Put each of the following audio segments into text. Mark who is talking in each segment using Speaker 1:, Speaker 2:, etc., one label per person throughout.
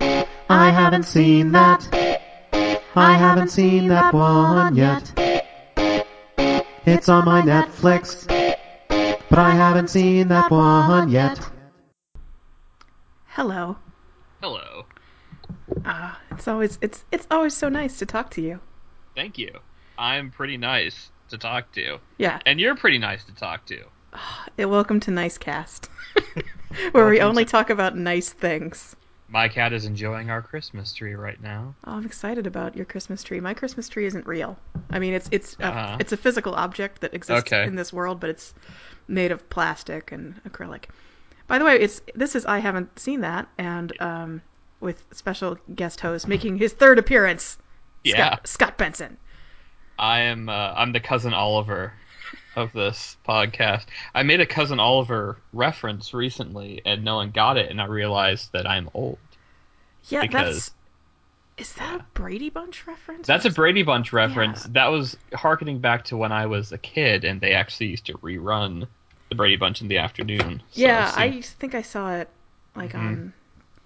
Speaker 1: I haven't seen that. I haven't seen that one yet. It's on my Netflix, but I haven't seen that one yet.
Speaker 2: Hello.
Speaker 3: Hello.
Speaker 2: Ah, it's always it's it's always so nice to talk to you.
Speaker 3: Thank you. I'm pretty nice to talk to.
Speaker 2: Yeah.
Speaker 3: And you're pretty nice to talk to.
Speaker 2: eh, Welcome to Nice Cast, where we
Speaker 3: Welcome
Speaker 2: only
Speaker 3: to-
Speaker 2: talk about nice things.
Speaker 3: My cat is enjoying our Christmas tree right now.
Speaker 2: Oh, I'm excited about your Christmas tree. My Christmas tree isn't real. I mean, it's it's a,
Speaker 3: Uh-huh.
Speaker 2: it's a physical object that exists
Speaker 3: Okay.
Speaker 2: in this world, but it's made of plastic and acrylic. By the way, it's this is I haven't seen that, and um, with special guest host making his third appearance,
Speaker 3: Yeah.
Speaker 2: Scott, Scott Benson.
Speaker 3: I am uh, I'm the cousin Oliver of this podcast. I made a cousin Oliver reference recently and no one got it and I realized that I'm old.
Speaker 2: Yeah,
Speaker 3: Because-
Speaker 2: that's is that a Brady Bunch reference?
Speaker 3: That's a Brady Bunch reference.
Speaker 2: Yeah.
Speaker 3: That was harkening back to when I was a kid and they actually used to rerun the Brady Bunch in the afternoon. So
Speaker 2: Yeah,
Speaker 3: see-
Speaker 2: I think I saw it like
Speaker 3: Mhm.
Speaker 2: on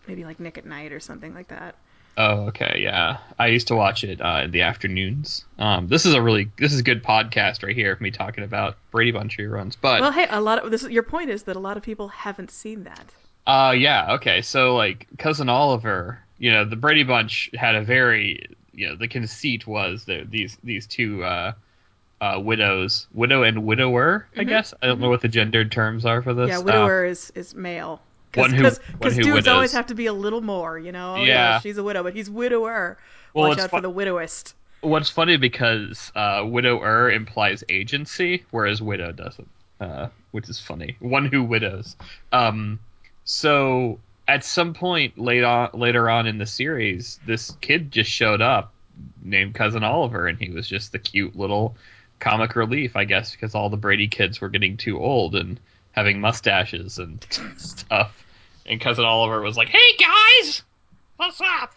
Speaker 2: maybe like Nick at Night or something like that.
Speaker 3: Oh, okay, yeah. I used to watch it uh, in the afternoons. Um, this is a really this is a good podcast right here of me talking about Brady Bunch reruns. But
Speaker 2: Well, hey, a lot of this. Your point is that a lot of people haven't seen that.
Speaker 3: uh, yeah, okay. So like cousin Oliver, you know, the Brady Bunch had a very you know the conceit was that these these two uh, uh, widows, widow and widower, I
Speaker 2: Mhm,
Speaker 3: guess. I don't know what the gendered terms are for this.
Speaker 2: yeah,
Speaker 3: Uh,
Speaker 2: widower is is male.
Speaker 3: one who-
Speaker 2: because
Speaker 3: one
Speaker 2: dudes
Speaker 3: who
Speaker 2: always
Speaker 3: widows.
Speaker 2: have to be a little more, you know. Oh,
Speaker 3: Yeah.
Speaker 2: she's a widow, but he's widower.
Speaker 3: Well,
Speaker 2: Watch
Speaker 3: it's
Speaker 2: out
Speaker 3: fu-
Speaker 2: for the widowist.
Speaker 3: What's funny because uh, widower implies agency, whereas widow doesn't, uh, which is funny. One who widows. Um, so at some point late on, later on in the series, this kid just showed up named Cousin Oliver, and he was just the cute little comic relief, I guess, because all the Brady kids were getting too old and having mustaches and stuff. And Cousin Oliver was like, "Hey guys, what's up?"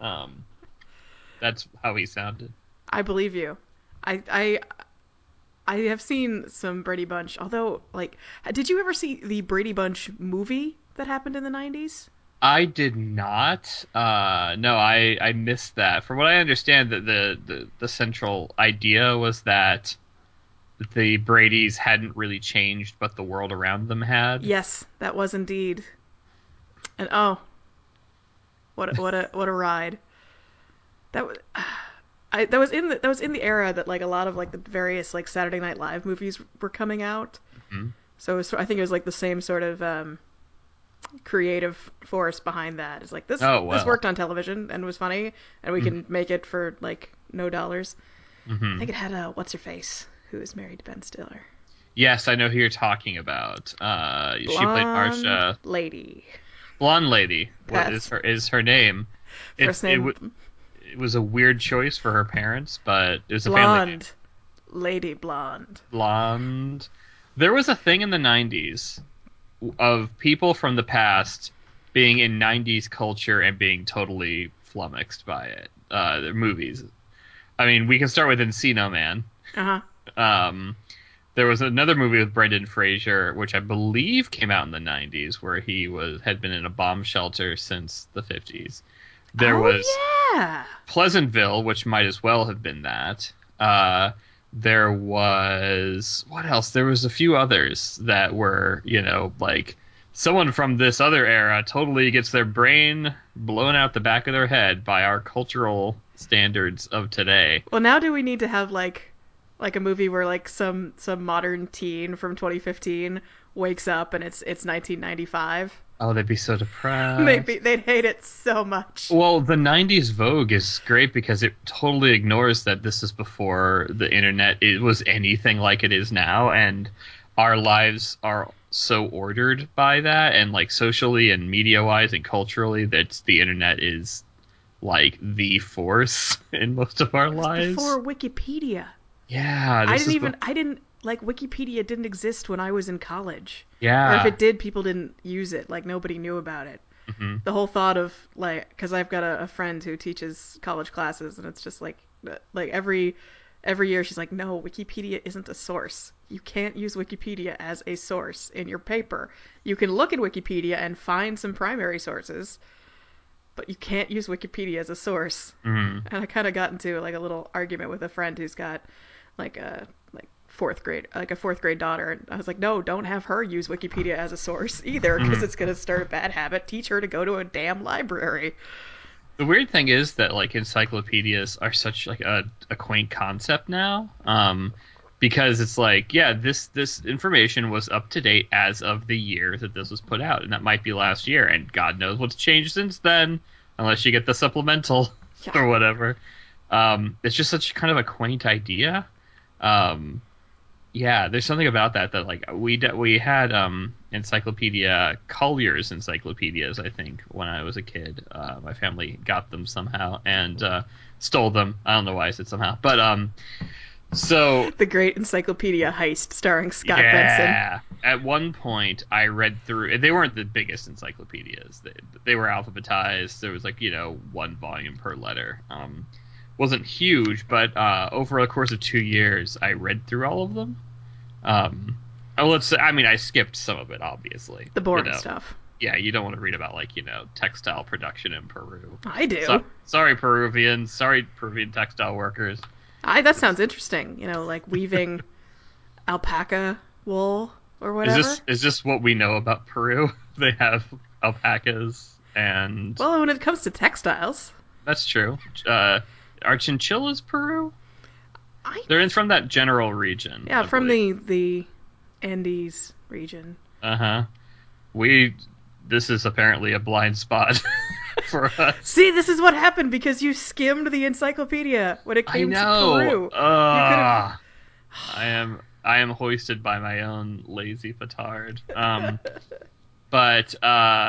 Speaker 3: Um, that's how he sounded.
Speaker 2: I believe you. I I I have seen some Brady Bunch. Although, like, did you ever see the Brady Bunch movie that happened in the nineties?
Speaker 3: I did not. Uh, no, I, I missed that. From what I understand, that the, the the central idea was that the Brady's hadn't really changed, but the world around them had.
Speaker 2: Yes, that was indeed. And oh, what a, what a what a ride! That was. I, that was in the that was in the era that like a lot of like the various like Saturday Night Live movies were coming out.
Speaker 3: Mhm.
Speaker 2: So it was, I think it was like the same sort of um, creative force behind that. It's like this
Speaker 3: Oh, wow. Mm-hmm.
Speaker 2: this worked on television and was funny, and we can make it for like no dollars. I
Speaker 3: Mhm.
Speaker 2: think it had a what's her face who is married to Ben Stiller.
Speaker 3: Yes, I know who you're talking about. Uh, she played
Speaker 2: Blonde
Speaker 3: Marsha,
Speaker 2: lady.
Speaker 3: blonde lady. What
Speaker 2: Yes.
Speaker 3: is her is her name? It-
Speaker 2: First
Speaker 3: it
Speaker 2: name
Speaker 3: wa- It, was a weird choice for her parents, but it was a family name.
Speaker 2: blonde lady blonde
Speaker 3: blonde. There was a thing in the 90s of people from the past being in 90s culture and being totally flummoxed by it. Uh, their movies. I mean, we can start with Encino Man.
Speaker 2: uh-huh
Speaker 3: Um, there was another movie with Brendan Fraser, which I believe came out in the 90s, where he was had been in a bomb shelter since the 50s. There
Speaker 2: Oh,
Speaker 3: was.
Speaker 2: yeah
Speaker 3: Pleasantville, which might as well have been that. Uh, there was what else? There was a few others that were, you know, like someone from this other era totally gets their brain blown out the back of their head by our cultural standards of today.
Speaker 2: well now do we need to have like like a movie where like some some modern teen from 2015 wakes up and it's it's 1995
Speaker 3: Oh, they'd be so depressed.
Speaker 2: they'd be they'd hate it so much
Speaker 3: Well, the 90s Vogue is great because it totally ignores that this is before the internet it was anything like it is now and our lives are so ordered by that and like socially and media-wise and culturally that the internet is like the force in most of our lives.
Speaker 2: before wikipedia
Speaker 3: yeah,
Speaker 2: i
Speaker 3: this
Speaker 2: didn't
Speaker 3: is
Speaker 2: even
Speaker 3: bef-
Speaker 2: i didn't like wikipedia didn't exist when i was in college or
Speaker 3: yeah.
Speaker 2: if it did people didn't use it like nobody knew about it
Speaker 3: Mhm.
Speaker 2: the whole thought of like because i've got a, a friend who teaches college classes and it's just like uh, like every every year she's like no wikipedia isn't a source you can't use wikipedia as a source in your paper you can look at wikipedia and find some primary sources but you can't use Wikipedia as a source.
Speaker 3: Mhm.
Speaker 2: And I kind of got into like a little argument with a friend who's got like a like fourth grade like a fourth grade daughter and I was like, "No, don't have her use Wikipedia as a source either
Speaker 3: Mm-hmm.
Speaker 2: because it's going to start a bad habit. Teach her to go to a damn library."
Speaker 3: The weird thing is that like encyclopedias are such like a, a quaint concept now, um, because it's like yeah, this this information was up to date as of the year that this was put out, and that might be last year, and God knows what's changed since then, unless you get the supplemental
Speaker 2: Yeah.
Speaker 3: or whatever. Um, it's just such kind of a quaint idea. Um, yeah, there's something about that that like we d- we had um encyclopedia Collier's encyclopedias I think when I was a kid. Uh, my family got them somehow and uh, stole them. I don't know why I said somehow, but um, so
Speaker 2: The Great Encyclopedia Heist starring Scott Benson.
Speaker 3: yeah. At one point, I read through. They weren't the biggest encyclopedias. They, they were alphabetized. There was like you know one volume per letter. Um, wasn't huge, but uh, over the course of two years, I read through all of them. Um, oh, let's. say- I mean, I skipped some of it, obviously.
Speaker 2: The boring
Speaker 3: you know.
Speaker 2: stuff.
Speaker 3: Yeah, you don't want to read about like you know textile production in Peru.
Speaker 2: I do.
Speaker 3: So- sorry, Peruvians. Sorry, Peruvian textile workers.
Speaker 2: I that sounds interesting. You know, like weaving alpaca wool or whatever.
Speaker 3: Is this is this what we know about Peru? they have alpacas, and
Speaker 2: Well, when it comes to textiles,
Speaker 3: that's true. Uh, are chinchillas Peru?
Speaker 2: I
Speaker 3: They're in from that general region.
Speaker 2: yeah, from the the Andes region.
Speaker 3: the uh huh. We this is apparently a blind spot for us.
Speaker 2: See, this is what happened because you skimmed the encyclopedia when it
Speaker 3: I
Speaker 2: came
Speaker 3: know.
Speaker 2: to Peru.
Speaker 3: Ah. I am I am hoisted by my own lazy petard. Um, but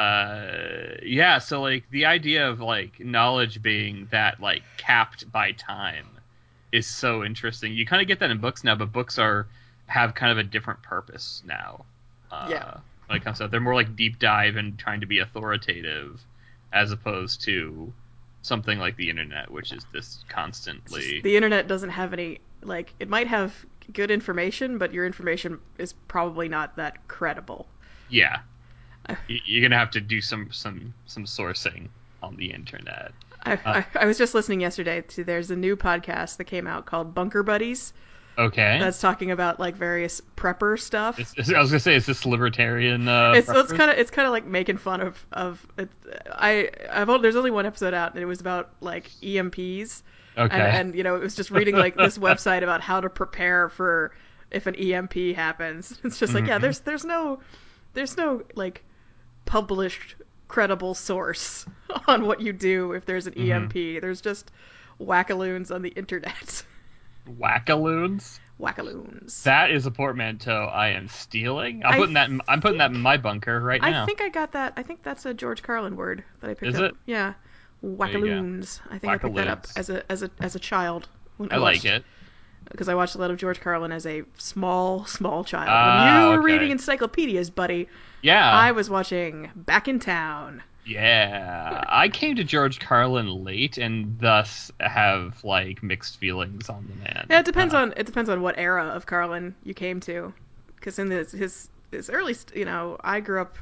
Speaker 3: uh, yeah, so like the idea of like knowledge being that like capped by time is so interesting. You kind of get that in books now, but books are have kind of a different purpose now. Uh,
Speaker 2: Yeah.
Speaker 3: When it comes to they're more like deep dive and trying to be authoritative, as opposed to something like the internet, which is this
Speaker 2: It's just
Speaker 3: constantly
Speaker 2: the internet doesn't have any like it might have good information, but your information is probably not that credible.
Speaker 3: Yeah, Y- you're gonna have to do some some some sourcing on the internet.
Speaker 2: I, I, I was just listening yesterday to there's a new podcast that came out called Bunker Buddies
Speaker 3: Okay.
Speaker 2: that's talking about like various prepper stuff.
Speaker 3: Is- is- I was gonna say, is this libertarian? Uh,
Speaker 2: it's it's
Speaker 3: preference?
Speaker 2: kind of it's kind of like making fun of of it, I I've only, there's only one episode out and it was about like E EMPs
Speaker 3: okay.
Speaker 2: and, and you know it was just reading like this website about how to prepare for if an EMP happens. It's just like yeah,
Speaker 3: Mm-hmm.
Speaker 2: there's there's no there's no like published credible source on what you do if there's an
Speaker 3: Mm-hmm.
Speaker 2: EMP. There's just wackaloons on the internet.
Speaker 3: Wackaloons.
Speaker 2: wackaloons.
Speaker 3: That is a portmanteau. I am stealing. I'm
Speaker 2: I
Speaker 3: putting that. In, I'm putting that in my bunker right now.
Speaker 2: I think I got that. I think that's a George Carlin word that I picked
Speaker 3: Is
Speaker 2: up.
Speaker 3: it?
Speaker 2: Yeah, wackaloons. I think I picked that up
Speaker 3: Wackaloons.
Speaker 2: as a as a as a child. When
Speaker 3: I like it.
Speaker 2: because I watched a lot of George Carlin as a small small child.
Speaker 3: Ah,
Speaker 2: when you were
Speaker 3: okay. Ah.
Speaker 2: reading encyclopedias, buddy,
Speaker 3: Yeah.
Speaker 2: I was watching Back in Town.
Speaker 3: Yeah. I came to George Carlin late, and thus have like mixed feelings on the man.
Speaker 2: Yeah, it depends
Speaker 3: Uh-huh.
Speaker 2: on it depends on what era of Carlin you came to, because in his his his early st- you know I grew up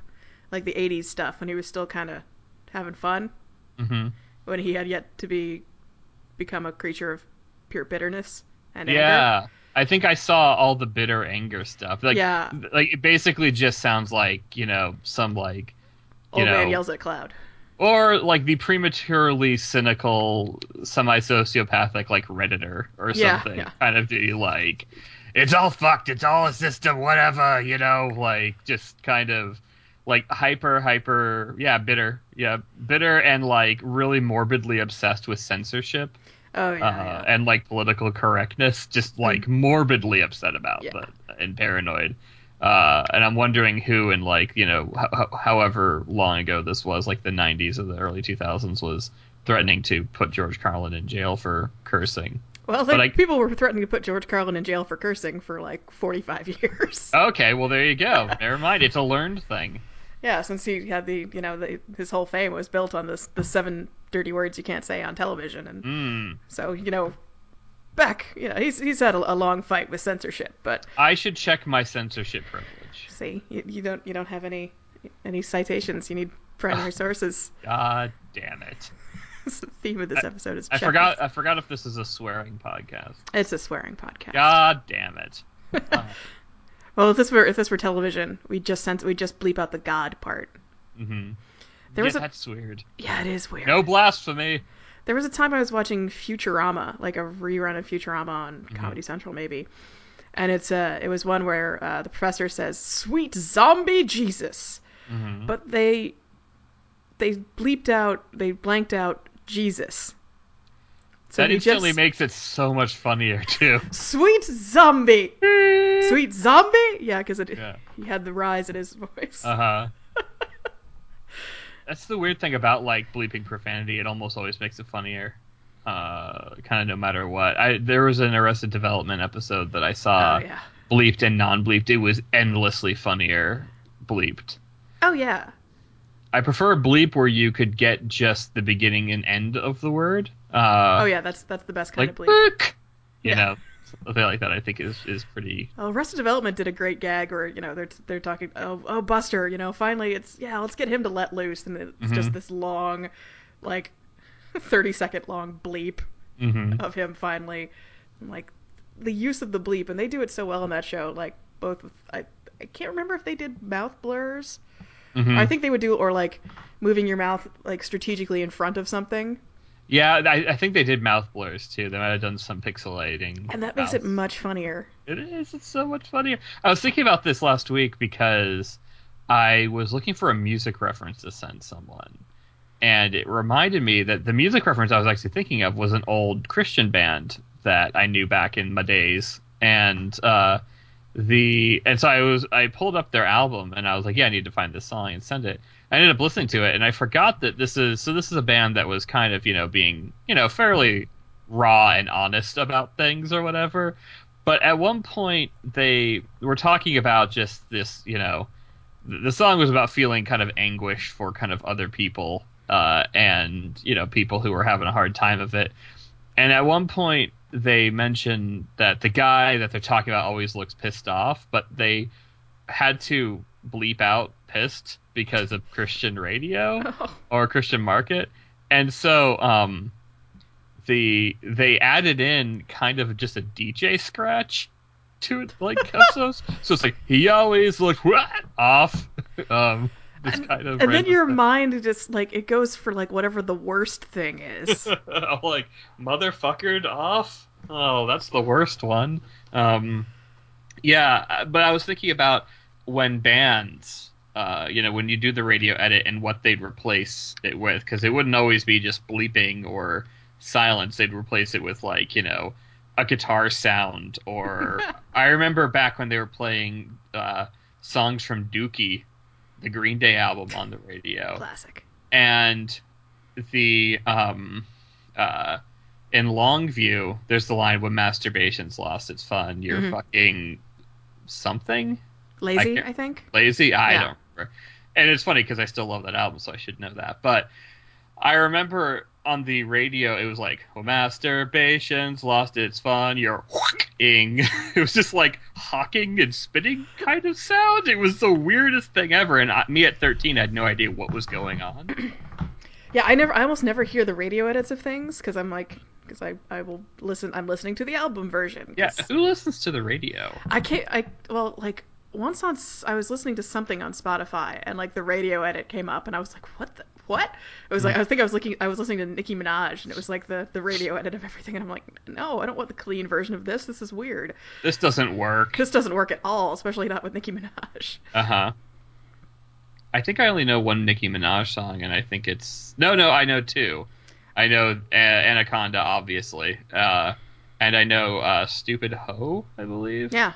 Speaker 2: like the '80s stuff when he was still kind of having fun
Speaker 3: hmm
Speaker 2: when he had yet to be become a creature of pure bitterness and anger.
Speaker 3: Yeah. I think I saw all the bitter anger stuff. Like,
Speaker 2: Yeah.
Speaker 3: like it basically just sounds like, you know, some like
Speaker 2: Old
Speaker 3: you
Speaker 2: man
Speaker 3: know,
Speaker 2: yells at cloud.
Speaker 3: or like the prematurely cynical, semi sociopathic like Redditor or
Speaker 2: Yeah,
Speaker 3: something.
Speaker 2: yeah.
Speaker 3: Kind of the like it's all fucked, it's all a system, whatever, you know, like just kind of like hyper, hyper yeah, bitter. Yeah. Bitter and like really morbidly obsessed with censorship.
Speaker 2: Oh yeah,
Speaker 3: uh,
Speaker 2: yeah. Mm-hmm.
Speaker 3: and like political correctness, just like morbidly upset about,
Speaker 2: Yeah.
Speaker 3: but and paranoid. Uh, and I'm wondering who, in like you know, ho- ho- however long ago this was, like the 90s or the early 2000s, was threatening to put George Carlin in jail for cursing.
Speaker 2: Well,
Speaker 3: but
Speaker 2: like,
Speaker 3: I-
Speaker 2: people were threatening to put George Carlin in jail for cursing for like 45 years.
Speaker 3: Okay, well there you go. Never mind, it's a learned thing.
Speaker 2: Yeah, since he had the, you know, the, his whole fame was built on this the seven dirty words you can't say on television, and
Speaker 3: Hmm.
Speaker 2: so you know, back, you know, he's he's had a, a long fight with censorship, but
Speaker 3: I should check my censorship privilege.
Speaker 2: see, you, you don't you don't have any any citations. You need primary sources.
Speaker 3: God damn it!
Speaker 2: It's the theme of this episode is.
Speaker 3: I
Speaker 2: checkers.
Speaker 3: forgot. uh, I forgot if this is a swearing podcast.
Speaker 2: It's a swearing podcast.
Speaker 3: God damn it!
Speaker 2: Well, if this were if this were television, we just sense we just bleep out the God part.
Speaker 3: hmm
Speaker 2: There was
Speaker 3: yeah,
Speaker 2: a
Speaker 3: that's weird.
Speaker 2: yeah, it is weird.
Speaker 3: No blasphemy.
Speaker 2: There was a time I was watching Futurama, like a rerun of Futurama on
Speaker 3: Mm-hmm.
Speaker 2: Comedy Central, maybe, and it's uh, it was one where uh, the professor says "Sweet zombie Jesus,"
Speaker 3: Mhm.
Speaker 2: but they they bleeped out they blanked out Jesus. So
Speaker 3: that
Speaker 2: we
Speaker 3: instantly
Speaker 2: just,
Speaker 3: makes it so much funnier too.
Speaker 2: sweet zombie, sweet zombie. Yeah, because it
Speaker 3: Yeah.
Speaker 2: he had the rise in his voice.
Speaker 3: Uh huh. That's the weird thing about like bleeping profanity. It almost always makes it funnier. Uh, kind of no matter what. I there was an Arrested Development episode that I saw
Speaker 2: oh yeah.
Speaker 3: bleeped and non-bleeped. It was endlessly funnier bleeped.
Speaker 2: Oh yeah.
Speaker 3: I prefer a bleep where you could get just the beginning and end of the word. Uh,
Speaker 2: oh yeah. That's that's the best kind
Speaker 3: like
Speaker 2: of bleep.
Speaker 3: "Book," you
Speaker 2: Yeah.
Speaker 3: know, something like that. I think is is pretty.
Speaker 2: Well, Oh, Arrested Development did a great gag where you know they're they're talking oh, oh Buster you know finally it's yeah let's get him to let loose and it's just
Speaker 3: Mhm.
Speaker 2: this long like thirty second long bleep
Speaker 3: hmm
Speaker 2: of him finally and, like the use of the bleep and they do it so well in that show like both with, I I can't remember if they did mouth blurs I think they would do or like moving your mouth like strategically in front of something
Speaker 3: Yeah, I, I think they did mouth blurs too. They might have done some pixelating,
Speaker 2: and that makes it
Speaker 3: mouth.
Speaker 2: much funnier
Speaker 3: It is. It's so much funnier. I was thinking about this last week because I was looking for a music reference to send someone. And it reminded me that the music reference I was actually thinking of was an old Christian band that I knew back in my days. And uh, the and so I was I pulled up their album and I was like, yeah, I need to find this song and send it. I ended up listening to it and I forgot that this is so this is a band that was kind of, you know, being, you know, fairly raw and honest about things or whatever. But at one point, they were talking about just this, you know, th- the song was about feeling kind of anguish for kind of other people uh, and, you know, people who were having a hard time of it. And at one point, they mentioned that the guy that they're talking about always looks pissed off, but they had to bleep out pissed because of Christian radio or Christian market. And so um the they added in kind of just a DJ scratch to it like Kessos. so it's like he always looked off. Um this kind
Speaker 2: and
Speaker 3: of
Speaker 2: then
Speaker 3: random
Speaker 2: your
Speaker 3: stuff.
Speaker 2: mind just like it goes for like whatever the worst thing is
Speaker 3: I'm like motherfuckered off. Oh, that's the worst one. Um, yeah, uh, but I was thinking about when bands, uh, you know, when you do the radio edit and what they'd replace it with, because it wouldn't always be just bleeping or silence. They'd replace it with like you know a guitar sound or I remember back when they were playing uh, songs from Dookie, the Green Day album on the
Speaker 2: Oh.
Speaker 3: radio
Speaker 2: classic
Speaker 3: and the um uh in Longview, there's the line when masturbation's lost, it's fun. You're
Speaker 2: Mhm.
Speaker 3: fucking something
Speaker 2: lazy
Speaker 3: can't-
Speaker 2: I, think
Speaker 3: lazy. I
Speaker 2: Yeah.
Speaker 3: don't remember. And it's funny because I still love that album, so I should know that. But I remember on the radio, it was like, well, masturbation's lost its fun. You're whacking. It was just like hawking and spitting kind of sound. It was the weirdest thing ever. And I, me at 13 had no idea what was going on.
Speaker 2: yeah i never i almost never hear the radio edits of things because i'm like because I, I will listen i'm listening to the album version 'cause
Speaker 3: Yeah, who listens to the radio?
Speaker 2: i can't i well like once on S- i was listening to something on spotify and like the radio edit came up and i was like what the what it was like i think i was looking i was listening to nicki minaj and it was like the the radio edit of everything and i'm like no i don't want the clean version of this this is weird
Speaker 3: This doesn't work.
Speaker 2: this doesn't work at all especially not with nicki minaj
Speaker 3: Uh huh. I think I only know one Nicki Minaj song, and I think it's no, no. I know two. I know uh, Anaconda, obviously, uh, and I know uh, Stupid Ho. I believe.
Speaker 2: yeah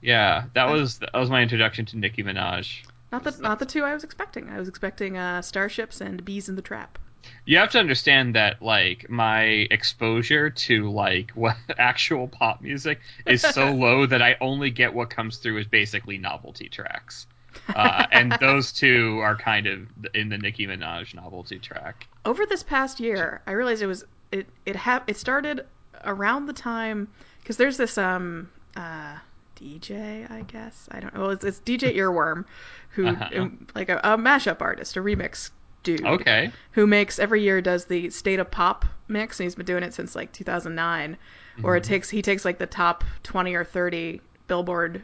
Speaker 3: Yeah, that was that was my introduction to Nicki Minaj.
Speaker 2: Not the not the two I was expecting. I was expecting uh, starships and bees in the trap.
Speaker 3: You have to understand that, like, my exposure to like what actual pop music is so low that I only get what comes through as basically novelty tracks, uh, and those two are kind of in the Nicki Minaj novelty track.
Speaker 2: Over this past year, I realized it was it it ha- it started around the time because there's this um uh, DJ, I guess. I don't know. Well, it's, it's DJ Earworm, who
Speaker 3: Uh-huh.
Speaker 2: um, like a, a mashup artist, a remix dude,
Speaker 3: Okay.
Speaker 2: who makes every year does the state of pop mix, and he's been doing it since like 2009, where it takes he takes like the top 20 or 30 Billboard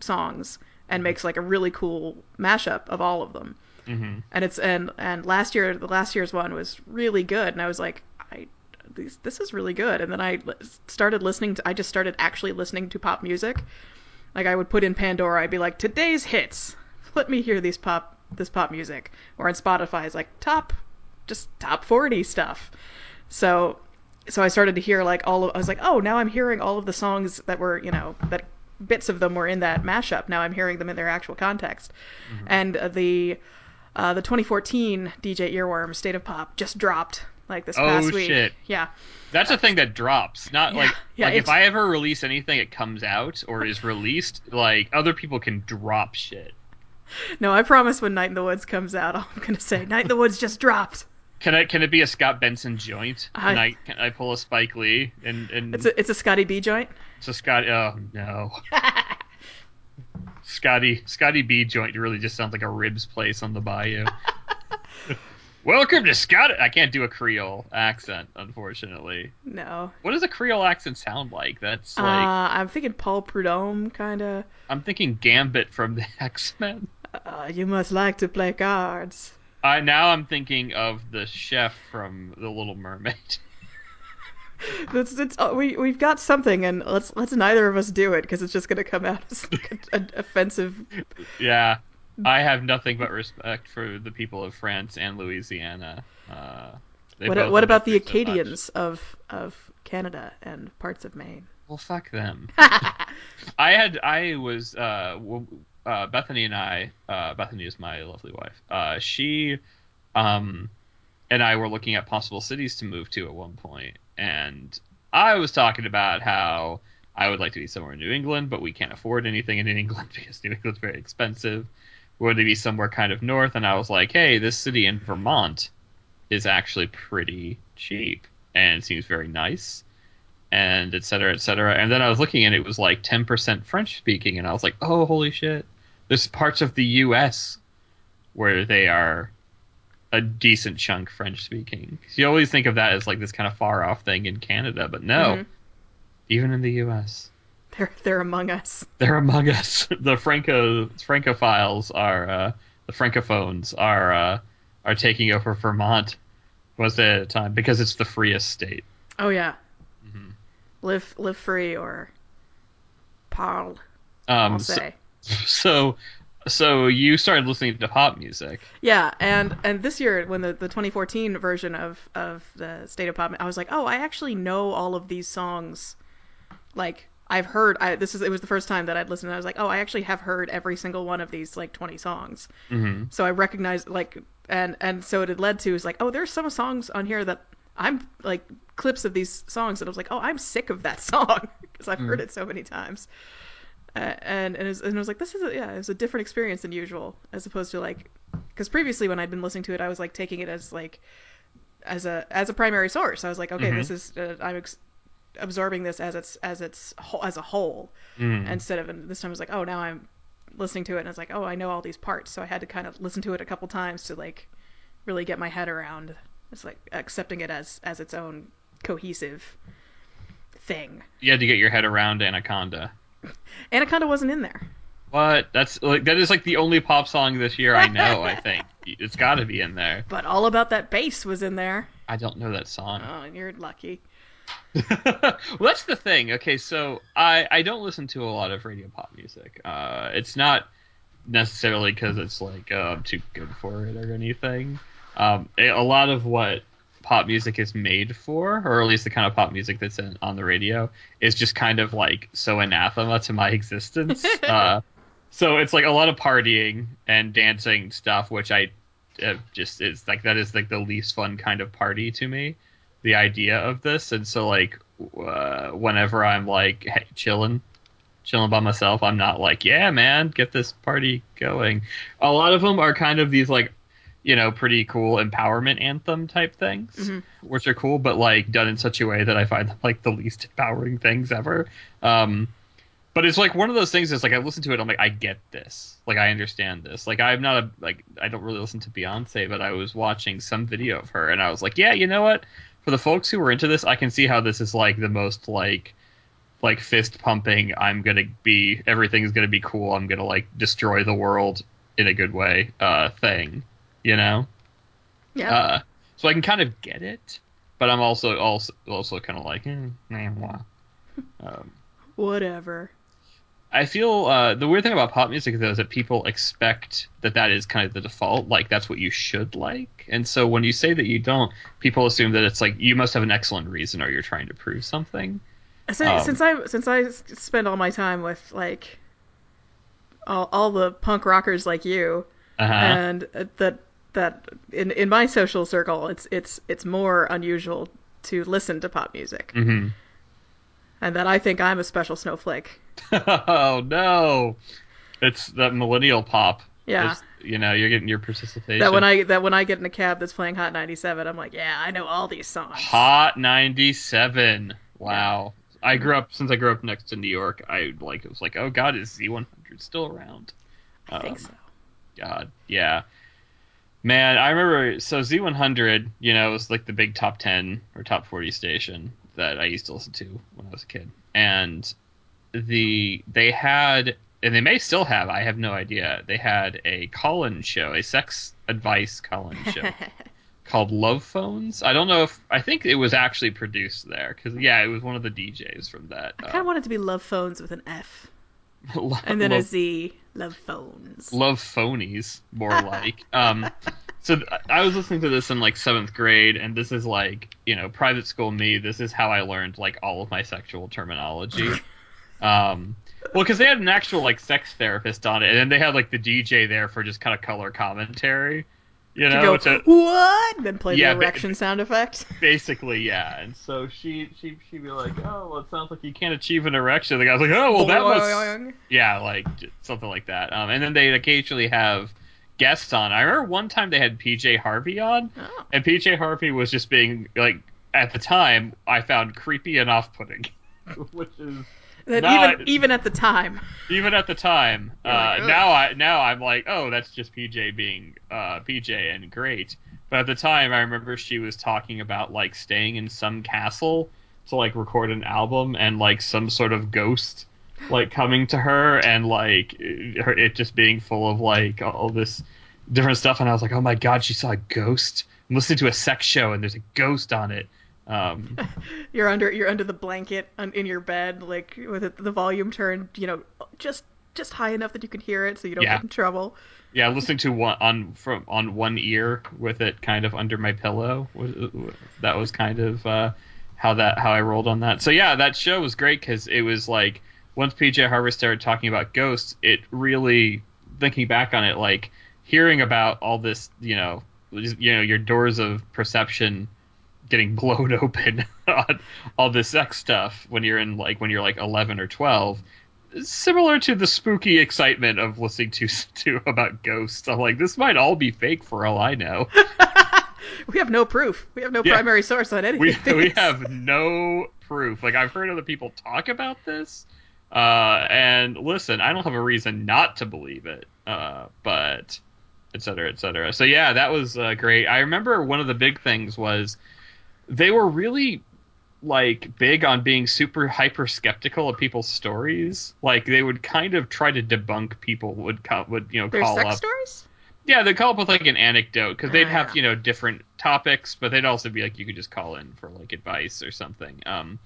Speaker 2: songs and makes like a really cool mashup of all of them.
Speaker 3: hmm
Speaker 2: And it's and and last year the last year's one was really good, and I was like, I these, this is really good. And then I li- started listening to I just started actually listening to pop music. Like I would put in Pandora, I'd be like, today's hits. Let me hear these pop this pop music. Or on Spotify, it's like top, just top forty stuff. So so I started to hear like all of I was like, oh, now I'm hearing all of the songs that were you know that bits of them were in that mashup. Now I'm hearing them in their actual context.
Speaker 3: Mm-hmm.
Speaker 2: And uh, the uh, the 2014 DJ Earworm State of Pop just dropped like this
Speaker 3: Oh,
Speaker 2: past week.
Speaker 3: shit.
Speaker 2: Yeah.
Speaker 3: That's a thing that drops. Not
Speaker 2: Yeah,
Speaker 3: like
Speaker 2: yeah,
Speaker 3: like if
Speaker 2: it's-
Speaker 3: I ever release anything, it comes out or is released. Like other people can drop shit.
Speaker 2: No, I promise when Night in the Woods comes out, I'm gonna say Night in the Woods just dropped.
Speaker 3: Can I? Can it be a Scott Benson joint? Can
Speaker 2: I-
Speaker 3: I? Can I pull a Spike Lee and and
Speaker 2: It's a it's a Scotty B joint.
Speaker 3: So Scott, oh no, Scotty, Scotty B joint really just sounds like a ribs place on the bayou. Welcome to Scott. I can't do a Creole accent, unfortunately.
Speaker 2: No,
Speaker 3: What does a Creole accent sound like? That's
Speaker 2: uh,
Speaker 3: like
Speaker 2: I'm thinking Paul Prudhomme kind of.
Speaker 3: I'm thinking Gambit from the X Men.
Speaker 2: Uh, you must like to play cards.
Speaker 3: Uh, now I'm thinking of the chef from The Little Mermaid.
Speaker 2: It's, it's, uh, we we've got something, and let's let's neither of us do it because it's just gonna come out as like an offensive.
Speaker 3: yeah, I have nothing but respect for the people of France and Louisiana. Uh, they
Speaker 2: What
Speaker 3: both
Speaker 2: what about the
Speaker 3: understood so much.
Speaker 2: Acadians of of Canada and parts of Maine?
Speaker 3: Well, fuck them. I had, I was, uh, w- uh, Bethany and I, uh, Bethany is my lovely wife. Uh, she, um, and I were looking at possible cities to move to at one point, and I was talking about how I would like to be somewhere in New England, but we can't afford anything in New England because New England's very expensive. We wanted to be somewhere kind of north, and I was like, hey, this city in Vermont is actually pretty cheap and seems very nice and et cetera, et cetera. And then I was looking and it was like 10% French speaking, and I was like, oh, holy shit. There's parts of the U.S. where they are a decent chunk French speaking. You always think of that as like this kind of far off thing in Canada, but no,
Speaker 2: Mhm.
Speaker 3: even in the U.S.,
Speaker 2: They're they're among us.
Speaker 3: they're among us. The Franco Francophiles are uh, the Francophones are uh, are taking over Vermont. Was at a time because it's the freest state.
Speaker 2: Oh yeah. Live live free or parle. I'll
Speaker 3: Um, so-
Speaker 2: say.
Speaker 3: so so you started listening to pop music
Speaker 2: Yeah, and and this year when the, the 2014 version of of the State of Pop, I was like, oh, I actually know all of these songs. Like I've heard, I this is it was the first time that I'd listened. And I was like, oh, I actually have heard every single one of these like 20 songs.
Speaker 3: mm-hmm.
Speaker 2: So I recognized like and and so what it led to is like, oh, there's some songs on here that I'm like clips of these songs that I was like, oh, I'm sick of that song because I've heard it so many times. Uh, and and, it was, and I was like, this is a, yeah, it was a different experience than usual, as opposed to like, because previously when I'd been listening to it, I was like taking it as like, as a as a primary source. I was like, okay,
Speaker 3: Mhm.
Speaker 2: this is uh, I'm ex- absorbing this as its as its whole, as a whole, instead of and this time I was like, oh, now I'm listening to it and it's like, oh, I know all these parts, so I had to kind of listen to it a couple times to like really get my head around. It's like accepting it as as its own cohesive thing.
Speaker 3: you had to get your head around anaconda
Speaker 2: Anaconda wasn't in there.
Speaker 3: what that's like that is like the only pop song this year i know i think it's got to be in there
Speaker 2: But all about that bass was in there.
Speaker 3: i don't know that song
Speaker 2: Oh, you're lucky.
Speaker 3: well, that's the thing. Okay, so I I don't listen to a lot of radio pop music. Uh, it's not necessarily because it's like uh, I'm too good for it or anything. Um, a a lot of what pop music is made for, or at least the kind of pop music that's in, on the radio, is just kind of like so anathema to my existence. uh, so it's like a lot of partying and dancing stuff, which I uh, just is like that is like the least fun kind of party to me the idea of this and so like uh, whenever i'm like hey, chilling chilling by myself i'm not like yeah man get this party going a lot of them are kind of these like you know pretty cool empowerment anthem type things
Speaker 2: Mhm.
Speaker 3: which are cool but like done in such a way that i find them like the least empowering things ever um But it's like one of those things. It's like I listen to it. I'm like, I get this. Like I understand this. Like I'm not a like I don't really listen to Beyonce, but I was watching some video of her, and I was like, yeah, you know what? For the folks who were into this, I can see how this is like the most like like fist pumping. I'm gonna be everything's gonna be cool. I'm gonna like destroy the world in a good way. Uh, thing, you know.
Speaker 2: Yeah.
Speaker 3: Uh, so I can kind of get it, but I'm also also also kind of like, eh, meh, wah. Um,
Speaker 2: Whatever.
Speaker 3: I feel uh, the weird thing about pop music though is that people expect that that is kind of the default, like that's what you should like, and so when you say that you don't, people assume that it's like you must have an excellent reason or you're trying to prove something.
Speaker 2: Since,
Speaker 3: Um,
Speaker 2: since I since I s- spend all my time with like all, all the punk rockers like you,
Speaker 3: Uh-huh.
Speaker 2: and uh, that that in in my social circle, it's it's it's more unusual to listen to pop music,
Speaker 3: hmm
Speaker 2: and that I think I'm a special snowflake.
Speaker 3: oh no, it's that millennial pop.
Speaker 2: Yeah.
Speaker 3: It's- you know, you're getting your participation.
Speaker 2: That when I that when I get in a cab that's playing Hot 97, I'm like, yeah, I know all these songs.
Speaker 3: Hot 97. Wow. I grew up, since I grew up next to New York, I like, it was like, oh god, is Z100 still around? Um,
Speaker 2: I think so.
Speaker 3: oh, God, yeah. Man, I remember, so Z100, you know, was like the big top 10 or top 40 station that I used to listen to when I was a kid. And the, they had, and they may still have, I have no idea, they had a call-in show, a sex advice call-in show called Love Phones. I don't know if I think it was actually produced there because yeah, it was one of the DJs from that.
Speaker 2: I kind of want it to be Love Phones with an F
Speaker 3: uh, Lo-
Speaker 2: and then a
Speaker 3: love,
Speaker 2: Z. Love Phones.
Speaker 3: Love Phonies, more like. Um, so th- I was listening to this in like seventh grade, and this is like you know private school me. This is how I learned like all of my sexual terminology. um, well, because they had an actual like sex therapist on it, and then they had like the DJ there for just kind of color commentary. You
Speaker 2: To
Speaker 3: know,
Speaker 2: go,
Speaker 3: to-
Speaker 2: what? Then play
Speaker 3: Yeah,
Speaker 2: the
Speaker 3: ba-
Speaker 2: erection sound effect.
Speaker 3: basically yeah and so she she she'd be like oh well it sounds like you can't achieve an erection the guy's like oh well that was
Speaker 2: Boing.
Speaker 3: yeah like j- something like that um and then they'd occasionally have guests on i remember one time they had pj harvey on
Speaker 2: Oh.
Speaker 3: and pj harvey was just being like at the time i found creepy and off-putting which is
Speaker 2: That
Speaker 3: Now
Speaker 2: even
Speaker 3: I-
Speaker 2: even at the time.
Speaker 3: even at the time uh,
Speaker 2: You're like, "Ugh."
Speaker 3: now i now i'm like oh that's just pj being uh, pj and great but at the time i remember she was talking about like staying in some castle to like record an album and like some sort of ghost like coming to her and like it, her- it just being full of like all this different stuff and i was like oh my god she saw a ghost i'm listening to a sex show and there's a ghost on it um,
Speaker 2: You're under you're under the blanket on, in your bed, like with it- the volume turned, you know, just just high enough that you can hear it, so you don't
Speaker 3: Yeah.
Speaker 2: get in trouble.
Speaker 3: Yeah, listening to one on from on one ear with it kind of under my pillow. was- That was kind of uh, how that how I rolled on that. So yeah, that show was great because it was like once PJ Harvey started talking about ghosts, it really thinking back on it, like hearing about all this, you know, you know, your doors of perception getting blown open on all this sex stuff when you're in like when you're like 11 or 12 similar to the spooky excitement of listening to to about ghosts i'm like this might all be fake for all i know
Speaker 2: We have no proof. We have no
Speaker 3: Yeah.
Speaker 2: primary source on anything.
Speaker 3: we we have no proof like i've heard other people talk about this uh and listen i don't have a reason not to believe it uh but et cetera, et cetera. So yeah, that was uh, great. I remember one of the big things was they were really like big on being super hyper skeptical of people's stories. Like they would kind of try to debunk people would co- would you know
Speaker 2: There's
Speaker 3: call
Speaker 2: sex
Speaker 3: up.
Speaker 2: stories?
Speaker 3: Yeah, they'd call up with like an anecdote because they'd
Speaker 2: Ah,
Speaker 3: have
Speaker 2: yeah.
Speaker 3: you know different topics, but they'd also be like you could just call in for like advice or something. Um,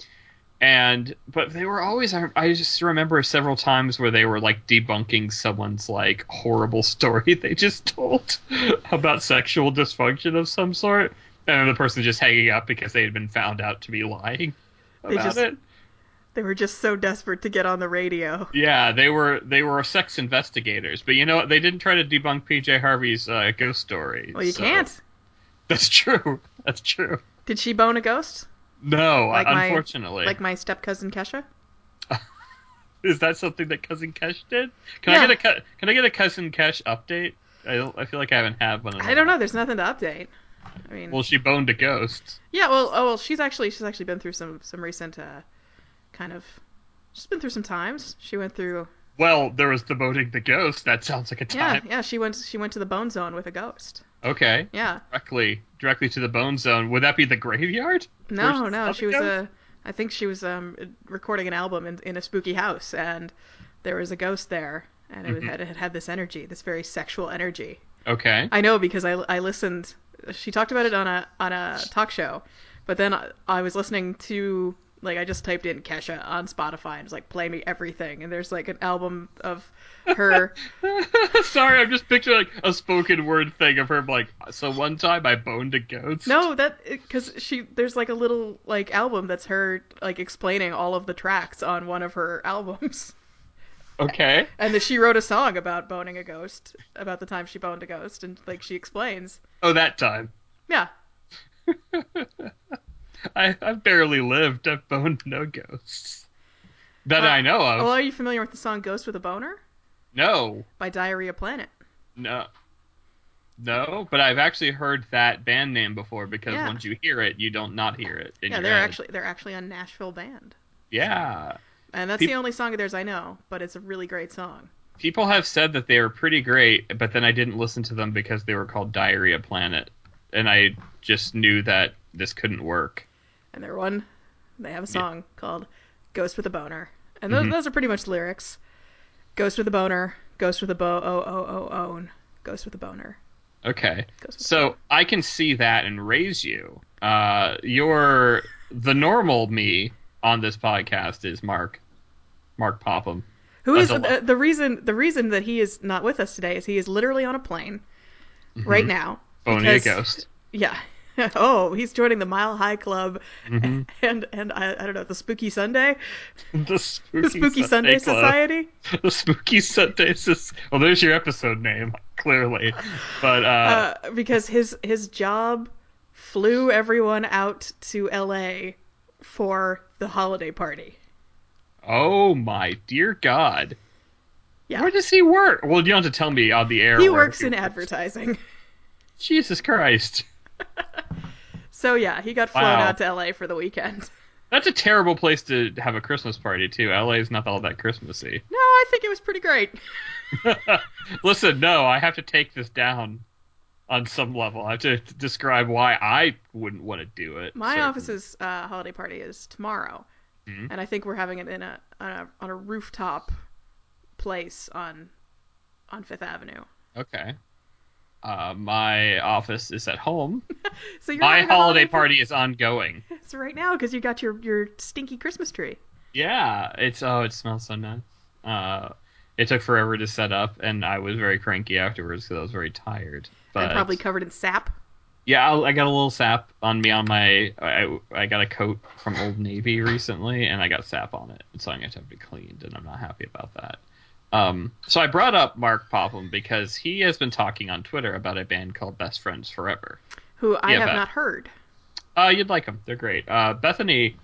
Speaker 3: and but they were always I, I just remember several times where they were like debunking someone's like horrible story they just told about sexual dysfunction of some sort, and then the person just hanging up because they had been found out to be lying
Speaker 2: They
Speaker 3: about
Speaker 2: just-
Speaker 3: it.
Speaker 2: They were just so desperate to get on the radio.
Speaker 3: Yeah, they were they were sex investigators, but you know what? They didn't try to debunk PJ Harvey's uh, ghost story.
Speaker 2: Well, you
Speaker 3: so-
Speaker 2: can't.
Speaker 3: That's true. That's true.
Speaker 2: Did she bone a ghost?
Speaker 3: No,
Speaker 2: Like my-
Speaker 3: unfortunately.
Speaker 2: Like my step cousin Kesha?
Speaker 3: Is that something that cousin Kesh did? Can
Speaker 2: Yeah.
Speaker 3: I get a cu- can I get a cousin Kesh update? I don't, I feel like I haven't had one. In a
Speaker 2: I don't
Speaker 3: while.
Speaker 2: know. There's nothing to update. I mean,
Speaker 3: Well, she boned a ghost.
Speaker 2: yeah. Well, oh well. She's actually she's actually been through some some recent uh, kind of She's been through some times. She went through.
Speaker 3: Well, there was the boating the ghost. That sounds like a
Speaker 2: Yeah,
Speaker 3: time.
Speaker 2: yeah. She went. She went to the bone zone with a ghost.
Speaker 3: Okay.
Speaker 2: Yeah.
Speaker 3: Directly, directly to the bone zone. Would that be the graveyard?
Speaker 2: No,
Speaker 3: Where's
Speaker 2: no.
Speaker 3: the
Speaker 2: She was
Speaker 3: ghost?
Speaker 2: a. I think she was um recording an album in, in a spooky house, and there was a ghost there, and it, was, had, it had this energy, this very sexual energy.
Speaker 3: Okay.
Speaker 2: I know because I, I listened. She talked about it on a on a talk show, but then I, I was listening to like I just typed in Kesha on Spotify and it's like play me everything, and there's like an album of her.
Speaker 3: Sorry, I'm just picturing like a spoken word thing of her like. So one time I boned a ghost.
Speaker 2: no, that because she there's like a little like album that's her like explaining all of the tracks on one of her albums,
Speaker 3: Okay.
Speaker 2: and that she wrote a song about boning a ghost about the time she boned a ghost, and like she explains,
Speaker 3: Oh, that time.
Speaker 2: yeah,
Speaker 3: I I've barely lived. I've boned no ghosts that
Speaker 2: Uh,
Speaker 3: I know of.
Speaker 2: Well, are you familiar with the song "Ghost with a Boner"
Speaker 3: no,
Speaker 2: by Diarrhea Planet?
Speaker 3: no, no. But I've actually heard that band name before because
Speaker 2: Yeah.
Speaker 3: once you hear it, you don't not hear it. In
Speaker 2: Yeah,
Speaker 3: your
Speaker 2: they're
Speaker 3: head.
Speaker 2: actually they're actually a Nashville band,
Speaker 3: Yeah.
Speaker 2: and that's
Speaker 3: Peop-
Speaker 2: the only song of theirs I know. But it's a really great song.
Speaker 3: People have said that they were pretty great, but then I didn't listen to them because they were called Diarrhea Planet, and I just knew that this couldn't work.
Speaker 2: And they're one. They have a song called "Ghost with a Boner," and
Speaker 3: Mm-hmm.
Speaker 2: those, those are pretty much the lyrics. Ghost with a boner, ghost with a bo oh oh oh own, ghost with a boner.
Speaker 3: Okay.
Speaker 2: Goes with
Speaker 3: So I can see that and raise you. Uh, you're the normal me on this podcast is Mark, Mark Popham.
Speaker 2: Who is
Speaker 3: That's a
Speaker 2: the, the reason? The reason that he is not with us today is he is literally on a plane
Speaker 3: Mm-hmm.
Speaker 2: right now.
Speaker 3: Boning a
Speaker 2: because-
Speaker 3: ghost.
Speaker 2: Yeah. Oh, he's joining the Mile High Club,
Speaker 3: Mm-hmm.
Speaker 2: and and I, I don't know the Spooky Sunday,
Speaker 3: The spooky,
Speaker 2: the Spooky Sunday,
Speaker 3: Club.
Speaker 2: Society.
Speaker 3: The spooky Sunday Society. Well, there's your episode name clearly, but uh,
Speaker 2: uh, because his his job flew everyone out to L.A. for the holiday party.
Speaker 3: oh my dear God.
Speaker 2: Yeah.
Speaker 3: Where does he work? Well, you don't have to tell me on the air.
Speaker 2: He
Speaker 3: where
Speaker 2: works in advertising,
Speaker 3: Jesus Christ.
Speaker 2: so yeah, he got flown
Speaker 3: Wow.
Speaker 2: out to L.A. for the weekend.
Speaker 3: That's a terrible place to have a Christmas party, too. LA is not all that Christmassy.
Speaker 2: No, I think it was pretty great.
Speaker 3: Listen, no, I have to take this down on some level. I have to describe why I wouldn't want to do it.
Speaker 2: My
Speaker 3: So-
Speaker 2: office's uh, holiday party is tomorrow,
Speaker 3: Mm-hmm.
Speaker 2: and I think we're having it in a on a, on a rooftop place on on Fifth Avenue.
Speaker 3: Okay. Uh, my office is at home.
Speaker 2: So you're
Speaker 3: My
Speaker 2: having a
Speaker 3: holiday party is ongoing.
Speaker 2: It's right now because you got your your stinky Christmas tree.
Speaker 3: Yeah, it's oh, it smells so nice. Uh, it took forever to set up, and I was very cranky afterwards because I was very tired. But
Speaker 2: and probably covered in sap.
Speaker 3: Yeah, I, I got a little sap on me on my. I, I got a coat from Old Navy recently, and I got sap on it, so I'm gonna have to have it cleaned, and I'm not happy about that. Um, so I brought up Mark Popham because he has been talking on Twitter about a band called Best Friends Forever.
Speaker 2: Who I
Speaker 3: Yeah,
Speaker 2: have
Speaker 3: but-
Speaker 2: not heard.
Speaker 3: Uh, you'd like them; they're great. Uh, Bethany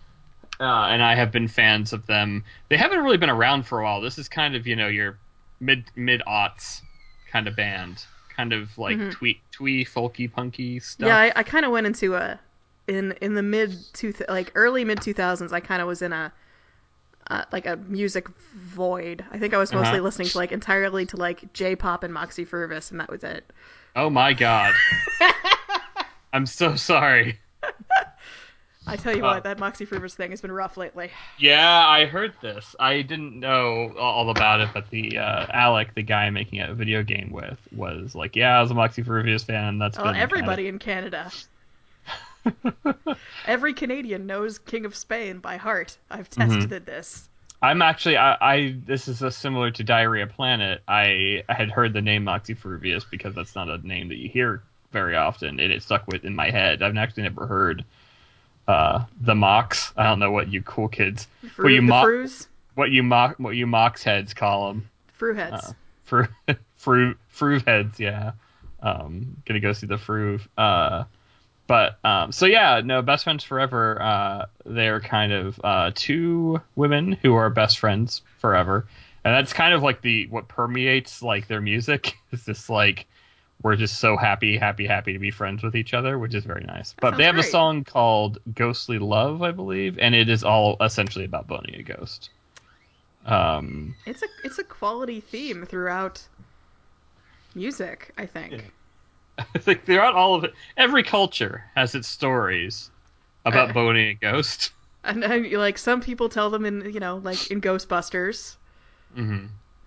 Speaker 3: uh, and I have been fans of them. They haven't really been around for a while. This is kind of you know your mid mid aughts kind of band, kind of like twee twee folky punky
Speaker 2: Mm-hmm.
Speaker 3: stuff.
Speaker 2: Yeah, I, I kind of went into a in in the mid two th- like early mid two thousands. I kind of was in a uh, like a music void. I think I was mostly
Speaker 3: Uh-huh.
Speaker 2: listening to like entirely to like J pop and Moxie Fervis, and that was it.
Speaker 3: Oh my god. I'm so sorry.
Speaker 2: I tell you
Speaker 3: Uh.
Speaker 2: what, that Moxie Fervis thing has been rough lately.
Speaker 3: Yeah, I heard this. I didn't know all about it, but the uh, Alec, the guy I'm making a video game with, was like, "Yeah, I was a Moxie Fervius fan, and that's
Speaker 2: Oh,
Speaker 3: been
Speaker 2: everybody in Canada. Every Canadian knows King of Spain by heart. I've
Speaker 3: Mm-hmm.
Speaker 2: tested this.
Speaker 3: I'm actually, I, I this is a similar to Diarrhea Planet. I, I had heard the name Moxie Fervius because that's not a name that you hear very often, and it stuck with in my head. I've actually never heard uh, the Mox. I don't know what you cool kids,
Speaker 2: Fru-
Speaker 3: what you
Speaker 2: the
Speaker 3: mo-
Speaker 2: Frus?
Speaker 3: what you mock, what you Mox heads call them.
Speaker 2: Fru heads.
Speaker 3: Uh. Fru Fru Fru heads, yeah. Um, gonna go see the Fru. Uh, but um, so yeah, no, best friends forever. Uh, they're kind of uh, two women who are best friends forever, and that's kind of like the what permeates like their music is this like we're just so happy, happy, happy to be friends with each other, which is very nice. but
Speaker 2: sounds
Speaker 3: they have a
Speaker 2: great.
Speaker 3: song called "Ghostly Love," I believe, and it is all essentially about boning a ghost. Um,
Speaker 2: It's a it's a quality theme throughout music, I think.
Speaker 3: Yeah. I think throughout all of it, every culture has its stories about
Speaker 2: Uh.
Speaker 3: boning a ghost.
Speaker 2: And I, like some people tell them in you know like in Ghostbusters. Mm-hmm.
Speaker 3: hmm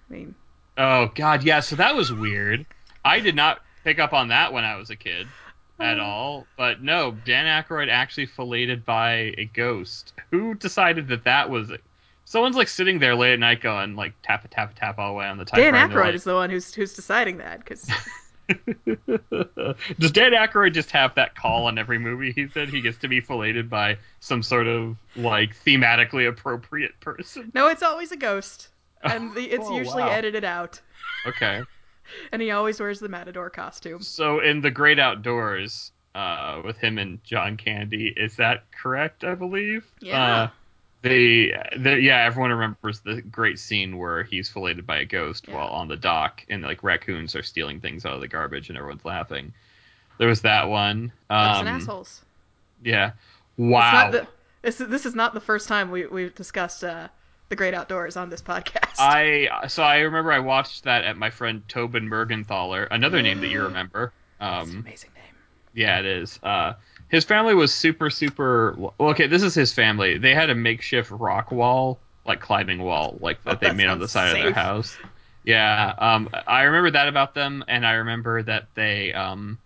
Speaker 2: I mean,
Speaker 3: Oh God, yeah. So that was weird. I did not pick up on that when I was a kid
Speaker 2: Uh.
Speaker 3: at all. But no, Dan Aykroyd actually filleted by a ghost. Who decided that that was? Someone's like sitting there late at night going like tap a tap a tap all the way on the typewriter.
Speaker 2: Dan
Speaker 3: and they're
Speaker 2: Aykroyd
Speaker 3: like,
Speaker 2: is the one who's who's deciding that because
Speaker 3: Does Dan Aykroyd just have that call on every movie he's in? He gets to be filleted by some sort of like thematically appropriate person.
Speaker 2: no, it's always a ghost, and the, it's
Speaker 3: Oh,
Speaker 2: usually
Speaker 3: wow.
Speaker 2: edited out.
Speaker 3: Okay.
Speaker 2: And he always wears the matador costume.
Speaker 3: So in the Great Outdoors, uh, with him and John Candy, is that correct? I believe.
Speaker 2: Yeah.
Speaker 3: Uh, they, they- yeah, everyone remembers the great scene where he's filleted by a ghost
Speaker 2: Yeah.
Speaker 3: while on the dock, and like raccoons are stealing things out of the garbage, and everyone's laughing. There was that one.
Speaker 2: Bucks
Speaker 3: Um,
Speaker 2: and assholes.
Speaker 3: Yeah.
Speaker 2: It's
Speaker 3: Wow.
Speaker 2: not the, this, this is not the first time we, we've discussed uh, the great outdoors on this podcast.
Speaker 3: I so I remember I watched that at my friend Tobin Mergenthaler, another name that you remember.
Speaker 2: It's an
Speaker 3: Um,
Speaker 2: Mm. amazing name.
Speaker 3: yeah, it is. Uh, his family was super, super. Well, okay, this is his family. They had a makeshift rock wall, like climbing wall, like that they
Speaker 2: Oh, that
Speaker 3: made on the
Speaker 2: sounds
Speaker 3: side of their
Speaker 2: safe.
Speaker 3: house. Yeah, um, I remember that about them, and I remember that they. Um,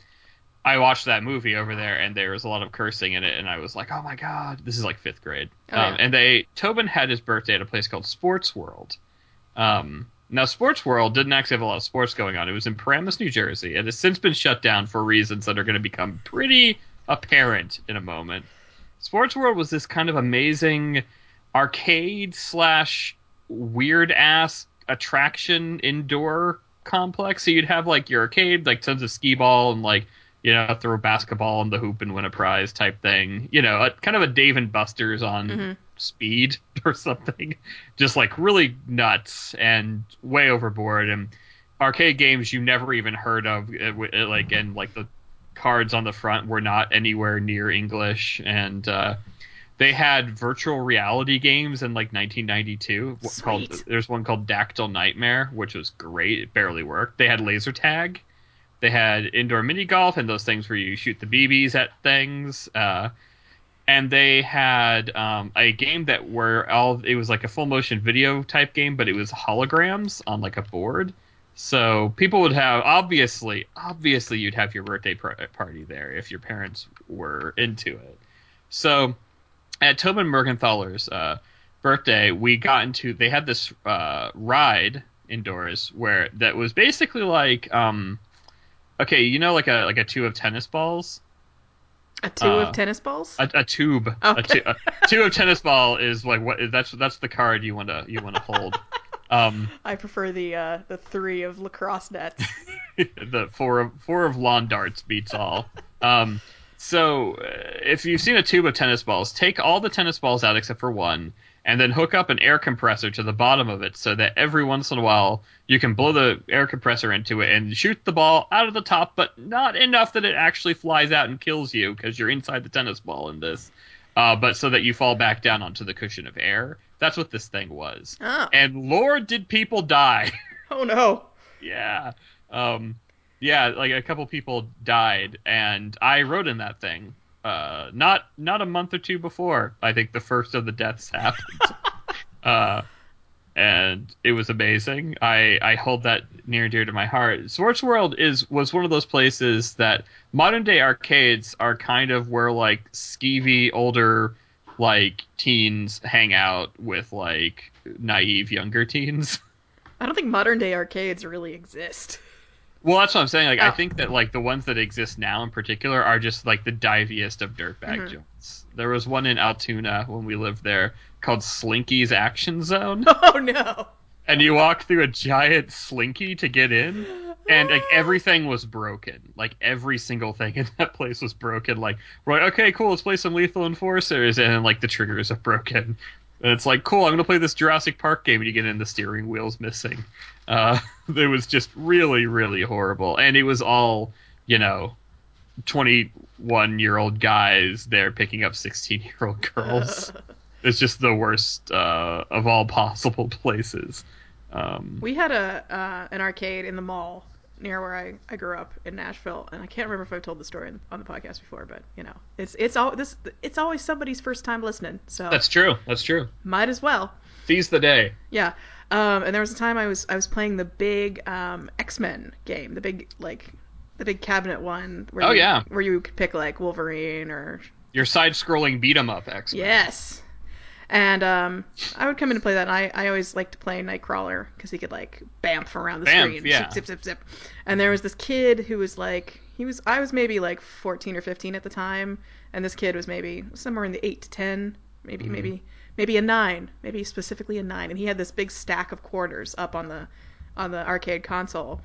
Speaker 3: I watched that movie over there, and there was a lot of cursing in it, and I was like, "Oh my god, this is like fifth grade."
Speaker 2: Oh,
Speaker 3: um,
Speaker 2: yeah.
Speaker 3: And they Tobin had his birthday at a place called Sports World. Um, now, Sports World didn't actually have a lot of sports going on. It was in Paramus, New Jersey, and it's since been shut down for reasons that are going to become pretty apparent in a moment. Sports World was this kind of amazing arcade slash weird ass attraction indoor complex. So you'd have like your arcade, like tons of skee ball and like you know throw basketball in the hoop and win a prize type thing. You know, a, kind of a Dave and Buster's on
Speaker 2: Mhm.
Speaker 3: speed or something. Just like really nuts and way overboard and arcade games you never even heard of. uh, w- uh, Like and like the cards on the front were not anywhere near English and. uh they had virtual reality games in like 1992 w- called
Speaker 2: Sweet.
Speaker 3: there's one called dactyl nightmare which was great it barely worked they had laser tag they had indoor mini golf and those things where you shoot the bb's at things uh, and they had um, a game that were all it was like a full motion video type game but it was holograms on like a board so people would have obviously obviously you'd have your birthday par- party there if your parents were into it so at Tobin Mergenthaler's uh, birthday, we got into they had this uh, ride indoors where that was basically like um, okay, you know like a like a tube of tennis balls,
Speaker 2: A two
Speaker 3: uh,
Speaker 2: of tennis balls.
Speaker 3: a, a tube, a,
Speaker 2: Okay.
Speaker 3: tu- a tube of tennis ball is like what that's that's the card you want to you want to hold. Um,
Speaker 2: I prefer the uh, the three of lacrosse nets.
Speaker 3: the four of four of lawn darts beats all. Um, so uh, if you've seen a tube of tennis balls, take all the tennis balls out except for one, and then hook up an air compressor to the bottom of it so that every once in a while you can blow the air compressor into it and shoot the ball out of the top, but not enough that it actually flies out and kills you because you're inside the tennis ball in this. Uh, but so that you fall back down onto the cushion of air. That's what this thing was.
Speaker 2: oh.
Speaker 3: And Lord, did people die.
Speaker 2: oh no!
Speaker 3: Yeah. Um, yeah, like a couple people died, and I rode in that thing. Uh, not not a month or two before I think the first of the deaths happened. uh, and it was amazing. I I hold that near and dear to my heart. Sports World is was one of those places that modern day arcades are kind of where like skeevy older like teens hang out with like naive younger teens.
Speaker 2: I don't think modern day arcades really exist.
Speaker 3: Well, that's what I'm saying. Like, I
Speaker 2: Oh.
Speaker 3: think that like the ones that exist now in particular are just like the diviest of dirtbag
Speaker 2: Mhm.
Speaker 3: joints. There was one in Altoona when we lived there called Slinky's Action Zone,
Speaker 2: Oh no!
Speaker 3: and you walk through a giant Slinky to get in, and like everything was broken. Like every single thing in that place was broken. Like we're like, okay, cool, let's play some Lethal Enforcers, and then, like the triggers are broken. And it's like, cool, I'm gonna play this Jurassic Park game, and you get in, the steering wheel's missing. Uh, it was just really, really horrible, and it was all, you know, twenty-one year old guys there picking up sixteen year old girls. It's just the worst uh, of all possible places. Um,
Speaker 2: We had a uh, an arcade in the mall near where I, I grew up in Nashville, and I can't remember if I've told the story in, on the podcast before, but you know, it's it's all this it's always somebody's first time listening, so
Speaker 3: that's true. That's true.
Speaker 2: might as well.
Speaker 3: Seize the day.
Speaker 2: Yeah. Um, and there was a time I was I was playing the big um, X Men game, the big like the big cabinet one. Where
Speaker 3: Oh,
Speaker 2: you,
Speaker 3: yeah.
Speaker 2: Where you could pick like Wolverine or
Speaker 3: Your side-scrolling beat 'em up X.
Speaker 2: yes. And um, I would come in to play that. And I I always liked to play Nightcrawler because he could like bamf around the
Speaker 3: Bamf,
Speaker 2: screen,
Speaker 3: yeah.
Speaker 2: zip zip zip zip. And there was this kid who was like he was I was maybe like 14 or 15 at the time, and this kid was maybe somewhere in the eight to 10, maybe
Speaker 3: Mm-hmm.
Speaker 2: maybe maybe a nine, maybe specifically a nine, and he had this big stack of quarters up on the on the arcade console,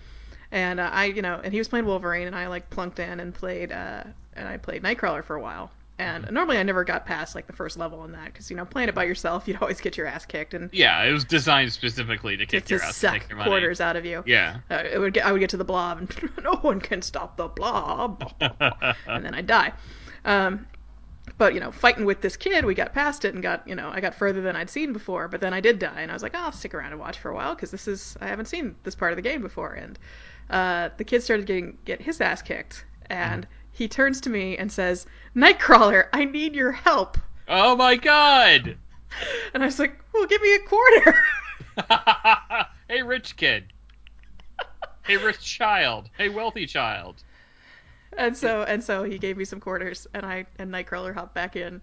Speaker 2: and uh, I you know and he was playing Wolverine, and I like plunked in and played uh, and I played Nightcrawler for a while.
Speaker 3: Mm-hmm.
Speaker 2: And normally I never got past like the first level on that because you know playing it by yourself you'd always get your ass kicked and
Speaker 3: Yeah, it was designed specifically to kick
Speaker 2: to
Speaker 3: your ass, and take
Speaker 2: suck
Speaker 3: your money.
Speaker 2: quarters out of you.
Speaker 3: Yeah.
Speaker 2: Uh, it would get, I would get to the blob, and no one can stop the blob, and then I'd die. Um, but you know, fighting with this kid, we got past it and got you know, I got further than I'd seen before. But then I did die, and I was like, oh, I'll stick around and watch for a while because this is I haven't seen this part of the game before. And uh, the kid started getting get his ass kicked, and he turns to me and says, "Nightcrawler, I need your help."
Speaker 3: Oh my god!
Speaker 2: And I was like, well, give me a quarter.
Speaker 3: hey, rich kid. Hey, rich child. Hey, wealthy child.
Speaker 2: and so and so he gave me some quarters, and I and Nightcrawler hopped back in.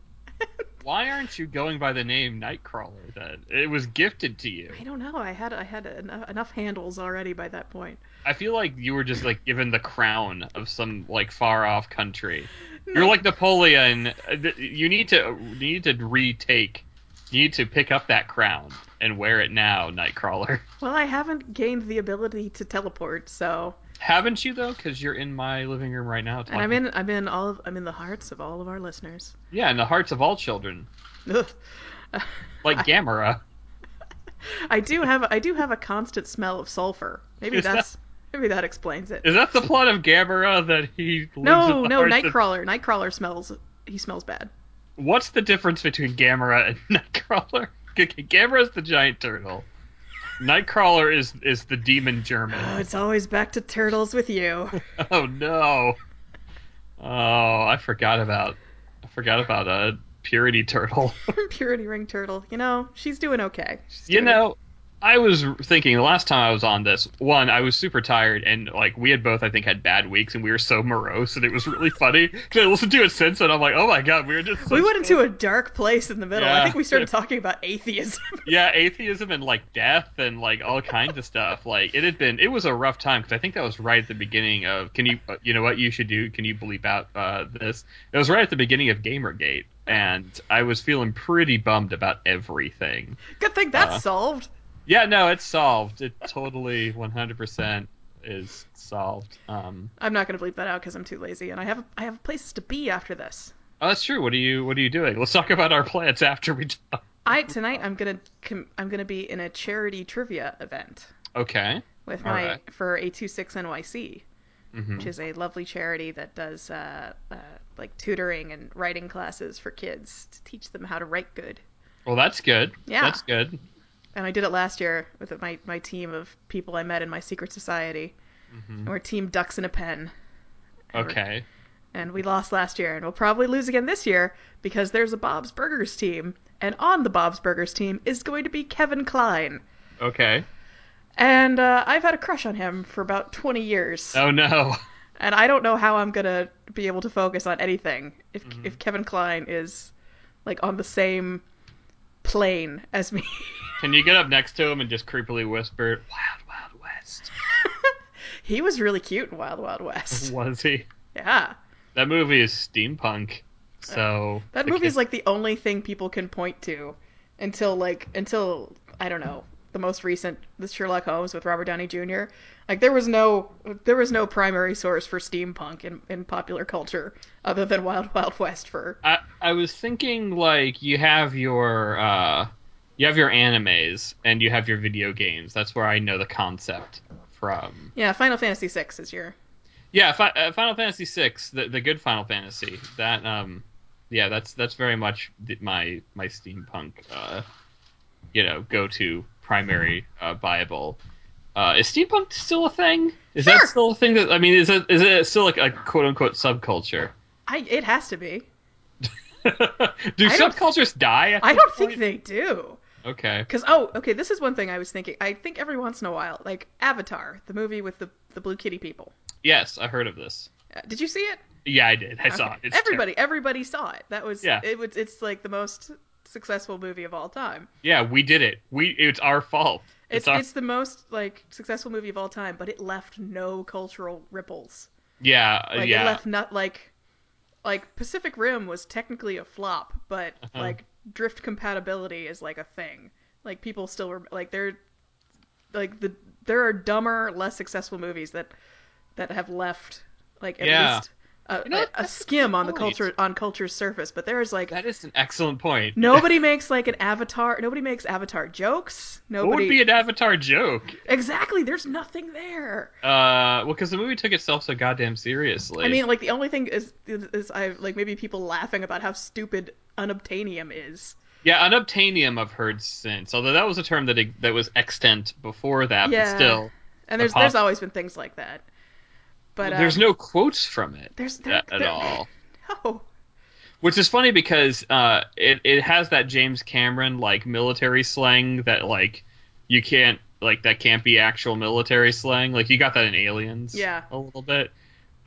Speaker 3: Why aren't you going by the name Nightcrawler then? It was gifted to you.
Speaker 2: I don't know. I had I had enough, enough handles already by that point.
Speaker 3: I feel like you were just like given the crown of some like far off country. You're like Napoleon. Uh, th- You need to you need to retake. You need to pick up that crown and wear it now, Nightcrawler.
Speaker 2: Well, I haven't gained the ability to teleport, so
Speaker 3: Haven't you though? Because you're in my living room right now. Talking.
Speaker 2: and I'm in I'm in all of I'm in the hearts of all of our listeners.
Speaker 3: Yeah, in the hearts of all children,
Speaker 2: Ugh.
Speaker 3: like Gamera.
Speaker 2: I do have I do have a constant smell of sulfur. Maybe
Speaker 3: Is that-
Speaker 2: that's maybe that explains it.
Speaker 3: Is that the plot of Gamera that he? lives in
Speaker 2: No,
Speaker 3: the
Speaker 2: no,
Speaker 3: hearts of-
Speaker 2: Nightcrawler. Nightcrawler smells he smells bad.
Speaker 3: What's the difference between Gamera and Nightcrawler? Gamera is the giant turtle. Nightcrawler is is the demon
Speaker 2: Oh,
Speaker 3: German.
Speaker 2: it's always back to turtles with you.
Speaker 3: Oh no. Oh, I forgot about I forgot about a purity turtle.
Speaker 2: Purity ring turtle. You know, she's doing okay. She's
Speaker 3: you
Speaker 2: doing-
Speaker 3: know, I was thinking the last time I was on this, one, I was super tired and like we had both I think had bad weeks and we were so morose and it was really funny. Cuz I listened to it since and I'm like, "Oh my god, we were just
Speaker 2: we
Speaker 3: such-
Speaker 2: went into a dark place in the middle. I
Speaker 3: Yeah.
Speaker 2: think we started talking about atheism.
Speaker 3: yeah, atheism and like death and like all kinds of stuff. Like it had been, it was a rough time because I think that was right at the beginning of. Can you, uh, you know what you should do? Can you bleep out uh, this? It was right at the beginning of GamerGate, and I was feeling pretty bummed about everything.
Speaker 2: Good thing that's
Speaker 3: Uh,
Speaker 2: solved.
Speaker 3: Yeah, no, it's solved. It totally, one hundred percent is solved. Um,
Speaker 2: I'm not gonna bleep that out because I'm too lazy, and I have I have places to be after this.
Speaker 3: oh, that's true. What are you, what are you doing? Let's talk about our plans after we talk.
Speaker 2: I tonight I'm gonna com- I'm gonna be in a charity trivia event
Speaker 3: Okay.
Speaker 2: with
Speaker 3: All
Speaker 2: my
Speaker 3: right.
Speaker 2: for A26 NYC,
Speaker 3: Mhm.
Speaker 2: which is a lovely charity that does uh, uh, like tutoring and writing classes for kids to teach them how to write good.
Speaker 3: Well, that's good.
Speaker 2: Yeah.
Speaker 3: that's good.
Speaker 2: and I did it last year with my, my team of people I met in my secret society. And We're team ducks in a pen,
Speaker 3: Mm-hmm. Okay.
Speaker 2: and we lost last year, and we'll probably lose again this year because there's a Bob's Burgers team, and on the Bob's Burgers team is going to be Kevin Klein,
Speaker 3: Okay.
Speaker 2: and uh, I've had a crush on him for about 20 years,
Speaker 3: Oh no.
Speaker 2: and I don't know how I'm gonna be able to focus on anything if if Kevin Klein is like on the same plane as me.
Speaker 3: Can you get up next to him and just creepily whisper, "Wild Wild West"?
Speaker 2: he was really cute in Wild Wild West.
Speaker 3: Was he?
Speaker 2: Yeah.
Speaker 3: That movie is steampunk, so
Speaker 2: That
Speaker 3: the
Speaker 2: movie is
Speaker 3: kid-
Speaker 2: like the only thing people can point to until like until I don't know the most recent the Sherlock Holmes with Robert Downey Jr. Like there was no there was no primary source for steampunk in, in popular culture other than Wild Wild West for
Speaker 3: I I was thinking like you have your uh, you have your animes and you have your video games. That's where I know the concept from.
Speaker 2: yeah Final Fantasy VI is your
Speaker 3: Yeah, fi- uh, Final Fantasy VI, the the good Final Fantasy. That um, yeah, that's that's very much th- my my steampunk, uh, you know, go to primary uh, viable. Uh, is steampunk still a thing? Is
Speaker 2: Sure.
Speaker 3: that still a thing? That I mean, is it is it still like a quote unquote subculture?
Speaker 2: I it has to be.
Speaker 3: Do
Speaker 2: don't-
Speaker 3: subcultures die? At
Speaker 2: I
Speaker 3: this
Speaker 2: don't think
Speaker 3: point?
Speaker 2: they do.
Speaker 3: Okay.
Speaker 2: Because oh, okay, this is one thing I was thinking. I think every once in a while, like Avatar, the movie with the the blue kitty people.
Speaker 3: Yes, I heard of this.
Speaker 2: Uh, did you see it?
Speaker 3: Yeah, I did. I saw it.
Speaker 2: Okay.
Speaker 3: It's terrible.
Speaker 2: everybody, everybody saw it. That was
Speaker 3: Yeah.
Speaker 2: It was. It's like the most successful movie of all time.
Speaker 3: Yeah, we did it. We it's our fault.
Speaker 2: It's
Speaker 3: It's,
Speaker 2: it's,
Speaker 3: our
Speaker 2: the most like successful movie of all time, but it left no cultural ripples.
Speaker 3: yeah
Speaker 2: Like
Speaker 3: Uh, yeah
Speaker 2: it left not like like Pacific Rim was technically a flop, but
Speaker 3: Uh-huh.
Speaker 2: like drift compatibility is like a thing. Like people still were like they're like the there are dumber, less successful movies that that have left like at
Speaker 3: Yeah.
Speaker 2: least a,
Speaker 3: You know,
Speaker 2: a- a
Speaker 3: that's a
Speaker 2: skim
Speaker 3: good
Speaker 2: on the
Speaker 3: point.
Speaker 2: culture on culture's surface. But there is like
Speaker 3: That is an excellent point.
Speaker 2: nobody makes like an avatar. Nobody makes avatar jokes. Nobody
Speaker 3: What would be an Avatar joke?
Speaker 2: exactly. There's nothing there.
Speaker 3: Uh, well, because the movie took itself so goddamn seriously.
Speaker 2: I mean, like the only thing is is I like maybe people laughing about how stupid unobtainium is.
Speaker 3: yeah, unobtainium I've heard since, although that was a term that e-, that was extant before that.
Speaker 2: Yeah.
Speaker 3: But still,
Speaker 2: And there's
Speaker 3: Apos-
Speaker 2: there's always been things like that. But um,
Speaker 3: there's no quotes from it
Speaker 2: there's there,
Speaker 3: at, at
Speaker 2: there-
Speaker 3: all.
Speaker 2: No.
Speaker 3: Which is funny because uh, it it has that James Cameron like military slang that like you can't like that can't be actual military slang. Like you got that in Aliens,
Speaker 2: Yeah.
Speaker 3: a little bit.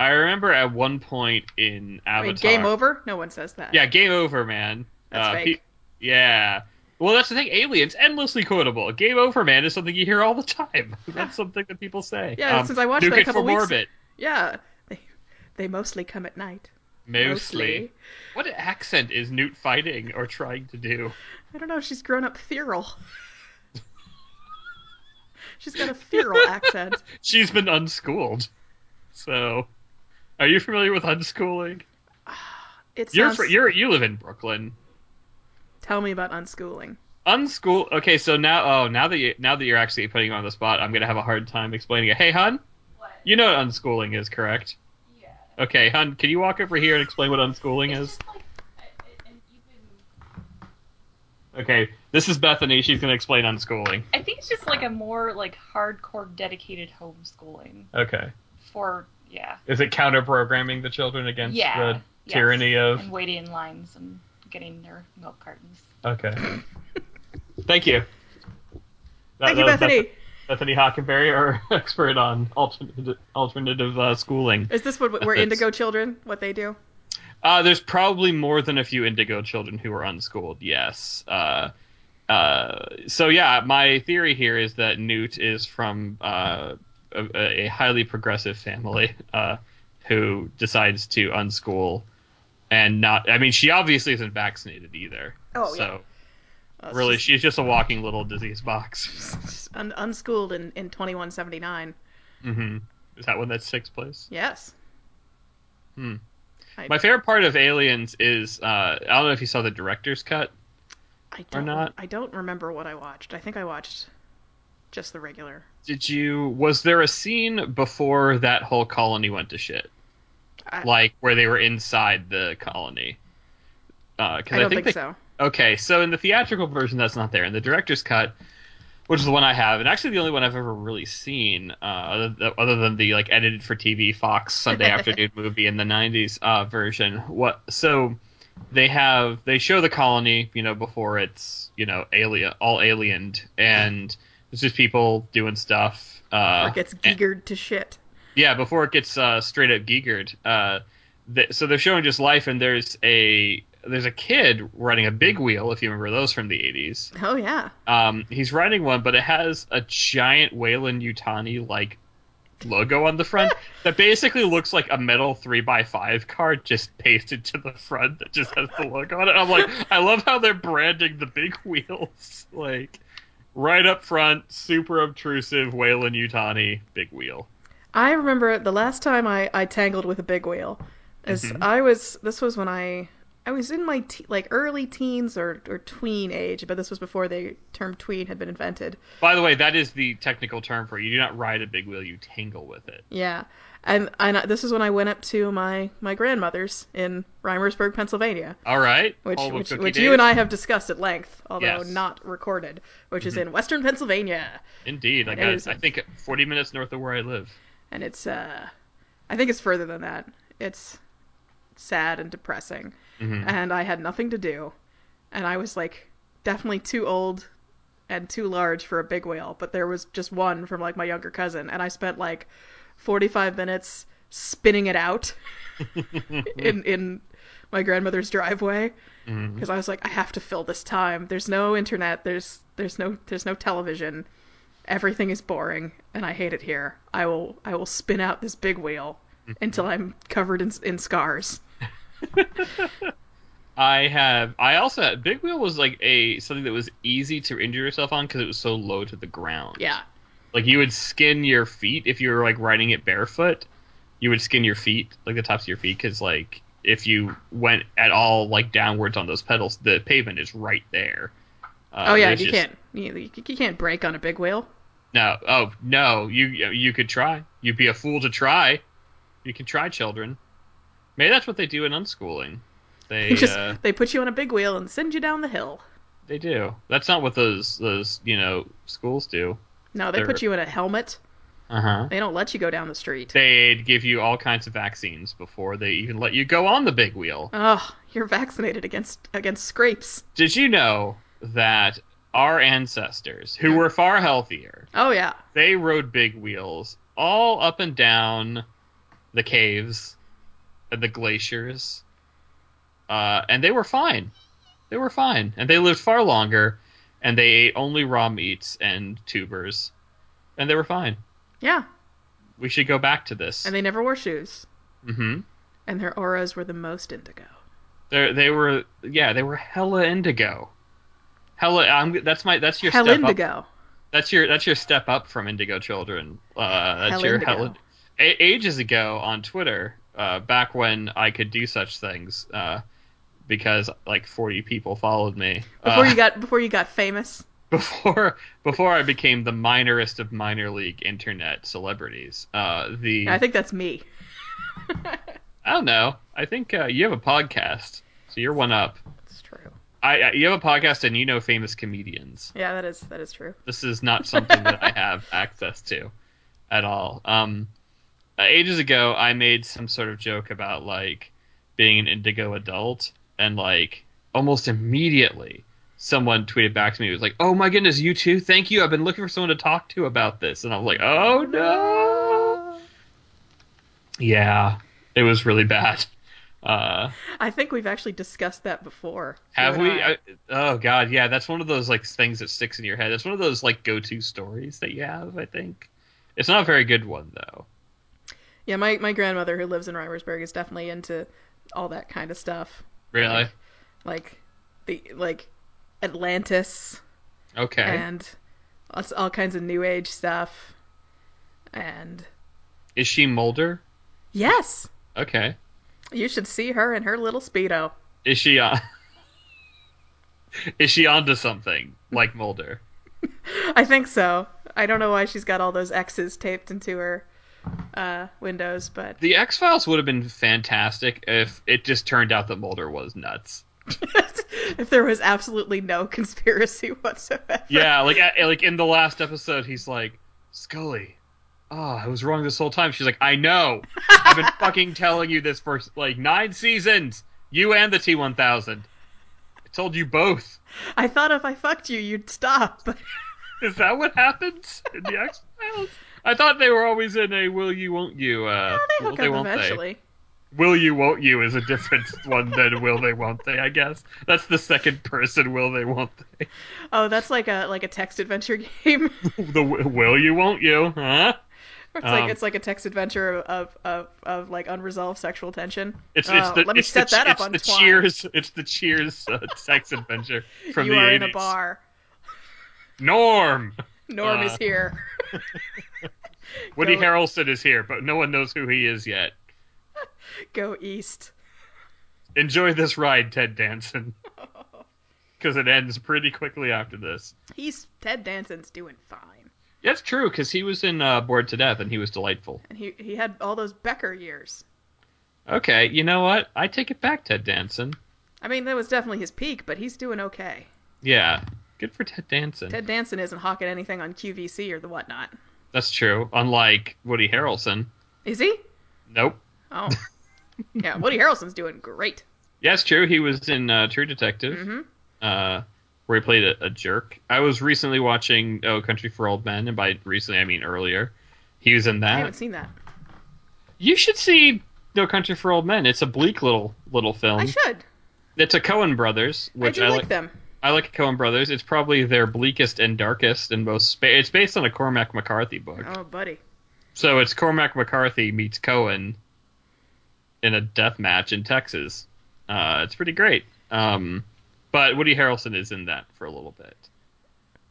Speaker 3: I remember at one point in
Speaker 2: I
Speaker 3: Avatar,
Speaker 2: mean, game over. No one says that.
Speaker 3: Yeah, game over, man. Uh,
Speaker 2: That's fake.
Speaker 3: pe- yeah. Well, that's the thing. Aliens endlessly quotable. Game over, man, is something you hear all the time. that's something that people say. Um,
Speaker 2: Yeah, since I watched
Speaker 3: nuke
Speaker 2: that a
Speaker 3: it
Speaker 2: couple
Speaker 3: from
Speaker 2: weeks-
Speaker 3: orbit.
Speaker 2: Yeah. They they mostly come at night.
Speaker 3: Mostly. What accent is Newt fighting or trying to do?
Speaker 2: I don't know. She's grown up feral. she's got a feral accent.
Speaker 3: She's been unschooled. So, are you familiar with unschooling?
Speaker 2: It
Speaker 3: You're,
Speaker 2: sounds.
Speaker 3: fr- you're you live in Brooklyn.
Speaker 2: Tell me about unschooling.
Speaker 3: Unschool. Okay, so now oh now that you now that you're actually putting me on the spot, I'm gonna have a hard time explaining it. Hey, hun,
Speaker 4: What?
Speaker 3: you know what unschooling is, correct?
Speaker 4: Yeah.
Speaker 3: Okay, hun, can you walk over here and explain what unschooling
Speaker 4: It's
Speaker 3: is?
Speaker 4: just like a- a- an even.
Speaker 3: Okay, this is Bethany. She's going to explain unschooling.
Speaker 4: I think it's just like a more like hardcore, dedicated homeschooling
Speaker 3: Okay.
Speaker 4: for yeah,
Speaker 3: Is it counter programming the children against
Speaker 4: Yeah,
Speaker 3: the
Speaker 4: yes.
Speaker 3: tyranny
Speaker 4: and
Speaker 3: of.
Speaker 4: waiting in lines and getting their milk cartons.
Speaker 3: Okay. Thank you. That-
Speaker 2: Thank you,
Speaker 3: that was Beth-
Speaker 2: Bethany.
Speaker 3: Bethany Hockenberry, our expert on alternative, alternative uh, schooling.
Speaker 2: Is this what we're
Speaker 3: That's-
Speaker 2: indigo children? What they do?
Speaker 3: Uh, there's probably more than a few Indigo children who are unschooled. Yes. Uh, uh, so yeah, my theory here is that Newt is from uh, a, a highly progressive family uh, who decides to unschool and not. I mean, she obviously isn't vaccinated either.
Speaker 2: Oh, yeah.
Speaker 3: so
Speaker 2: Oh, it's
Speaker 3: really,
Speaker 2: just-
Speaker 3: she's just a walking little disease box.
Speaker 2: just un- unschooled in, in 2179.
Speaker 3: hmm Is that when that sixth place?
Speaker 2: Yes.
Speaker 3: Hmm.
Speaker 2: I,
Speaker 3: My favorite part of Aliens is uh, I don't know if you saw the director's cut.
Speaker 2: I don't,
Speaker 3: not.
Speaker 2: I don't remember what I watched. I think I watched just the regular.
Speaker 3: Did you? Was there a scene before that whole colony went to shit,
Speaker 2: I-
Speaker 3: like where they were inside the colony? Uh, 'cause
Speaker 2: I don't think,
Speaker 3: think, they-
Speaker 2: so.
Speaker 3: Okay, so in the theatrical version, that's not there. In the director's cut, which is the one I have, and actually the only one I've ever really seen, uh, other, th- other than the like edited for TV Fox Sunday afternoon movie in the '90s uh, version. What? So they have they show the colony, you know, before it's you know alien all aliened, and it's just people doing stuff. Uh,
Speaker 2: Or gets geegered to shit.
Speaker 3: yeah, before it gets uh, straight up geegered. Uh, th- so they're showing just life, and there's a there's a kid riding a big wheel, if you remember those from the '80s.
Speaker 2: Oh, yeah.
Speaker 3: Um, he's riding one, but it has a giant Wayland Utani like logo on the front that basically looks like a metal three x five card just pasted to the front that just has the logo on it. I'm like, I love how they're branding the big wheels like. Right up front, super obtrusive Wayland Utani big wheel.
Speaker 2: I remember the last time I, I tangled with a big wheel is
Speaker 3: Mhm.
Speaker 2: I was this was when I I was in my te- like early teens or, or tween age, but this was before the term tween had been invented.
Speaker 3: By the way, that is the technical term for it. You do not ride a big wheel, you tangle with it.
Speaker 2: Yeah. And and this is when I went up to my my grandmother's in Reimersburg, Pennsylvania,
Speaker 3: All right.
Speaker 2: which
Speaker 3: Home of
Speaker 2: which,
Speaker 3: Cookie
Speaker 2: which
Speaker 3: Days.
Speaker 2: you and I have discussed at length, although
Speaker 3: Yes. Mm-hmm.
Speaker 2: not recorded, which is in Western Pennsylvania,
Speaker 3: Indeed, like
Speaker 2: It
Speaker 3: I,
Speaker 2: is.
Speaker 3: I think 40 minutes north of where I live.
Speaker 2: and it's uh, I think it's further than that. It's sad and depressing,
Speaker 3: Mhm.
Speaker 2: and I had nothing to do, and I was like definitely too old and too large for a big whale, but there was just one from like my younger cousin, and I spent like 45 minutes spinning it out in in my grandmother's driveway
Speaker 3: Mhm.
Speaker 2: because I was like, I have to fill this time. There's no internet. There's there's no there's no television. Everything is boring, and I hate it here. I will I will spin out this big wheel
Speaker 3: Mm-hmm.
Speaker 2: until I'm covered in in scars.
Speaker 3: I have. I also had, big wheel was like a something that was easy to injure yourself on because it was so low to the ground.
Speaker 2: Yeah,
Speaker 3: Like you would skin your feet if you were like riding it barefoot. You would skin your feet, like the tops of your feet, because like if you went at all like downwards on those pedals, the pavement is right there. Uh,
Speaker 2: oh yeah,
Speaker 3: there's
Speaker 2: you
Speaker 3: just-
Speaker 2: can't you, you can't break on a big wheel.
Speaker 3: No. Oh no. You you could try. You'd be a fool to try. You can try, children. Maybe that's what they do in unschooling. They
Speaker 2: They just
Speaker 3: uh,
Speaker 2: they put you on a big wheel and send you down the hill.
Speaker 3: they do. That's not what those those you know schools do.
Speaker 2: No, they put
Speaker 3: They're-
Speaker 2: you in a helmet.
Speaker 3: Uh huh.
Speaker 2: They don't let you go down the street.
Speaker 3: They'd give you all kinds of vaccines before they even let you go on the big wheel.
Speaker 2: Ugh, you're vaccinated against against scrapes.
Speaker 3: Did you know that our ancestors, who were far healthier,
Speaker 2: Oh yeah,
Speaker 3: they rode big wheels all up and down the caves and the glaciers. Uh, and they were fine. They were fine. And they lived far longer, and they ate only raw meats and tubers. And they were fine.
Speaker 2: yeah,
Speaker 3: We should go back to this.
Speaker 2: and they never wore shoes,
Speaker 3: mm-hmm.
Speaker 2: and their auras were the most indigo.
Speaker 3: They they were yeah they were hella indigo, hella. I'm, that's my that's your
Speaker 2: Hell
Speaker 3: step up.
Speaker 2: indigo.
Speaker 3: That's your that's your step up from Indigo Children. Uh, that's
Speaker 2: Hell
Speaker 3: your
Speaker 2: Indigo.
Speaker 3: hell. A- ages ago on Twitter, uh, back when I could do such things, uh, because like forty people followed me.
Speaker 2: Before
Speaker 3: uh,
Speaker 2: you got before you got famous.
Speaker 3: before before I became the minorest of minor league internet celebrities. Uh, the
Speaker 2: I think that's me.
Speaker 3: I don't know. I think uh, you have a podcast, so you're one up.
Speaker 2: That's true.
Speaker 3: I, I you have a podcast and you know famous comedians.
Speaker 2: Yeah, that is that is true.
Speaker 3: This is not something that I have access to at all. Um, ages ago, I made some sort of joke about like being an indigo adult, and like almost immediately, someone tweeted back to me. It was like, "Oh my goodness, you too! Thank you. I've been looking for someone to talk to about this." And I'm like, "Oh no!" Yeah, it was really bad. Uh,
Speaker 2: I think we've actually discussed that before. you
Speaker 3: have
Speaker 2: and
Speaker 3: we?
Speaker 2: I.
Speaker 3: I, oh God, yeah. That's one of those like things that sticks in your head. It's one of those like go-to stories that you have. I think it's not a very good one though.
Speaker 2: Yeah, my, my grandmother who lives in Reimersburg is definitely into all that kind of stuff.
Speaker 3: Really?
Speaker 2: Like the like Atlantis
Speaker 3: Okay.
Speaker 2: and all, all kinds of new age stuff. And
Speaker 3: Is she Mulder?
Speaker 2: yes,
Speaker 3: Okay.
Speaker 2: you should see her in her little speedo.
Speaker 3: Is she on? Is she onto something like Mulder?
Speaker 2: I think so. I don't know why she's got all those X's taped into her uh, windows, but
Speaker 3: The X Files would have been fantastic if it just turned out that Mulder was nuts.
Speaker 2: if there was absolutely no conspiracy whatsoever.
Speaker 3: Yeah, like a- like in the last episode, he's like, Scully, oh, I was wrong this whole time. She's like, I know. I've been fucking telling you this for like nine seasons. You and the T1000. I told you both.
Speaker 2: I thought if I fucked you, you'd stop. But
Speaker 3: Is that what happens in the X Files? I thought they were always in a will you won't you. Uh,
Speaker 2: they
Speaker 3: will
Speaker 2: hook
Speaker 3: they
Speaker 2: up
Speaker 3: won't they?
Speaker 2: eventually.
Speaker 3: Will you won't you is a different one than will they won't they. I guess that's the second person. Will they won't they?
Speaker 2: Oh, that's like a like a text adventure game. it's
Speaker 3: The w- will you won't you? Huh? Um,
Speaker 2: like it's like a text adventure of of, of like unresolved sexual tension.
Speaker 3: It's,
Speaker 2: Oh,
Speaker 3: it's the,
Speaker 2: let me
Speaker 3: it's
Speaker 2: set
Speaker 3: the,
Speaker 2: that up
Speaker 3: it's
Speaker 2: on
Speaker 3: the
Speaker 2: Twine.
Speaker 3: Cheers. It's the Cheers uh, sex adventure from
Speaker 2: you
Speaker 3: the
Speaker 2: are
Speaker 3: 80s.
Speaker 2: in a bar.
Speaker 3: Norm.
Speaker 2: Norm
Speaker 3: Uh,
Speaker 2: is here.
Speaker 3: Woody
Speaker 2: Go-
Speaker 3: Harrelson is here, but no one knows who he is yet.
Speaker 2: Go east.
Speaker 3: Enjoy this ride, Ted Danson, because it ends pretty quickly after this.
Speaker 2: He's Ted Danson's doing fine.
Speaker 3: That's true because he was in uh, Bored to Death and he was delightful.
Speaker 2: and he he had all those Becker years.
Speaker 3: Okay, you know what? I take it back, Ted Danson.
Speaker 2: I mean, that was definitely his peak, but he's doing okay.
Speaker 3: Yeah, good for Ted Danson.
Speaker 2: Ted Danson isn't hawking anything on QVC or the whatnot,
Speaker 3: That's true. Unlike Woody Harrelson.
Speaker 2: is he?
Speaker 3: Nope.
Speaker 2: Oh, yeah. Woody Harrelson's doing great.
Speaker 3: Yeah, it's true. He was in uh, True Detective,
Speaker 2: hmm
Speaker 3: uh, where he played a, a jerk. I was recently watching Oh Country for Old Men, and by recently I mean earlier. He was in
Speaker 2: I
Speaker 3: that.
Speaker 2: haven't seen that.
Speaker 3: You should see No Country for Old Men. It's a bleak little little film.
Speaker 2: I should.
Speaker 3: It's a Cohen Brothers, um, which
Speaker 2: I do
Speaker 3: I,
Speaker 2: like,
Speaker 3: like.
Speaker 2: them.
Speaker 3: I like Cohen Brothers. It's probably their bleakest and darkest and most. Spa- it's based on a Cormac McCarthy book,
Speaker 2: Oh, buddy.
Speaker 3: so it's Cormac McCarthy meets Cohen in a death match in Texas. Uh, it's pretty great. Um, but Woody Harrelson is in that for a little bit,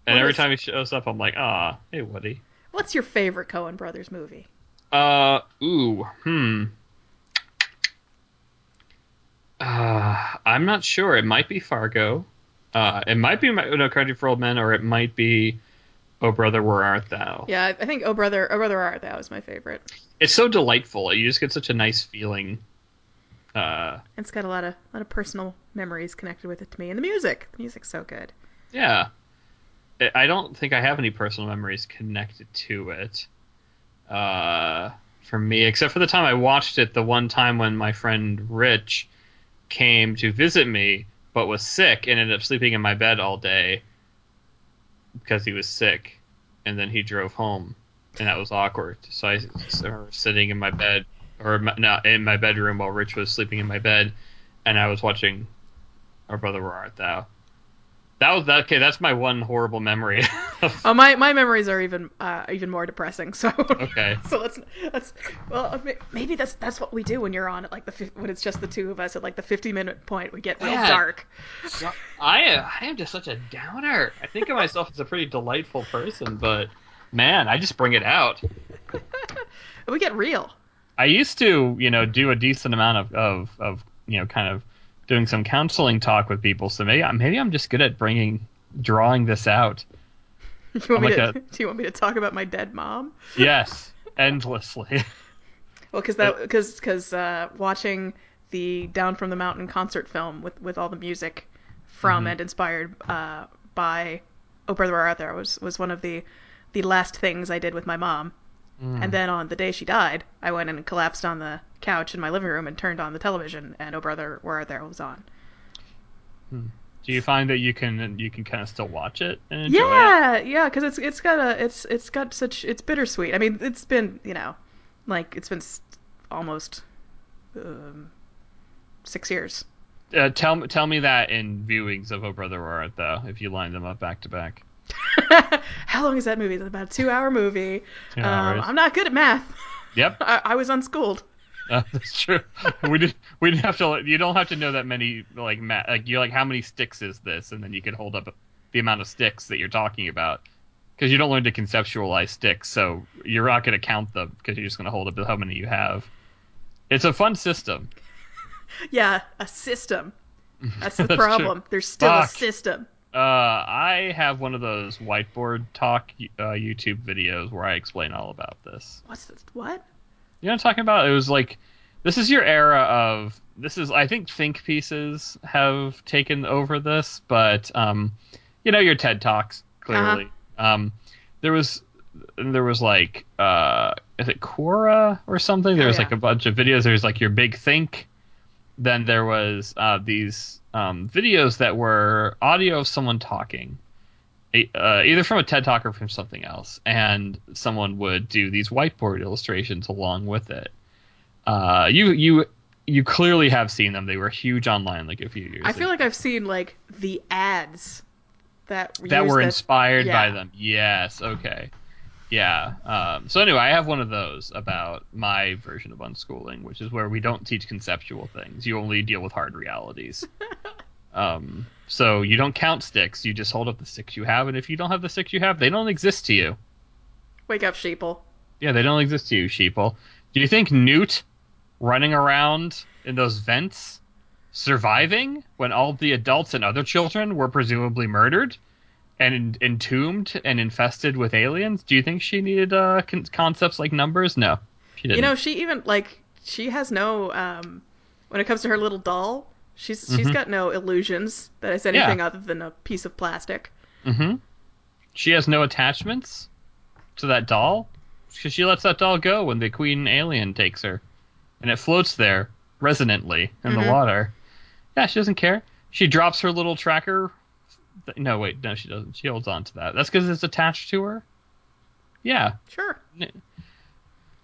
Speaker 3: and
Speaker 2: What
Speaker 3: every
Speaker 2: is-
Speaker 3: time he shows up, I'm like, ah, hey Woody.
Speaker 2: What's your favorite Cohen Brothers movie?
Speaker 3: Uh, ooh, hmm. Uh, I'm not sure. It might be Fargo. Uh, it might be my, No Country for Old Men, or it might be Oh Brother, Where Art Thou?
Speaker 2: Yeah, I I think Oh Brother, Oh Brother Art Thou is my favorite.
Speaker 3: It's so delightful. You just get such a nice feeling. Uh,
Speaker 2: It's got a lot of lot of personal memories connected with it to me, and the music. The music's so good.
Speaker 3: yeah. I- I don't think I have any personal memories connected to it. Uh, for me, except for the time I watched it the one time when my friend Rich came to visit me but was sick and ended up sleeping in my bed all day because he was sick and then he drove home and that was awkward so i s- or sitting in my bed or my, no, in my bedroom while rich was sleeping in my bed and i was watching our brother where art thou that was that okay that's my one horrible memory
Speaker 2: Oh, my, my memories are even uh, even more depressing. So
Speaker 3: okay
Speaker 2: so let's let's well uh, may- maybe that's that's what we do when you're on at like the fif- when it's just the two of us at like the 50 minute point we get real
Speaker 3: Yeah.
Speaker 2: dark.
Speaker 3: So, I am, I am just such a downer. I think of myself as a pretty delightful person, but man, I just bring it out.
Speaker 2: We get real.
Speaker 3: I used to, you know, do a decent amount of, of, of you know, kind of doing some counseling talk with people. So maybe, I- maybe I'm just good at bringing, drawing this out.
Speaker 2: Do you, want me
Speaker 3: I'm
Speaker 2: to,
Speaker 3: like
Speaker 2: do you want me to talk about my dead mom?
Speaker 3: Yes, endlessly.
Speaker 2: Well, because that because because uh, watching the Down from the Mountain concert film with with all the music from
Speaker 3: Mm-hmm.
Speaker 2: and inspired uh, by Oh Brother Where Art Thou was was one of the the last things I did with my mom.
Speaker 3: Mm.
Speaker 2: And then on the day she died, I went and collapsed on the couch in my living room and turned on the television, and Oh Brother Where Art Thou was on.
Speaker 3: Do you find that you can, you can kind of still watch it and enjoy it?
Speaker 2: Yeah, yeah, because it's it's got a it's it's got such it's bittersweet. I mean, it's been you know, like it's been s- almost um, six years
Speaker 3: Uh, tell, me- tell me that in viewings of Oh Brother Where Art Thou, if you line them up back to back.
Speaker 2: How long is that movie? It's about a two-hour movie.
Speaker 3: Two
Speaker 2: um,
Speaker 3: hours.
Speaker 2: I'm not good at math.
Speaker 3: Yep.
Speaker 2: I, I was unschooled.
Speaker 3: Uh, that's true. we did. We didn't have to. You don't have to know that many. Like, ma- like you're like, how many sticks is this? And then you could hold up the amount of sticks that you're talking about, because you don't learn to conceptualize sticks. So you're not going to count them because you're just going to hold up how many you have. It's a fun system.
Speaker 2: Yeah, a system. That's the
Speaker 3: That's true.
Speaker 2: problem. There's still a
Speaker 3: Fuck.
Speaker 2: system.
Speaker 3: Uh, I have one of those whiteboard talk uh, YouTube videos where I explain all about this.
Speaker 2: What's this? What?
Speaker 3: You know what I'm talking about? It was like this is your era of this is I think think pieces have taken over this, but um you know your TED Talks, clearly.
Speaker 2: Uh-huh.
Speaker 3: Um there was there was like uh is it Quora or something? There
Speaker 2: Oh,
Speaker 3: was
Speaker 2: yeah.
Speaker 3: like a bunch of videos. There was like your big think. Then there was uh these um videos that were audio of someone talking uh, either from a TED Talk or from something else, and someone would do these whiteboard illustrations along with it. Uh, you you you clearly have seen them. They were huge online like a few years.
Speaker 2: I feel
Speaker 3: ago.
Speaker 2: like I've seen like the ads that
Speaker 3: that
Speaker 2: use
Speaker 3: were
Speaker 2: the-
Speaker 3: inspired
Speaker 2: yeah.
Speaker 3: by them. Yes. Okay. Yeah. Um, so anyway, I have one of those about my version of unschooling, which is where we don't teach conceptual things. You only deal with hard realities. um, so you don't count sticks. You just hold up the sticks you have, and if you don't have the sticks you have, they don't exist to you.
Speaker 2: Wake up, sheeple.
Speaker 3: Yeah, they don't exist to you, sheeple. Do you think Newt running around in those vents, surviving when all the adults and other children were presumably murdered? and entombed and infested with aliens. Do you think she needed uh, con- concepts like numbers? No, she didn't.
Speaker 2: You know, she even like she has no um when it comes to her little doll, she's
Speaker 3: Mm-hmm.
Speaker 2: she's got no illusions that it's anything other than a piece of plastic.
Speaker 3: hmm She has no attachments to that doll because she lets that doll go when the queen alien takes her, and it floats there resonantly in
Speaker 2: Mhm.
Speaker 3: the water. Yeah, she doesn't care. She drops her little tracker. th- No, wait, no, she doesn't. She holds on to that. That's because it's attached to her. Yeah,
Speaker 2: Sure.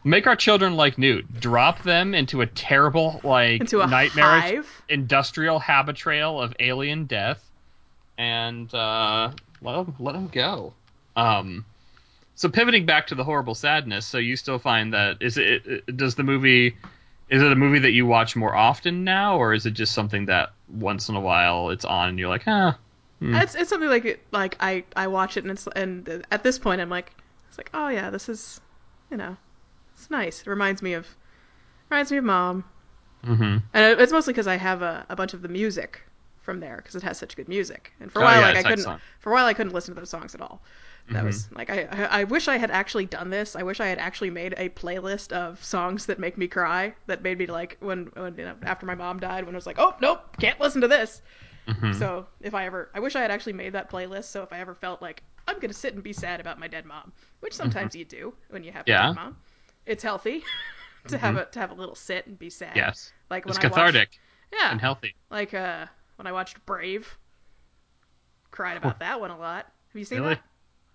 Speaker 3: make our children like Newt. Drop them into a terrible, like
Speaker 2: Into a
Speaker 3: nightmarish
Speaker 2: hive.
Speaker 3: industrial habit trail of alien death and uh, let them let 'em go. Um, so pivoting back to the horrible sadness, so you still find that is it it- does the movie is it a movie that you watch more often now, or is it just something that once in a while it's on and you're like, huh?
Speaker 2: It's it's something like it- like I I watch it and it's and at this point I'm like it's like oh yeah this is you know it's nice it reminds me of reminds me of mom
Speaker 3: Mm-hmm.
Speaker 2: and it- it's mostly because I have a, a bunch of the music from there because it has such good music and for a
Speaker 3: Oh,
Speaker 2: while
Speaker 3: yeah,
Speaker 2: like I
Speaker 3: it's Mm-hmm.
Speaker 2: couldn't
Speaker 3: excellent.
Speaker 2: for a while I couldn't listen to those songs at all that was like I I I wish I had actually done this I wish I had actually made a playlist of songs that make me cry that made me like when when you know after my mom died when I was like oh nope can't listen to this
Speaker 3: Mm-hmm.
Speaker 2: so if I ever, I wish I had actually made that playlist. So if I ever felt like I'm gonna sit and be sad about my dead mom, which sometimes you do when you have a
Speaker 3: Mm-hmm. Yeah. Mm-hmm.
Speaker 2: dead mom, it's healthy to have a to have a little sit and be sad.
Speaker 3: Yes,
Speaker 2: like when
Speaker 3: it's
Speaker 2: I
Speaker 3: cathartic
Speaker 2: Watched, yeah,
Speaker 3: and healthy.
Speaker 2: like uh, when I watched Brave, cried about that one a lot. Have you seen
Speaker 3: Really?
Speaker 2: that?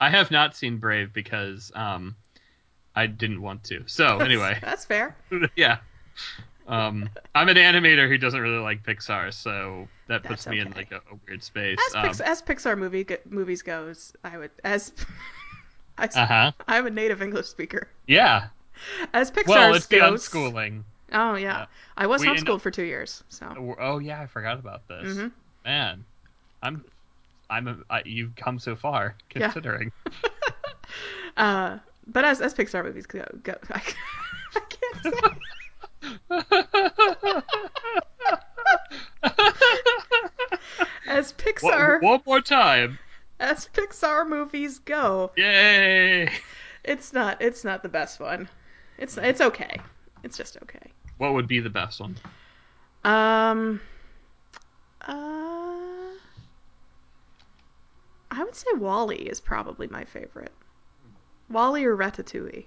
Speaker 3: I have not seen Brave because um, I didn't want to. So
Speaker 2: That's-
Speaker 3: anyway,
Speaker 2: that's fair.
Speaker 3: yeah. Um, I'm an animator who doesn't really like Pixar, so that puts
Speaker 2: That's
Speaker 3: me in
Speaker 2: okay.
Speaker 3: like a, a weird space.
Speaker 2: As,
Speaker 3: Um,
Speaker 2: Pix- as Pixar movie go- movies goes, I would as I,
Speaker 3: uh huh.
Speaker 2: am a native English speaker.
Speaker 3: Yeah.
Speaker 2: As Pixar
Speaker 3: well, it's the
Speaker 2: goes,
Speaker 3: unschooling.
Speaker 2: Oh yeah.
Speaker 3: Yeah.
Speaker 2: I was
Speaker 3: Uh, We end
Speaker 2: homeschooled
Speaker 3: up-
Speaker 2: for two years, so
Speaker 3: Oh yeah, I forgot about this.
Speaker 2: Mhm.
Speaker 3: Man, I'm, I'm, a, I, you've come so far
Speaker 2: Yeah.
Speaker 3: considering.
Speaker 2: uh, but as as Pixar movies go, go I, I can't say. As Pixar
Speaker 3: One, one more time.
Speaker 2: as Pixar movies go,
Speaker 3: Yay!
Speaker 2: it's not it's not the best one. It's it's okay. It's just okay.
Speaker 3: What would be the best one?
Speaker 2: Um, uh, I would say Wally is probably my favorite. Wally or Ratatouille.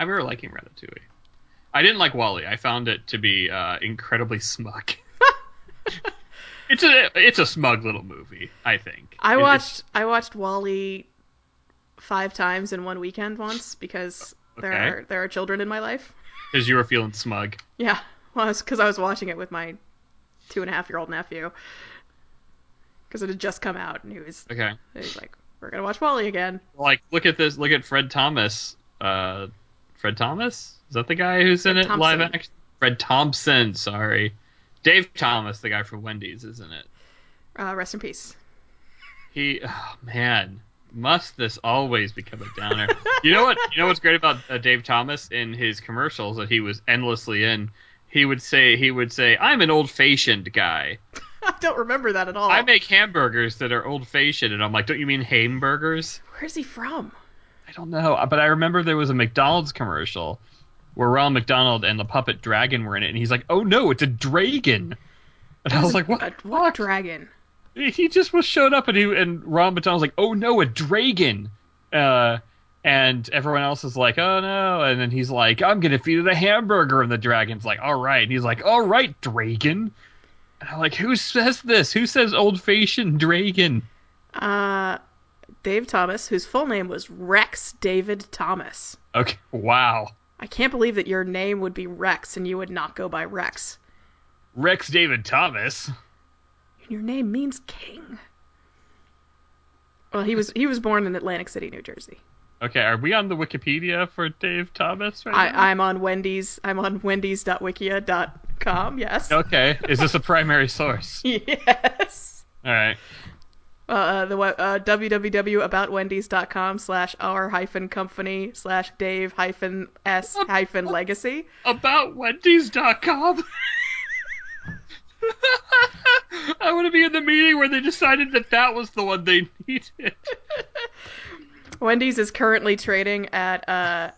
Speaker 3: I remember liking Ratatouille. I didn't like Wally. I found it to be uh, incredibly smug. it's a it's a smug little movie. I think.
Speaker 2: I
Speaker 3: It- it's-
Speaker 2: watched I watched Wally five times in one weekend once because there
Speaker 3: Okay.
Speaker 2: are there are children in my life.
Speaker 3: because you were feeling smug.
Speaker 2: Yeah, well, because I was watching it with my two and a half year old nephew because it had just come out and he was
Speaker 3: Okay.
Speaker 2: he was like, "We're gonna watch Wally again."
Speaker 3: Like look at this. Look at Fred Thomas. Uh, Fred Thomas is that the guy who's in
Speaker 2: Fred
Speaker 3: it live
Speaker 2: Thompson.
Speaker 3: action? Fred Thompson. Sorry, Dave Thomas, the guy from Wendy's, isn't it?
Speaker 2: Uh, rest in peace.
Speaker 3: He, oh, man, must this always become a downer? you know what? You know what's great about uh, Dave Thomas in his commercials that he was endlessly in. He would say, he would say, "I'm an old fashioned guy.
Speaker 2: I don't remember that at all.
Speaker 3: I make hamburgers that are old fashioned." And I'm like, "Don't you mean hamburgers?"
Speaker 2: Where's he from?
Speaker 3: I don't know, Uh, but I remember there was a McDonald's commercial where Ronald McDonald and the puppet dragon were in it, and he's like, "Oh no, it's a dragon." And I was like, "What?
Speaker 2: A,
Speaker 3: the
Speaker 2: what
Speaker 3: fuck?"
Speaker 2: dragon?
Speaker 3: he just was showed up and he and Ron Baton was like, "Oh no, a dragon," uh, and everyone else is like, "Oh no," and then he's like, "I'm gonna feed it a hamburger," and the dragon's like, "All right," and he's like, "All right, dragon," and I'm like, "Who says this? Who says old fashioned dragon?"
Speaker 2: Uh, Dave Thomas, whose full name was Rex David Thomas.
Speaker 3: Okay, wow,
Speaker 2: I can't believe that your name would be Rex and you would not go by Rex.
Speaker 3: Rex David Thomas.
Speaker 2: And your name means king. Well, he was he was born in Atlantic City, New Jersey.
Speaker 3: Okay, are we on the Wikipedia for Dave Thomas right now?
Speaker 2: I, I'm on Wendy's. I'm on Wendy's.wikia.com. Yes.
Speaker 3: Okay, is this a primary source?
Speaker 2: Yes.
Speaker 3: All right.
Speaker 2: Uh, Uh, the we- uh, www.aboutwendys.com slash r hyphen company slash Dave hyphen s hyphen legacy.
Speaker 3: about Wendy's.com. I would want to be in the meeting where they decided that that was the one they needed.
Speaker 2: Wendy's is currently trading at uh,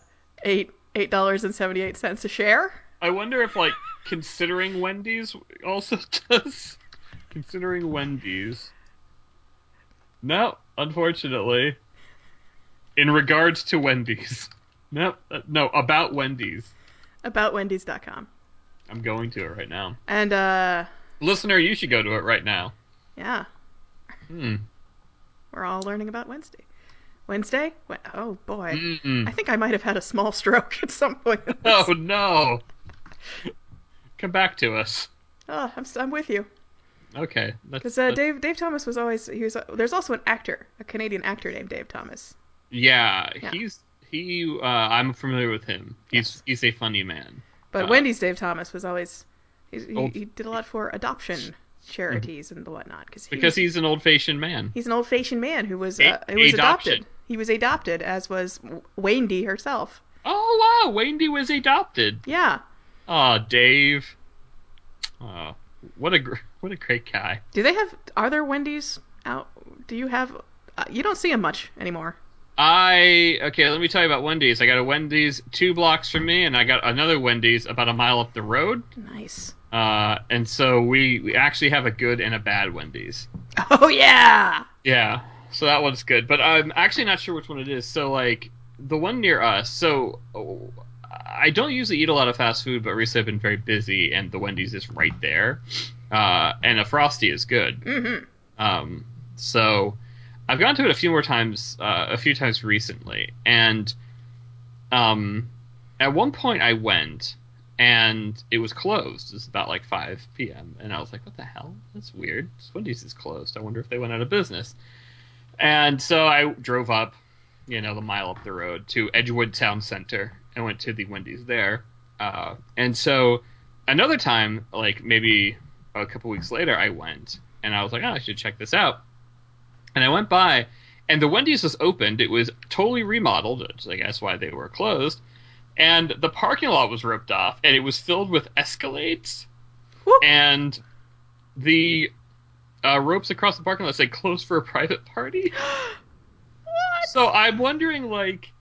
Speaker 2: eight eight dollars and seventy eight cents a share.
Speaker 3: I wonder if, like, considering Wendy's also does. Considering Wendy's. No, unfortunately. In regards to Wendy's. No, uh, no, about Wendy's.
Speaker 2: About Wendy's.com.
Speaker 3: I'm going to it right now.
Speaker 2: And uh,
Speaker 3: Listener, you should go to it right now.
Speaker 2: yeah,
Speaker 3: Hmm.
Speaker 2: we're all learning about Wednesday. Wednesday? Wed- Oh boy,
Speaker 3: Mm-mm.
Speaker 2: I think I might have had a small stroke at some point. in this.
Speaker 3: Oh no. Come back to us.
Speaker 2: Oh, I'm, s- I'm with you.
Speaker 3: Okay. That's,
Speaker 2: Because uh,
Speaker 3: that's-
Speaker 2: Dave Dave Thomas was always he was. There's also an actor, a Canadian actor named Dave Thomas.
Speaker 3: yeah,
Speaker 2: Yeah.
Speaker 3: he's he. Uh, I'm familiar with him. He's he's a funny man.
Speaker 2: But
Speaker 3: Uh,
Speaker 2: Wendy's Dave Thomas was always he, he,
Speaker 3: Old- Mm-hmm.
Speaker 2: he did a lot for adoption charities and the whatnot cause he
Speaker 3: Because
Speaker 2: was-
Speaker 3: he's an old fashioned man.
Speaker 2: he's an old fashioned man who was
Speaker 3: A-
Speaker 2: uh, who was
Speaker 3: adoption.
Speaker 2: adopted. He was adopted, as was W- Wendy herself.
Speaker 3: Oh wow, Wendy was adopted.
Speaker 2: Yeah.
Speaker 3: Oh, Dave. Oh, what a gr- what a great guy.
Speaker 2: Do they have? Are there Wendy's out? Do you have? Uh, you don't see them much anymore.
Speaker 3: I okay. Let me tell you about Wendy's. I got a Wendy's two blocks from me, and I got another Wendy's about a mile up the road.
Speaker 2: Nice.
Speaker 3: Uh, and so we, we actually have a good and a bad Wendy's.
Speaker 2: Oh yeah.
Speaker 3: Yeah, so that one's good, but I'm actually not sure which one it is. So like the one near us. So oh, I don't usually eat a lot of fast food, but recently I've been very busy, and the Wendy's is right there, uh, and a frosty is good.
Speaker 2: hmm
Speaker 3: Um, so I've gone to it a few more times, uh, a few times recently, and um, at one point I went and it was closed. It was about like 5 p.m. and I was like, "What the hell? That's weird. This Wendy's is closed. I wonder if they went out of business." And so I drove up, you know, the mile up the road to Edgewood Town Center and went to the Wendy's there. Uh, and so another time, like maybe a couple weeks later, I went and I was like, oh, I should check this out. And I went by, and the Wendy's was opened. It was totally remodeled, which I guess why they were closed. And the parking lot was ripped off, and it was filled with escalades.
Speaker 2: Whoop.
Speaker 3: And the uh, ropes across the parking lot said closed for a private party. So I'm wondering, like,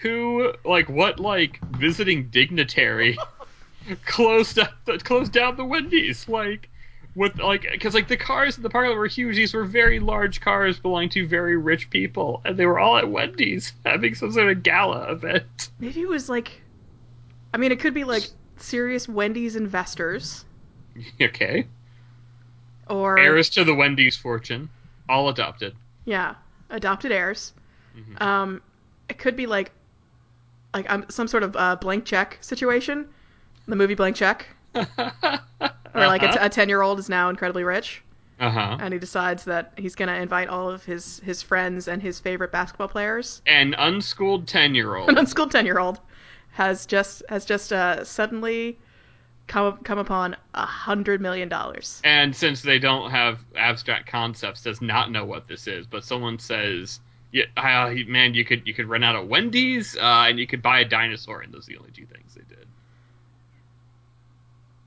Speaker 3: who, like, what, like, visiting dignitary closed up, the, closed down the Wendy's, like, with like, because like the cars in the parking lot were huge. These were very large cars belonging to very rich people, and they were all at Wendy's having some sort of gala event.
Speaker 2: Maybe it was like. I mean, it could be like serious Wendy's investors
Speaker 3: Okay,
Speaker 2: or
Speaker 3: heirs to the Wendy's fortune, all adopted.
Speaker 2: yeah, adopted heirs.
Speaker 3: Mhm.
Speaker 2: Um, it could be like, like um, some sort of uh, blank check situation, the movie Blank Check, or like a ten year old is now incredibly rich.
Speaker 3: uh huh,
Speaker 2: and he decides that he's going to invite all of his his friends and his favorite basketball players.
Speaker 3: an unschooled ten year
Speaker 2: An
Speaker 3: old.
Speaker 2: unschooled ten year old has just has just uh, suddenly come come upon a hundred million dollars.
Speaker 3: And since they don't have abstract concepts, does not know what this is. But someone says, "Yeah, uh, man, you could you could run out of Wendy's, uh, and you could buy a dinosaur." And those are the only two things they did.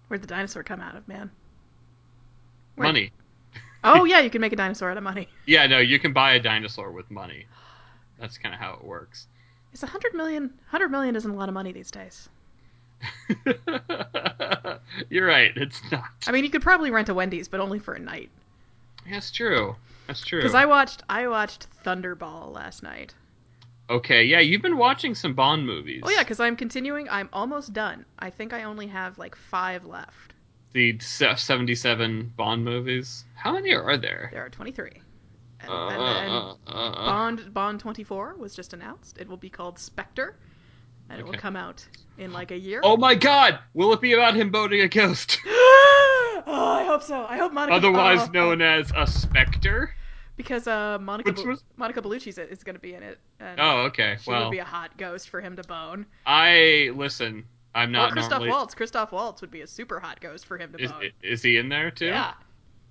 Speaker 2: Where'd the dinosaur come out of, man? Where-
Speaker 3: Money.
Speaker 2: Oh yeah, you can make a dinosaur out of money.
Speaker 3: Yeah, no, you can buy a dinosaur with money. That's kind of how it works.
Speaker 2: It's a hundred million. Hundred million isn't a lot of money these days.
Speaker 3: You're right. It's not.
Speaker 2: I mean, you could probably rent a Wendy's, but only for a night.
Speaker 3: That's true. That's true.
Speaker 2: Because I watched I watched Thunderball last night.
Speaker 3: Okay, yeah, you've been watching some Bond movies.
Speaker 2: Oh yeah, because I'm continuing. I'm almost done. I think I only have like five left.
Speaker 3: the se- seventy-seven Bond movies. How many are there?
Speaker 2: There are 23. And,
Speaker 3: Uh,
Speaker 2: and then
Speaker 3: uh, uh, uh.
Speaker 2: Bond Bond 24 was just announced. It will be called Spectre, and it will
Speaker 3: Okay.
Speaker 2: come out in like a year.
Speaker 3: Oh my god! Will it be about him boating a ghost?
Speaker 2: Oh, I hope so. I hope Monica.
Speaker 3: Otherwise
Speaker 2: oh,
Speaker 3: known as a specter?
Speaker 2: because uh, Monica
Speaker 3: Which
Speaker 2: Bu-
Speaker 3: was-
Speaker 2: Monica Bellucci's i- is going to be in it, and
Speaker 3: Oh, okay.
Speaker 2: she
Speaker 3: Well,
Speaker 2: would be a hot ghost for him to bone.
Speaker 3: I listen. I'm
Speaker 2: or
Speaker 3: not
Speaker 2: Christoph
Speaker 3: normally.
Speaker 2: Waltz. Christoph Waltz would be a super hot ghost for him to
Speaker 3: Is,
Speaker 2: bone.
Speaker 3: is he in there too?
Speaker 2: yeah.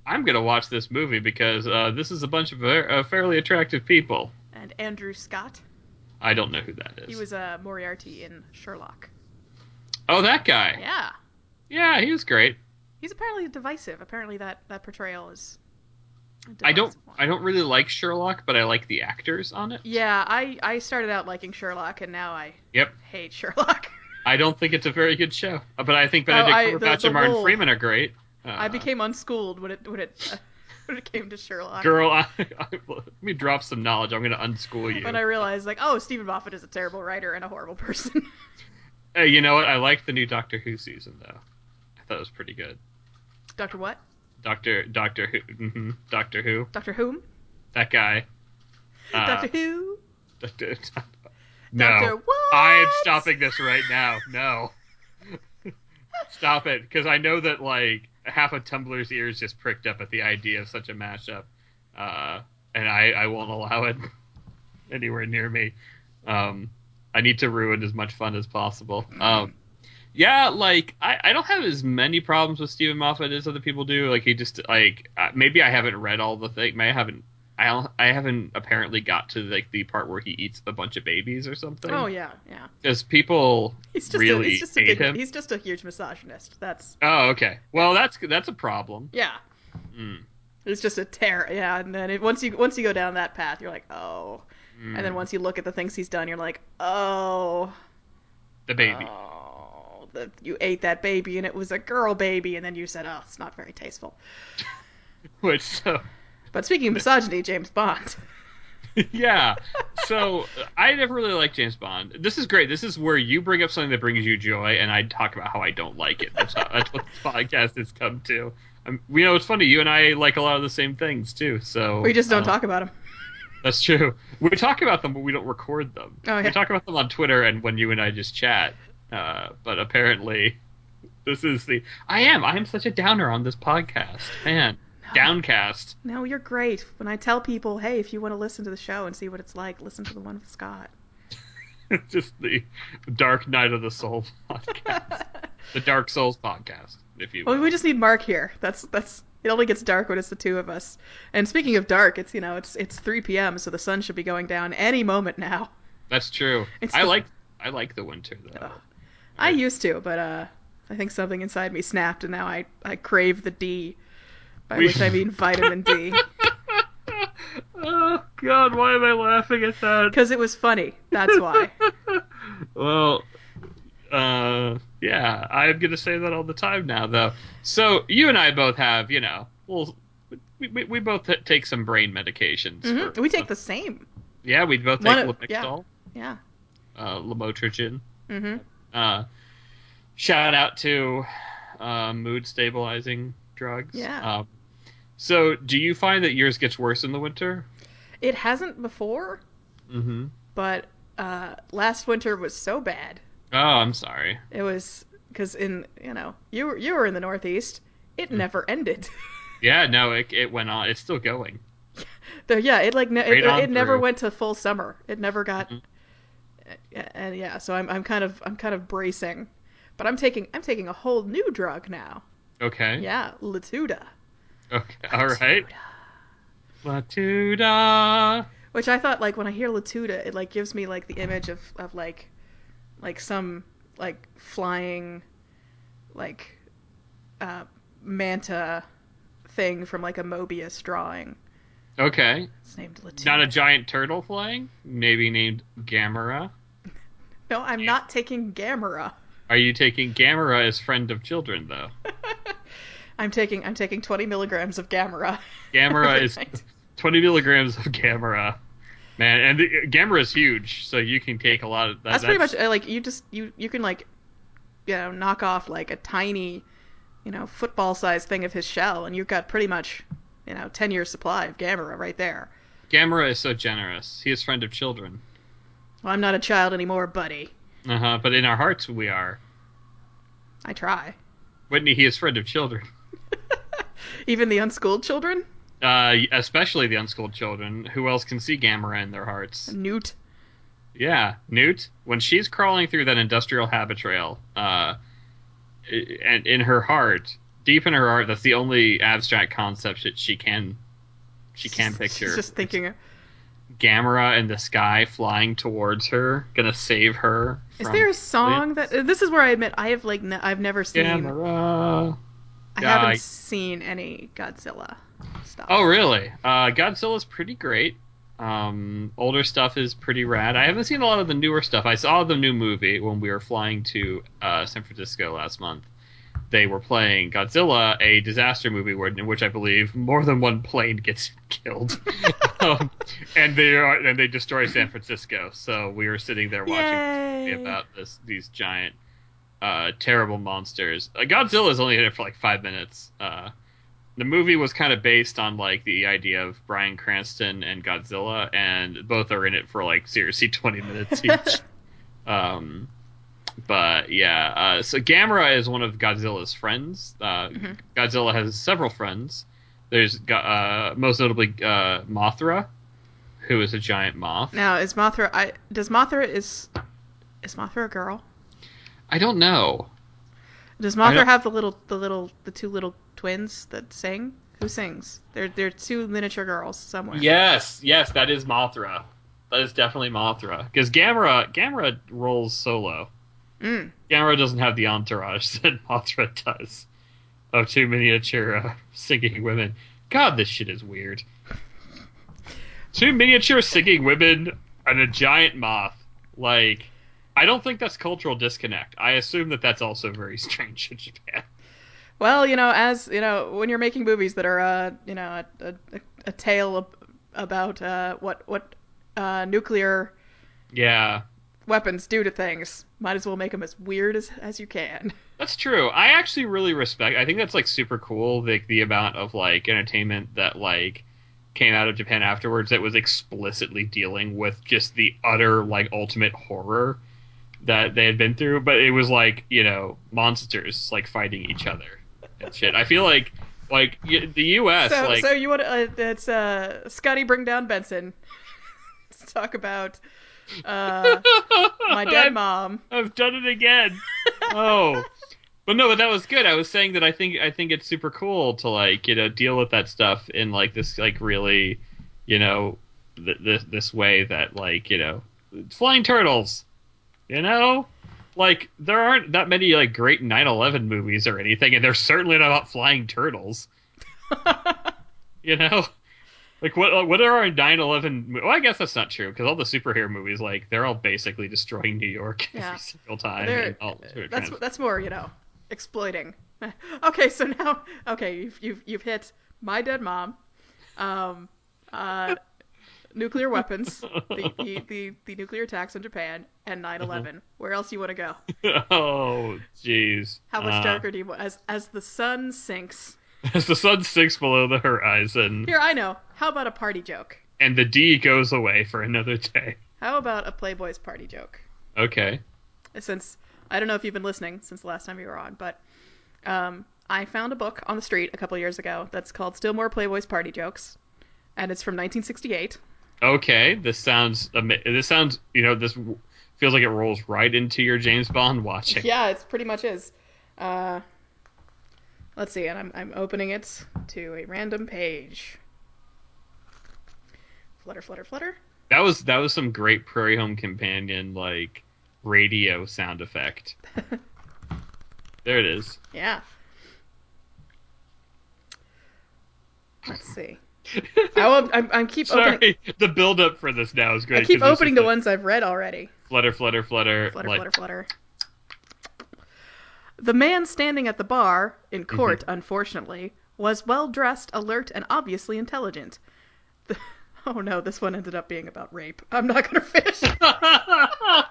Speaker 3: I'm gonna watch this movie because uh, this is a bunch of ver- uh, fairly attractive people.
Speaker 2: And Andrew Scott.
Speaker 3: I don't know who that is.
Speaker 2: He was uh, Moriarty in Sherlock.
Speaker 3: Oh, that guy.
Speaker 2: Yeah.
Speaker 3: Yeah, he was great.
Speaker 2: He's apparently divisive. Apparently that that portrayal is
Speaker 3: I don't I don't really like Sherlock, but I like the actors on it.
Speaker 2: Yeah, I I started out liking Sherlock, and now I
Speaker 3: Yep.
Speaker 2: hate Sherlock.
Speaker 3: I don't think it's a very good show, but I think Benedict
Speaker 2: Oh, I- the-
Speaker 3: Cumberbatch
Speaker 2: the
Speaker 3: and Martin
Speaker 2: role-
Speaker 3: Freeman are great. Uh,
Speaker 2: I became unschooled when it when it uh, when it came to Sherlock.
Speaker 3: girl. I, I- let me drop some knowledge. I'm going to unschool you.
Speaker 2: When I realized, like, oh, Stephen Moffat is a terrible writer and a horrible person.
Speaker 3: Hey, you know what? I like the new Doctor Who season though. I thought it was pretty good.
Speaker 2: Doctor what?
Speaker 3: Doctor Doctor Who mhm, Doctor Who
Speaker 2: Doctor whom?
Speaker 3: that guy. Uh,
Speaker 2: Doctor who?
Speaker 3: Doctor. No.
Speaker 2: Doctor what?
Speaker 3: I am stopping this right now. No. Stop it, because I know that like half of Tumblr's ears just pricked up at the idea of such a mashup, uh, and I, I won't allow it anywhere near me. Um, I need to ruin as much fun as possible. Um, yeah, like I, I don't have as many problems with Stephen Moffat as other people do. Like he just like uh, maybe I haven't read all the thing. Maybe I haven't. I don't, I haven't apparently got to like the part where he eats a bunch of babies or something.
Speaker 2: Oh yeah, yeah.
Speaker 3: Because people
Speaker 2: He's just a,
Speaker 3: really
Speaker 2: he's just a
Speaker 3: hate
Speaker 2: big,
Speaker 3: him.
Speaker 2: he's just a huge misogynist. That's
Speaker 3: Oh, okay. Well, that's that's a problem.
Speaker 2: yeah.
Speaker 3: Mm.
Speaker 2: It's just a tear. Yeah, and then it, once you once you go down that path, you're like, oh. And then
Speaker 3: Mm.
Speaker 2: once you look at the things he's done, you're like, oh,
Speaker 3: the baby.
Speaker 2: oh, the, you ate that baby, and it was a girl baby, and then you said, oh, it's not very tasteful.
Speaker 3: Which so
Speaker 2: But speaking of misogyny, James Bond.
Speaker 3: yeah. So I never really liked James Bond. This is great. This is where you bring up something that brings you joy, and I talk about how I don't like it. That's, how, that's what this podcast has come to. Um, you know, it's funny. You and I like a lot of the same things too. So
Speaker 2: We just don't
Speaker 3: uh,
Speaker 2: talk about him.
Speaker 3: That's true. We talk about them, but we don't record them.
Speaker 2: Oh, yeah.
Speaker 3: We talk about them on Twitter and when you and I just chat. Uh, but apparently, this is the. I am. I am such a downer on this podcast. Man, downcast.
Speaker 2: No, you're great. When I tell people, hey, if you want to listen to the show and see what it's like, listen to the one with Scott.
Speaker 3: just the dark night of the soul podcast. the Dark Souls podcast, if you
Speaker 2: Well,
Speaker 3: will.
Speaker 2: we just need Mark here. That's that's. It only gets dark when it's the two of us. And speaking of dark, it's you know it's it's 3 p.m. so the sun should be going down any moment now.
Speaker 3: That's true.
Speaker 2: It's
Speaker 3: I
Speaker 2: the-
Speaker 3: like I like the winter though.
Speaker 2: Ugh. I used to, but uh, I think something inside me snapped, and now I I crave the D, by
Speaker 3: We-
Speaker 2: which I mean vitamin D,
Speaker 3: oh god, why am I laughing at that?
Speaker 2: because it was funny. That's why.
Speaker 3: well, uh, yeah, I'm gonna say that all the time now, though. So you and I both have, you know, well, we, we, we both t- take some brain medications.
Speaker 2: Mhm.
Speaker 3: for-
Speaker 2: We take the same.
Speaker 3: yeah, we both take
Speaker 2: One of-
Speaker 3: Lamictal,
Speaker 2: Yeah.
Speaker 3: uh, lamotrigine.
Speaker 2: Mm-hmm.
Speaker 3: Uh, shout out to uh, mood stabilizing drugs.
Speaker 2: Yeah.
Speaker 3: Um, so, do you find that yours gets worse in the winter?
Speaker 2: It hasn't before,
Speaker 3: Mm-hmm.
Speaker 2: but uh, last winter was so bad.
Speaker 3: Oh, I'm sorry.
Speaker 2: It was because in you know you were you were in the Northeast. It never ended.
Speaker 3: Yeah, no, it it went on. It's still going.
Speaker 2: There, yeah, it like ne-
Speaker 3: Right
Speaker 2: it,
Speaker 3: on
Speaker 2: it never
Speaker 3: through. Mm-hmm.
Speaker 2: went to full summer. It never got. A- And yeah, so I'm I'm kind of I'm kind of bracing, but I'm taking I'm taking a whole new drug now.
Speaker 3: Okay.
Speaker 2: Yeah, Latuda,
Speaker 3: Okay. All right. Latuda.
Speaker 2: which I thought like when I hear Latuda, it like gives me like the image of of like like some like flying like uh, manta thing from like a Mobius drawing.
Speaker 3: Okay.
Speaker 2: It's named Latuda.
Speaker 3: Not a giant turtle flying. Maybe named Gamera.
Speaker 2: No, I'm not taking Gamera.
Speaker 3: Are you taking Gamera as friend of children though?
Speaker 2: I'm taking I'm taking 20 milligrams of
Speaker 3: Oh,
Speaker 2: Gamera.
Speaker 3: Gamera
Speaker 2: every
Speaker 3: is
Speaker 2: night.
Speaker 3: 20 milligrams of Gamera. Man, and the, Gamera is huge, so you can take a lot of that.
Speaker 2: that's, pretty much uh, like you just you you can like you know knock off like a tiny you know football sized thing of his shell and you've got pretty much you know 10 years supply of Gamera right there.
Speaker 3: Gamera is so generous. He is friend of children.
Speaker 2: Well, I'm not a child anymore, buddy.
Speaker 3: Uh huh. But in our hearts, we are.
Speaker 2: I try.
Speaker 3: Whitney, he is friend of children.
Speaker 2: Even the unschooled children?
Speaker 3: Uh, especially the unschooled children. Who else can see Gamera in their hearts?
Speaker 2: Newt.
Speaker 3: Yeah, Newt. When she's crawling through that industrial habit trail, uh, i- and in her heart, deep in her heart, that's the only abstract concept that she can, she can picture.
Speaker 2: She's just thinking
Speaker 3: Gamera in the sky flying towards her, gonna save her.
Speaker 2: Is
Speaker 3: from
Speaker 2: there a song that uh, this is where I admit I have like n I've never seen
Speaker 3: Gamera?
Speaker 2: I
Speaker 3: Yeah,
Speaker 2: haven't
Speaker 3: I-
Speaker 2: seen any Godzilla. stuff.
Speaker 3: Oh, really? Uh, Godzilla's pretty great. Um, older stuff is pretty rad. I haven't seen a lot of the newer stuff. I saw the new movie when we were flying to uh, San Francisco last month. They were playing Godzilla, a disaster movie where, in which I believe more than one plane gets killed, um, and they are and they destroy San Francisco. So we were sitting there watching this movie
Speaker 2: Yay.
Speaker 3: about this these giant, uh, terrible monsters. Uh, Godzilla's only in it for like five minutes. Uh, the movie was kind of based on like the idea of Brian Cranston and Godzilla, and both are in it for like seriously twenty minutes each. um, but yeah, uh, so Gamera is one of Godzilla's friends. Uh,
Speaker 2: Mhm.
Speaker 3: Godzilla has several friends. There's Go- uh, most notably uh, Mothra, who is a giant moth.
Speaker 2: Now is Mothra? I does Mothra is is Mothra a girl?
Speaker 3: I don't know.
Speaker 2: Does
Speaker 3: I
Speaker 2: Mothra
Speaker 3: don't-
Speaker 2: have the little the little the two little twins that sing? Who sings? They're they're two miniature girls somewhere.
Speaker 3: Yes, yes, that is Mothra. That is definitely Mothra because Gamera Gamera rolls solo.
Speaker 2: Mm.
Speaker 3: Gamera doesn't have the entourage that Mothra does Oh, of two miniature uh, singing women. God, this shit is weird. Two miniature singing women and a giant moth. Like, I don't think that's cultural disconnect. I assume that that's also very strange in Japan.
Speaker 2: Well, you know, as you know, when you're making movies that are, uh, you know, a, a, a tale ab- about uh, what what uh, nuclear
Speaker 3: Yeah,
Speaker 2: weapons do to things, might as well make them as weird as as you can.
Speaker 3: that's true. I actually really respect. I think that's like super cool. Like the amount of like entertainment that like came out of Japan afterwards that was explicitly dealing with just the utter like ultimate horror that they had been through, but it was like you know monsters like fighting each other and shit. I feel like like y- the U.S.
Speaker 2: so,
Speaker 3: like
Speaker 2: so you want to? Uh, that's uh, Scotty, bring down Benson. Let's talk about uh, my dead
Speaker 3: I've-
Speaker 2: mom.
Speaker 3: I've done it again. oh. But no, but that was good. I was saying that I think I think it's super cool to like, you know, deal with that stuff in like this like really, you know, th- this this way that like, you know, flying turtles, you know, like there aren't that many like great 9/11 movies or anything and they're certainly not about flying turtles, you know. Like what uh, what are our 9/11 mo- well, I guess that's not true because all the superhero movies like they're all basically destroying New York
Speaker 2: Yeah.
Speaker 3: every single time.
Speaker 2: They're-
Speaker 3: and all- sort of
Speaker 2: Uh, that's that's more you know exploiting okay so now okay you've you've, you've hit my dead mom um uh nuclear weapons the, the, the the nuclear attacks on japan and 9-11 where else you want to go
Speaker 3: oh, jeez.
Speaker 2: how much
Speaker 3: Uh,
Speaker 2: darker do you want as as the sun sinks
Speaker 3: As the sun sinks below the horizon
Speaker 2: here i know how about a party joke
Speaker 3: and the D goes away for another day.
Speaker 2: how about a playboy's party joke
Speaker 3: Okay.
Speaker 2: since I don't know if you've been listening since the last time you were on, but um, I found a book on the street a couple years ago that's called Still More Playboy's Party Jokes, and it's from 1968.
Speaker 3: Okay. This sounds. ama- This sounds. You know. This w- feels like it rolls right into your James Bond watching.
Speaker 2: Yeah, it's pretty much is. Uh, let's see, and I'm I'm opening it to a random page. Flutter, flutter, flutter.
Speaker 3: That was. That was some great Prairie Home Companion like radio sound effect. there it is.
Speaker 2: Yeah. Let's see. I will, I'm, I'm keep opening.
Speaker 3: Sorry. The build up for this now is great.
Speaker 2: I keep
Speaker 3: 'cause this
Speaker 2: opening
Speaker 3: is
Speaker 2: the
Speaker 3: like
Speaker 2: ones I've read already.
Speaker 3: Flutter, flutter, flutter.
Speaker 2: Flutter,
Speaker 3: like-
Speaker 2: flutter, flutter. The man standing at the bar, in
Speaker 3: Mm-hmm.
Speaker 2: court, unfortunately, was well dressed, alert, and obviously intelligent. The- oh no, this one ended up being about rape. I'm not gonna finish. it.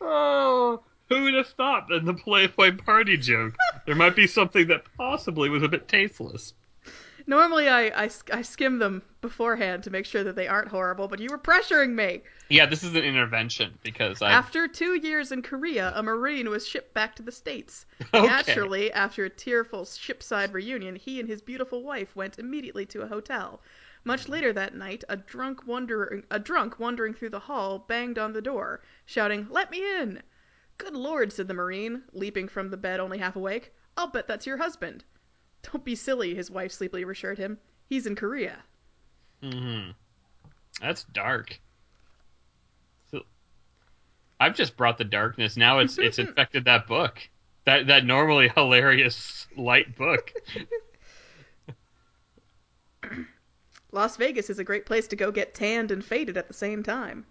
Speaker 3: oh, who would have thought that the Playboy party joke? There might be something that possibly was a bit tasteless.
Speaker 2: Normally, I, I, sk- I skim them beforehand to make sure that they aren't horrible, but you were pressuring me.
Speaker 3: Yeah, this is an intervention because I
Speaker 2: After two years in Korea, a Marine was shipped back to the States.
Speaker 3: Okay.
Speaker 2: Naturally, after a tearful shipside reunion, he and his beautiful wife went immediately to a hotel. Much later that night, a drunk wandering a drunk wandering through the hall banged on the door, shouting, "Let me in!" "Good lord," said the marine, leaping from the bed only half awake. "I'll bet that's your husband." "Don't be silly," his wife sleepily assured him. "He's in Korea."
Speaker 3: Mhm. That's dark. So- I've just brought the darkness. Now it's
Speaker 2: Mm-hmm.
Speaker 3: it's infected that book. That that normally hilarious light book.
Speaker 2: Las Vegas is a great place to go get tanned and faded at the same time.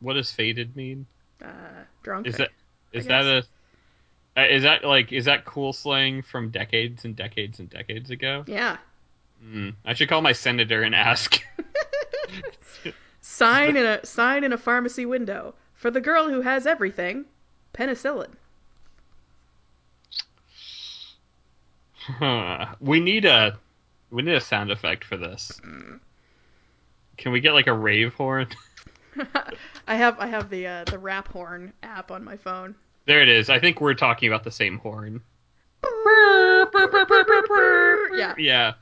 Speaker 3: What does faded mean?
Speaker 2: Uh, drunk.
Speaker 3: Is that is
Speaker 2: guess.
Speaker 3: that a uh, is that like is that cool slang from decades and decades and decades ago?
Speaker 2: Yeah.
Speaker 3: Mm, I should call my senator and ask.
Speaker 2: Sign in a sign in a pharmacy window for the girl who has everything, penicillin.
Speaker 3: Huh. We need a we need a sound effect for this. Can we get like a rave horn?
Speaker 2: I have I have the uh, the rap horn app on my phone.
Speaker 3: There it is. I think we're talking about the same horn.
Speaker 2: Yeah.
Speaker 3: Yeah.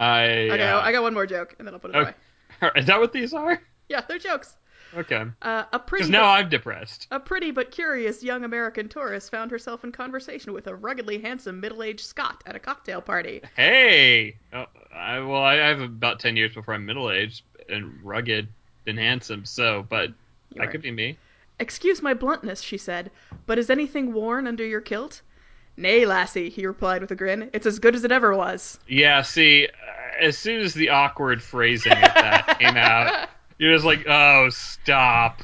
Speaker 3: I
Speaker 2: Okay,
Speaker 3: uh,
Speaker 2: I got one more joke and then I'll put it
Speaker 3: Oh.
Speaker 2: away.
Speaker 3: Is that what these are?
Speaker 2: Yeah, they're jokes.
Speaker 3: Okay.
Speaker 2: Uh, a pretty
Speaker 3: Because now
Speaker 2: but-
Speaker 3: I'm depressed.
Speaker 2: a pretty but curious young American tourist found herself in conversation with a ruggedly handsome middle-aged Scot at a cocktail party.
Speaker 3: Hey. Oh, I, well, I have about ten years before I'm middle aged and rugged and handsome. So, but
Speaker 2: You
Speaker 3: that
Speaker 2: are-
Speaker 3: could be me.
Speaker 2: Excuse my bluntness, she said, but is anything worn under your kilt? Nay, lassie, he replied with a grin. It's as good as it ever was.
Speaker 3: Yeah. See, uh, as soon as the awkward phrasing of that came out. You're just like, oh, stop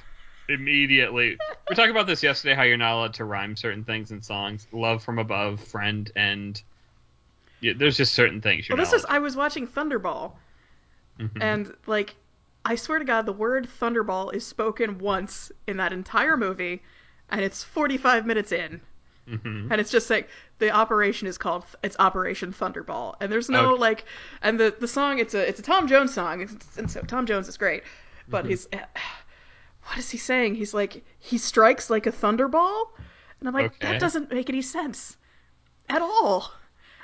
Speaker 3: immediately. We're talking about this yesterday. How you're not allowed to rhyme certain things in songs. Love from above, friend, and yeah, there's just certain things you're
Speaker 2: Well, this
Speaker 3: not.
Speaker 2: is I was watching Thunderball,
Speaker 3: Mhm.
Speaker 2: and like, I swear to God, the word Thunderball is spoken once in that entire movie, and it's 45 minutes in,
Speaker 3: Mhm.
Speaker 2: and it's just like the operation is called it's Operation Thunderball, and there's no
Speaker 3: Okay.
Speaker 2: like, and the the song it's a it's a Tom Jones song, and, and so Tom Jones is great, but
Speaker 3: Mm-hmm.
Speaker 2: he's eh, what is he saying? He's like he strikes like a thunderball, and I'm like
Speaker 3: Okay.
Speaker 2: that doesn't make any sense at all.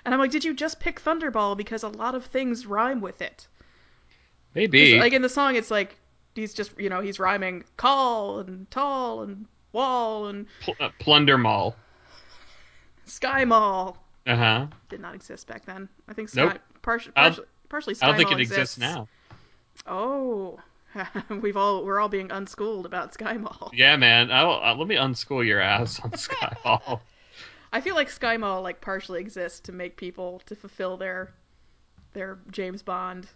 Speaker 2: And I'm like, did you just pick Thunderball because a lot of things rhyme with it? 'Cause,
Speaker 3: Maybe.
Speaker 2: Like in the song, it's like he's just you know he's rhyming call and tall and wall and
Speaker 3: Pl- uh, plunder mall.
Speaker 2: sky mall
Speaker 3: Uh huh.
Speaker 2: did not exist back then. I think sky
Speaker 3: Nope.
Speaker 2: partially
Speaker 3: I don't-
Speaker 2: partially, partially sky
Speaker 3: I don't think
Speaker 2: mall
Speaker 3: it exists
Speaker 2: exists
Speaker 3: now.
Speaker 2: Oh, we've all we're all being unschooled about sky mall.
Speaker 3: Yeah, man. I'll, uh, let me unschool your ass on Skyfall.
Speaker 2: I feel like Sky Mall like partially exists to make people to fulfill their their James Bond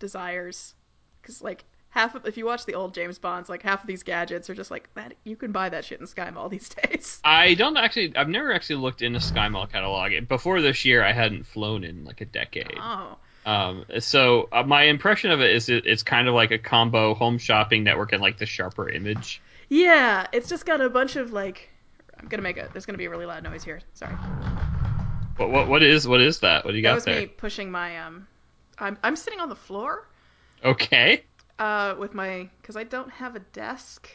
Speaker 2: desires cuz like half of if you watch the old James Bonds like half of these gadgets are just like that you can buy that shit in Sky Mall these days.
Speaker 3: I don't actually. I've never actually looked in a SkyMall catalog. Before this year, I hadn't flown in like a decade.
Speaker 2: Oh.
Speaker 3: Um, so uh, my impression of it is it, it's kind of like a combo home shopping network and like the sharper image.
Speaker 2: Yeah, it's just got a bunch of like I'm going to make a there's going to be a really loud noise here. Sorry.
Speaker 3: What what, what is what is that? What do you
Speaker 2: that
Speaker 3: got
Speaker 2: was
Speaker 3: there?
Speaker 2: me pushing my um I'm I'm sitting on the floor
Speaker 3: Okay.
Speaker 2: uh, with my because I don't have a desk.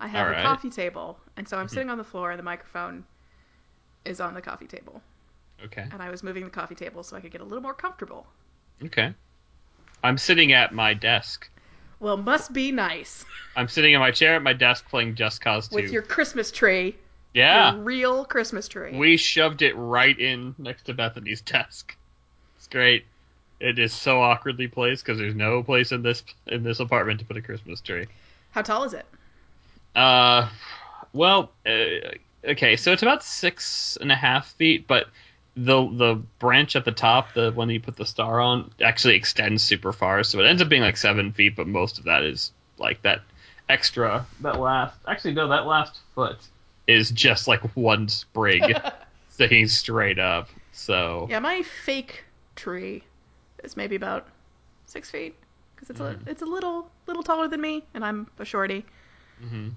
Speaker 2: I have
Speaker 3: Alright. Mm-hmm.
Speaker 2: a coffee table, and so I'm sitting on the floor, and the microphone is on the coffee table.
Speaker 3: Okay.
Speaker 2: And I was moving the coffee table so I could get a little more comfortable.
Speaker 3: Okay. I'm sitting at my desk.
Speaker 2: Well, must be nice
Speaker 3: I'm sitting in my chair at my desk playing Just Cause 2.
Speaker 2: with your Christmas tree,
Speaker 3: yeah.
Speaker 2: your real Christmas tree.
Speaker 3: We shoved it right in next to Bethany's desk. It's great. It is so awkwardly placed because there's no place in this in this apartment to put a Christmas tree.
Speaker 2: How tall is it?
Speaker 3: Uh, well, uh, okay, so it's about six and a half feet, but the the branch at the top, the one that you put the star on, actually extends super far, so it ends up being like seven feet, but most of that is like that extra that last. Actually, no, that last foot is just like one sprig sticking straight up. So
Speaker 2: Yeah, my fake tree is maybe about six feet because it's
Speaker 3: Mm-hmm.
Speaker 2: a it's a little little taller than me, and I'm a shorty.
Speaker 3: mhm.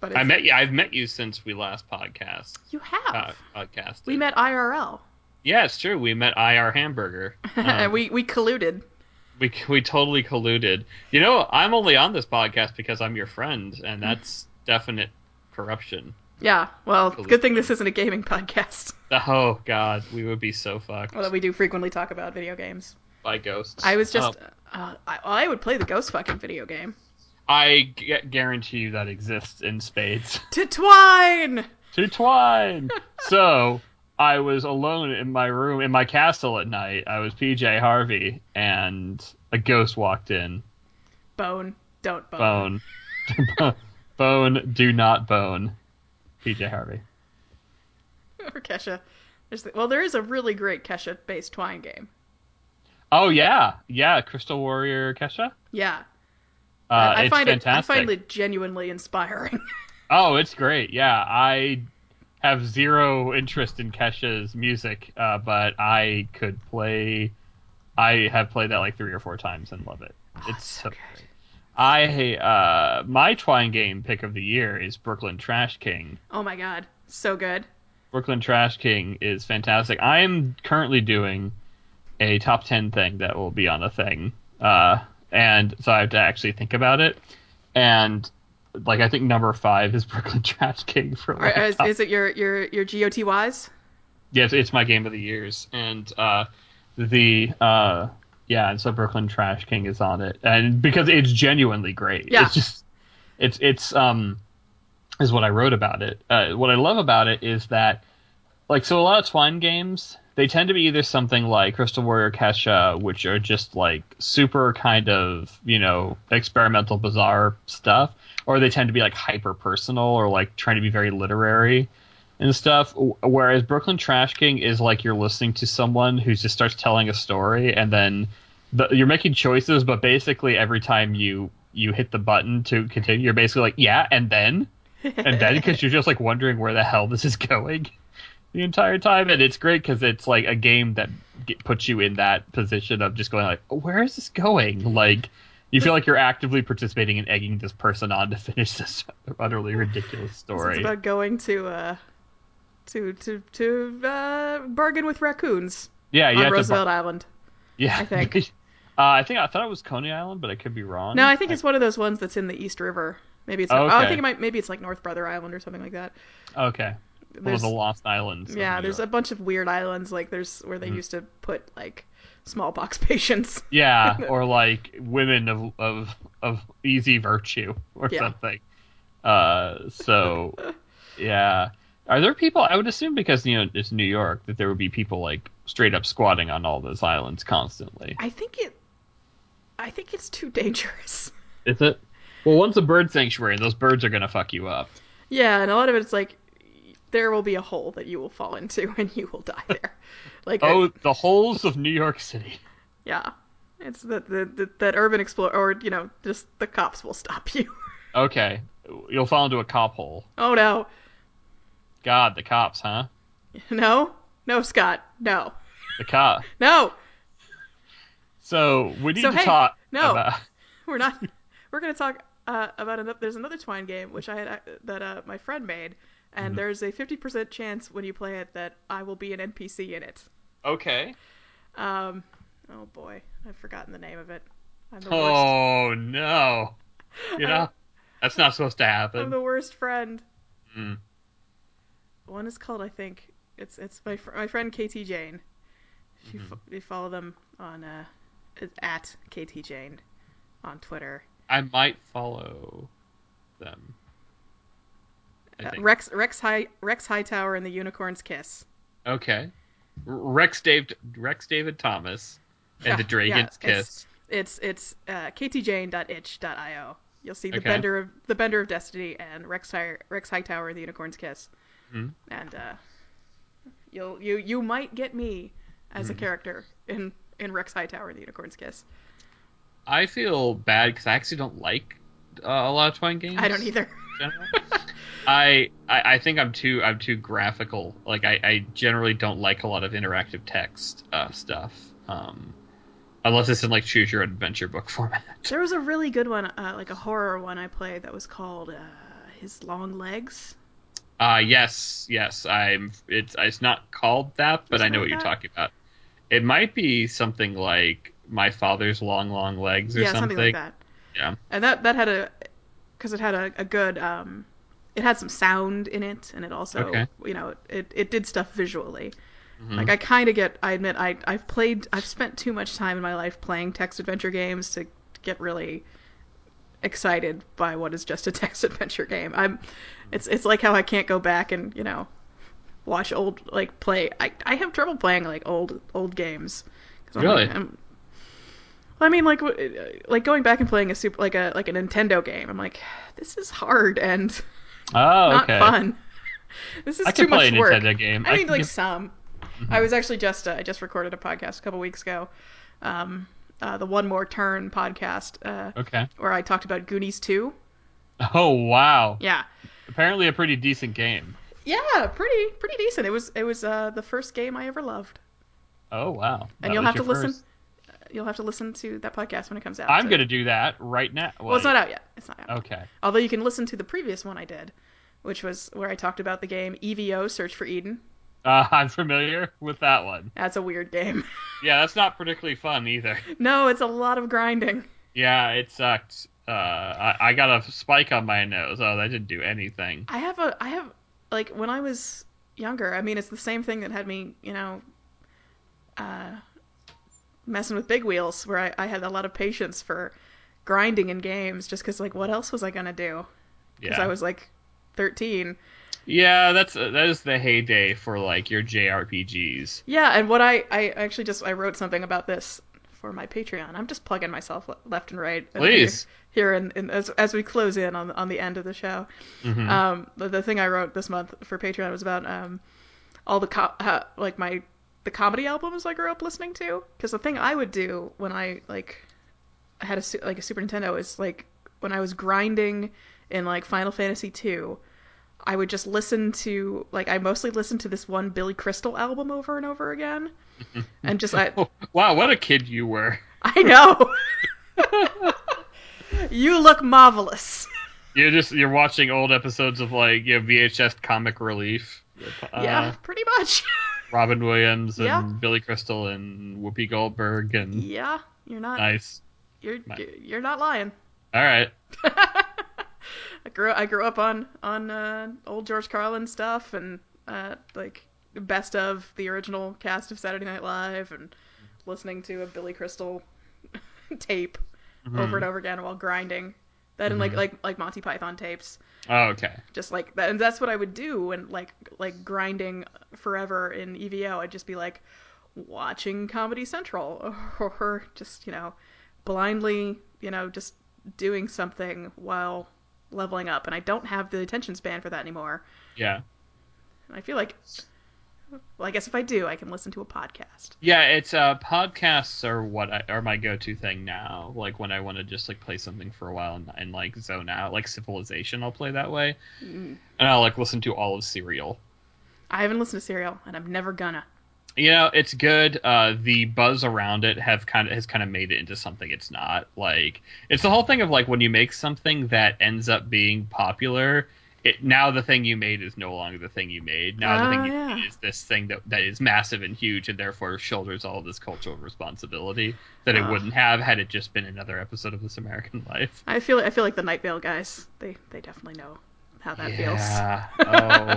Speaker 2: But it's,
Speaker 3: I met you. I've met you since we last podcast.
Speaker 2: you have.
Speaker 3: Uh, podcasted.
Speaker 2: we met IRL,
Speaker 3: Yeah, it's true. We met IR Hamburger.
Speaker 2: and
Speaker 3: Um,
Speaker 2: we we colluded.
Speaker 3: We we totally colluded. You know, I'm only on this podcast because I'm your friend, and that's definite corruption.
Speaker 2: Yeah, well,
Speaker 3: Totally.
Speaker 2: good thing this isn't a gaming podcast,
Speaker 3: Oh God, we would be so fucked
Speaker 2: although we do frequently talk about video games.
Speaker 3: by ghosts.
Speaker 2: I was just,
Speaker 3: Oh,
Speaker 2: uh, I, I would play the ghost fucking video game.
Speaker 3: I gu- guarantee you that exists in spades.
Speaker 2: To twine!
Speaker 3: to twine. so I was alone in my room in my castle at night. I was PJ Harvey, and a ghost walked in.
Speaker 2: Bone, don't bone.
Speaker 3: Bone,
Speaker 2: Oh.
Speaker 3: bone, do not bone. PJ Harvey.
Speaker 2: Or Kesha. There's the- well, there is a really great Kesha-based Twine game.
Speaker 3: Oh yeah, yeah, Crystal Warrior Kesha.
Speaker 2: Yeah,
Speaker 3: Uh,
Speaker 2: I, I
Speaker 3: it's
Speaker 2: find
Speaker 3: fantastic.
Speaker 2: it. I find it genuinely inspiring.
Speaker 3: Oh, it's great. Yeah, I have zero interest in Kesha's music, uh, but I could play. I have played that like three or four times and love it. it's
Speaker 2: it's
Speaker 3: so
Speaker 2: Ah, so good.
Speaker 3: great. I uh, my Twine game pick of the year is Brooklyn Trash King.
Speaker 2: oh my god, so good.
Speaker 3: Brooklyn Trash King is fantastic. I am currently doing a top 10 thing that will be on a thing. Uh, and so I have to actually think about it. And like I think number 5 is Brooklyn Trash King for
Speaker 2: All right,
Speaker 3: like
Speaker 2: is,
Speaker 3: top-
Speaker 2: is it your your your GOTYs?
Speaker 3: yeah, it's, it's my game of the years and uh the uh yeah, and so Brooklyn Trash King is on it. And because it's genuinely great.
Speaker 2: Yeah.
Speaker 3: It's just it's it's um is what I wrote about it. Uh, what I love about it is that like so a lot of twine games they tend to be either something like crystal warrior kesha which are just like super kind of you know experimental bizarre stuff or they tend to be like hyper personal or like trying to be very literary and stuff wh- whereas brooklyn trash king is like you're listening to someone who just starts telling a story and then the, you're making choices but basically every time you you hit the button to continue you're basically like yeah and then and then because you're just like wondering where the hell this is going the entire time and it's great because it's like a game that get, puts you in that position of just going like "Oh, where is this going like you feel like you're actively participating in egging this person on to finish this utterly ridiculous
Speaker 2: It's
Speaker 3: story
Speaker 2: about going to uh to to to uh, bargain with raccoons
Speaker 3: yeah Uh, you
Speaker 2: on
Speaker 3: have to
Speaker 2: Roosevelt
Speaker 3: bu-
Speaker 2: Island.
Speaker 3: yeah
Speaker 2: I think.
Speaker 3: uh, i think i thought it was coney island but i could be wrong
Speaker 2: No, I think it's one of those ones that's in the East River. Maybe it's
Speaker 3: Oh,
Speaker 2: oh, I
Speaker 3: okay.
Speaker 2: think it might maybe it's like North Brother Island or something like that.
Speaker 3: okay well,
Speaker 2: There's,
Speaker 3: the lost islands of Mm-hmm.
Speaker 2: yeah,
Speaker 3: New
Speaker 2: there's
Speaker 3: York.
Speaker 2: a bunch of weird islands like there's where they used to put like smallpox patients.
Speaker 3: Yeah, or like women of of of easy virtue or
Speaker 2: Yeah.
Speaker 3: something. Uh, so yeah, are there people? I would assume because you know it's New York that there would be people like straight up squatting on all those islands constantly.
Speaker 2: I think it I think it's too dangerous.
Speaker 3: Is it? Well, one's a bird sanctuary, and those birds are gonna fuck you up.
Speaker 2: Yeah, and a lot of it's like there will be a hole that you will fall into and you will die there. Like
Speaker 3: Oh, the holes of New York City.
Speaker 2: Yeah. It's that the, the, that urban explorer, or you know, just the cops will stop you.
Speaker 3: Okay, you'll fall into a cop hole.
Speaker 2: oh no,
Speaker 3: God, the cops, huh?
Speaker 2: no, no, Scott, no,
Speaker 3: The cop.
Speaker 2: no,
Speaker 3: So we need
Speaker 2: So,
Speaker 3: to
Speaker 2: hey,
Speaker 3: talk.
Speaker 2: no.
Speaker 3: about-
Speaker 2: we're not. We're gonna talk uh, about another. There's another Twine game which I had uh, that uh, my friend made, and there's a 50% chance when you play it that I will be an NPC in it.
Speaker 3: okay.
Speaker 2: Um, oh boy, I've forgotten the name of it. I'm the worst.
Speaker 3: Oh no! You know that's not supposed to
Speaker 2: I'm
Speaker 3: happen.
Speaker 2: the worst friend.
Speaker 3: Mm.
Speaker 2: One is called, I think, it's it's my fr- my friend KT Jane. If
Speaker 3: Mm-hmm.
Speaker 2: you, fo- you follow them on uh, it's at KT Jane on Twitter.
Speaker 3: I might follow them. I
Speaker 2: Uh,
Speaker 3: think.
Speaker 2: Rex Rex High Rex Hightower and the Unicorn's Kiss.
Speaker 3: okay. R- Rex Dave Rex David Thomas and the
Speaker 2: Yeah,
Speaker 3: Dragon's
Speaker 2: yeah, it's-
Speaker 3: Kiss.
Speaker 2: It's it's uh, ktjane.itch.io. You'll see the
Speaker 3: Okay.
Speaker 2: Bender of the Bender of Destiny and Rex High, Rex Hightower and the Unicorn's Kiss.
Speaker 3: Mhm.
Speaker 2: And uh, you'll you you might get me as
Speaker 3: Mm-hmm.
Speaker 2: a character in in Rex Hightower and the Unicorn's Kiss.
Speaker 3: I feel bad because I actually don't like uh, a lot of Twine games.
Speaker 2: I don't either.
Speaker 3: in general. I, I I think I'm too I'm too graphical. Like I, I generally don't like a lot of interactive text uh, stuff. Um, unless it's in like choose your own adventure book format.
Speaker 2: There was a really good one, uh, like a horror one I played that was called uh, His Long Legs.
Speaker 3: Uh yes, yes. I'm it's it's not called that, but
Speaker 2: It's
Speaker 3: I know
Speaker 2: not
Speaker 3: what you're
Speaker 2: that.
Speaker 3: talking about. It might be something like my father's long long legs or
Speaker 2: yeah, something. like that.
Speaker 3: Yeah.
Speaker 2: And that that had a because it had a, a good um, it had some sound in it, and it also
Speaker 3: Okay.
Speaker 2: you know it it did stuff visually.
Speaker 3: Mhm.
Speaker 2: Like I kind of get, I admit I I've played I've spent too much time in my life playing text adventure games to get really excited by what is just a text adventure game. I'm it's it's like how I can't go back and you know watch old like play. I I have trouble playing like old old games. 'Cause I'm
Speaker 3: Really?
Speaker 2: Like, I'm, I mean, like, w- uh, like going back and playing a super, like a like a Nintendo game. I'm like, this is hard and
Speaker 3: Oh,
Speaker 2: not
Speaker 3: okay.
Speaker 2: fun. This is
Speaker 3: I
Speaker 2: too
Speaker 3: can play a
Speaker 2: much work.
Speaker 3: Nintendo game.
Speaker 2: I mean,
Speaker 3: can
Speaker 2: like
Speaker 3: get- Mm-hmm.
Speaker 2: some. I was actually just uh, I just recorded a podcast a couple weeks ago, um, uh, the One More Turn podcast, uh,
Speaker 3: Okay.
Speaker 2: where I talked about Goonies two.
Speaker 3: Oh wow.
Speaker 2: Yeah,
Speaker 3: Apparently a pretty decent game.
Speaker 2: yeah, pretty pretty decent. It was it was uh, the first game I ever loved.
Speaker 3: Oh wow.
Speaker 2: And
Speaker 3: That
Speaker 2: you'll
Speaker 3: was
Speaker 2: have to
Speaker 3: your
Speaker 2: listen.
Speaker 3: first.
Speaker 2: You'll have to listen to that podcast when it comes out.
Speaker 3: I'm
Speaker 2: so-
Speaker 3: gonna do that right now.
Speaker 2: Well, it's not out yet. It's not out.
Speaker 3: Okay.
Speaker 2: Although you can listen to the previous one I did, which was where I talked about the game EVO Search for Eden.
Speaker 3: Uh, I'm familiar with that one.
Speaker 2: That's a weird game.
Speaker 3: Yeah, that's not particularly fun either.
Speaker 2: no, it's a lot of grinding.
Speaker 3: Yeah, it sucked. Uh, I, I got a spike on my nose. Oh, that didn't do anything.
Speaker 2: I have a I have like when I was younger, I mean it's the same thing that had me, you know, uh messing with big wheels where I, I had a lot of patience for grinding in games just because like what else was I gonna do? Because
Speaker 3: Yeah,
Speaker 2: I was like 13
Speaker 3: yeah, that's uh, that is the heyday for like your JRPGs.
Speaker 2: Yeah, and what I I actually just I wrote something about this for my Patreon. I'm just plugging myself le- left and right. uh,
Speaker 3: Please.
Speaker 2: Here, here in, in as as we close in on on the end of the show.
Speaker 3: Mhm.
Speaker 2: Um the, the thing I wrote this month for Patreon was about um all the co- how, like my the comedy albums I grew up listening to because the thing I would do when I like had a su- like a Super Nintendo is like when I was grinding in like Final Fantasy 2 I would just listen to like I mostly listened to this one Billy Crystal album over and over again, and just I
Speaker 3: Oh, wow, what a kid you were.
Speaker 2: I know. you look marvelous.
Speaker 3: You're just you're watching old episodes of like you know, VHS comic relief. With, uh,
Speaker 2: yeah, pretty much.
Speaker 3: Robin Williams and
Speaker 2: Yeah.
Speaker 3: Billy Crystal and Whoopi Goldberg and
Speaker 2: yeah, you're not
Speaker 3: nice.
Speaker 2: you're
Speaker 3: my-
Speaker 2: you're not lying.
Speaker 3: All right.
Speaker 2: I grew I grew up on on uh, old George Carlin stuff and uh, like best of the original cast of Saturday Night Live and listening to a Billy Crystal tape over and over again while grinding. That and like
Speaker 3: Mhm.
Speaker 2: like like Monty Python tapes.
Speaker 3: Oh, okay.
Speaker 2: just like that and that's what i would do and like like grinding forever in evo i'd just be like watching comedy central or just you know blindly you know just doing something while leveling up and i don't have the attention span for that anymore
Speaker 3: Yeah.
Speaker 2: and i feel like well i guess if i do i can listen to a podcast
Speaker 3: Yeah, it's uh podcasts are what I, are my go-to thing now. Like when I want to just like play something for a while and, and like zone out, like Civilization, I'll play that way, and I'll like listen to all of Serial.
Speaker 2: i haven't listened to serial and i'm never gonna
Speaker 3: You know, it's good. Uh, the buzz around it have kind of has kind of made it into something it's not. Like it's the whole thing of like when you make something that ends up being popular, it now the thing you made is no longer the thing you made. Now the
Speaker 2: Ah,
Speaker 3: thing you
Speaker 2: yeah.
Speaker 3: made is this thing that that is massive and huge and therefore shoulders all this cultural responsibility that it
Speaker 2: Ah.
Speaker 3: wouldn't have had it just been another episode of This American Life.
Speaker 2: i feel i feel like the night vale guys they they definitely know how that feels
Speaker 3: yeah.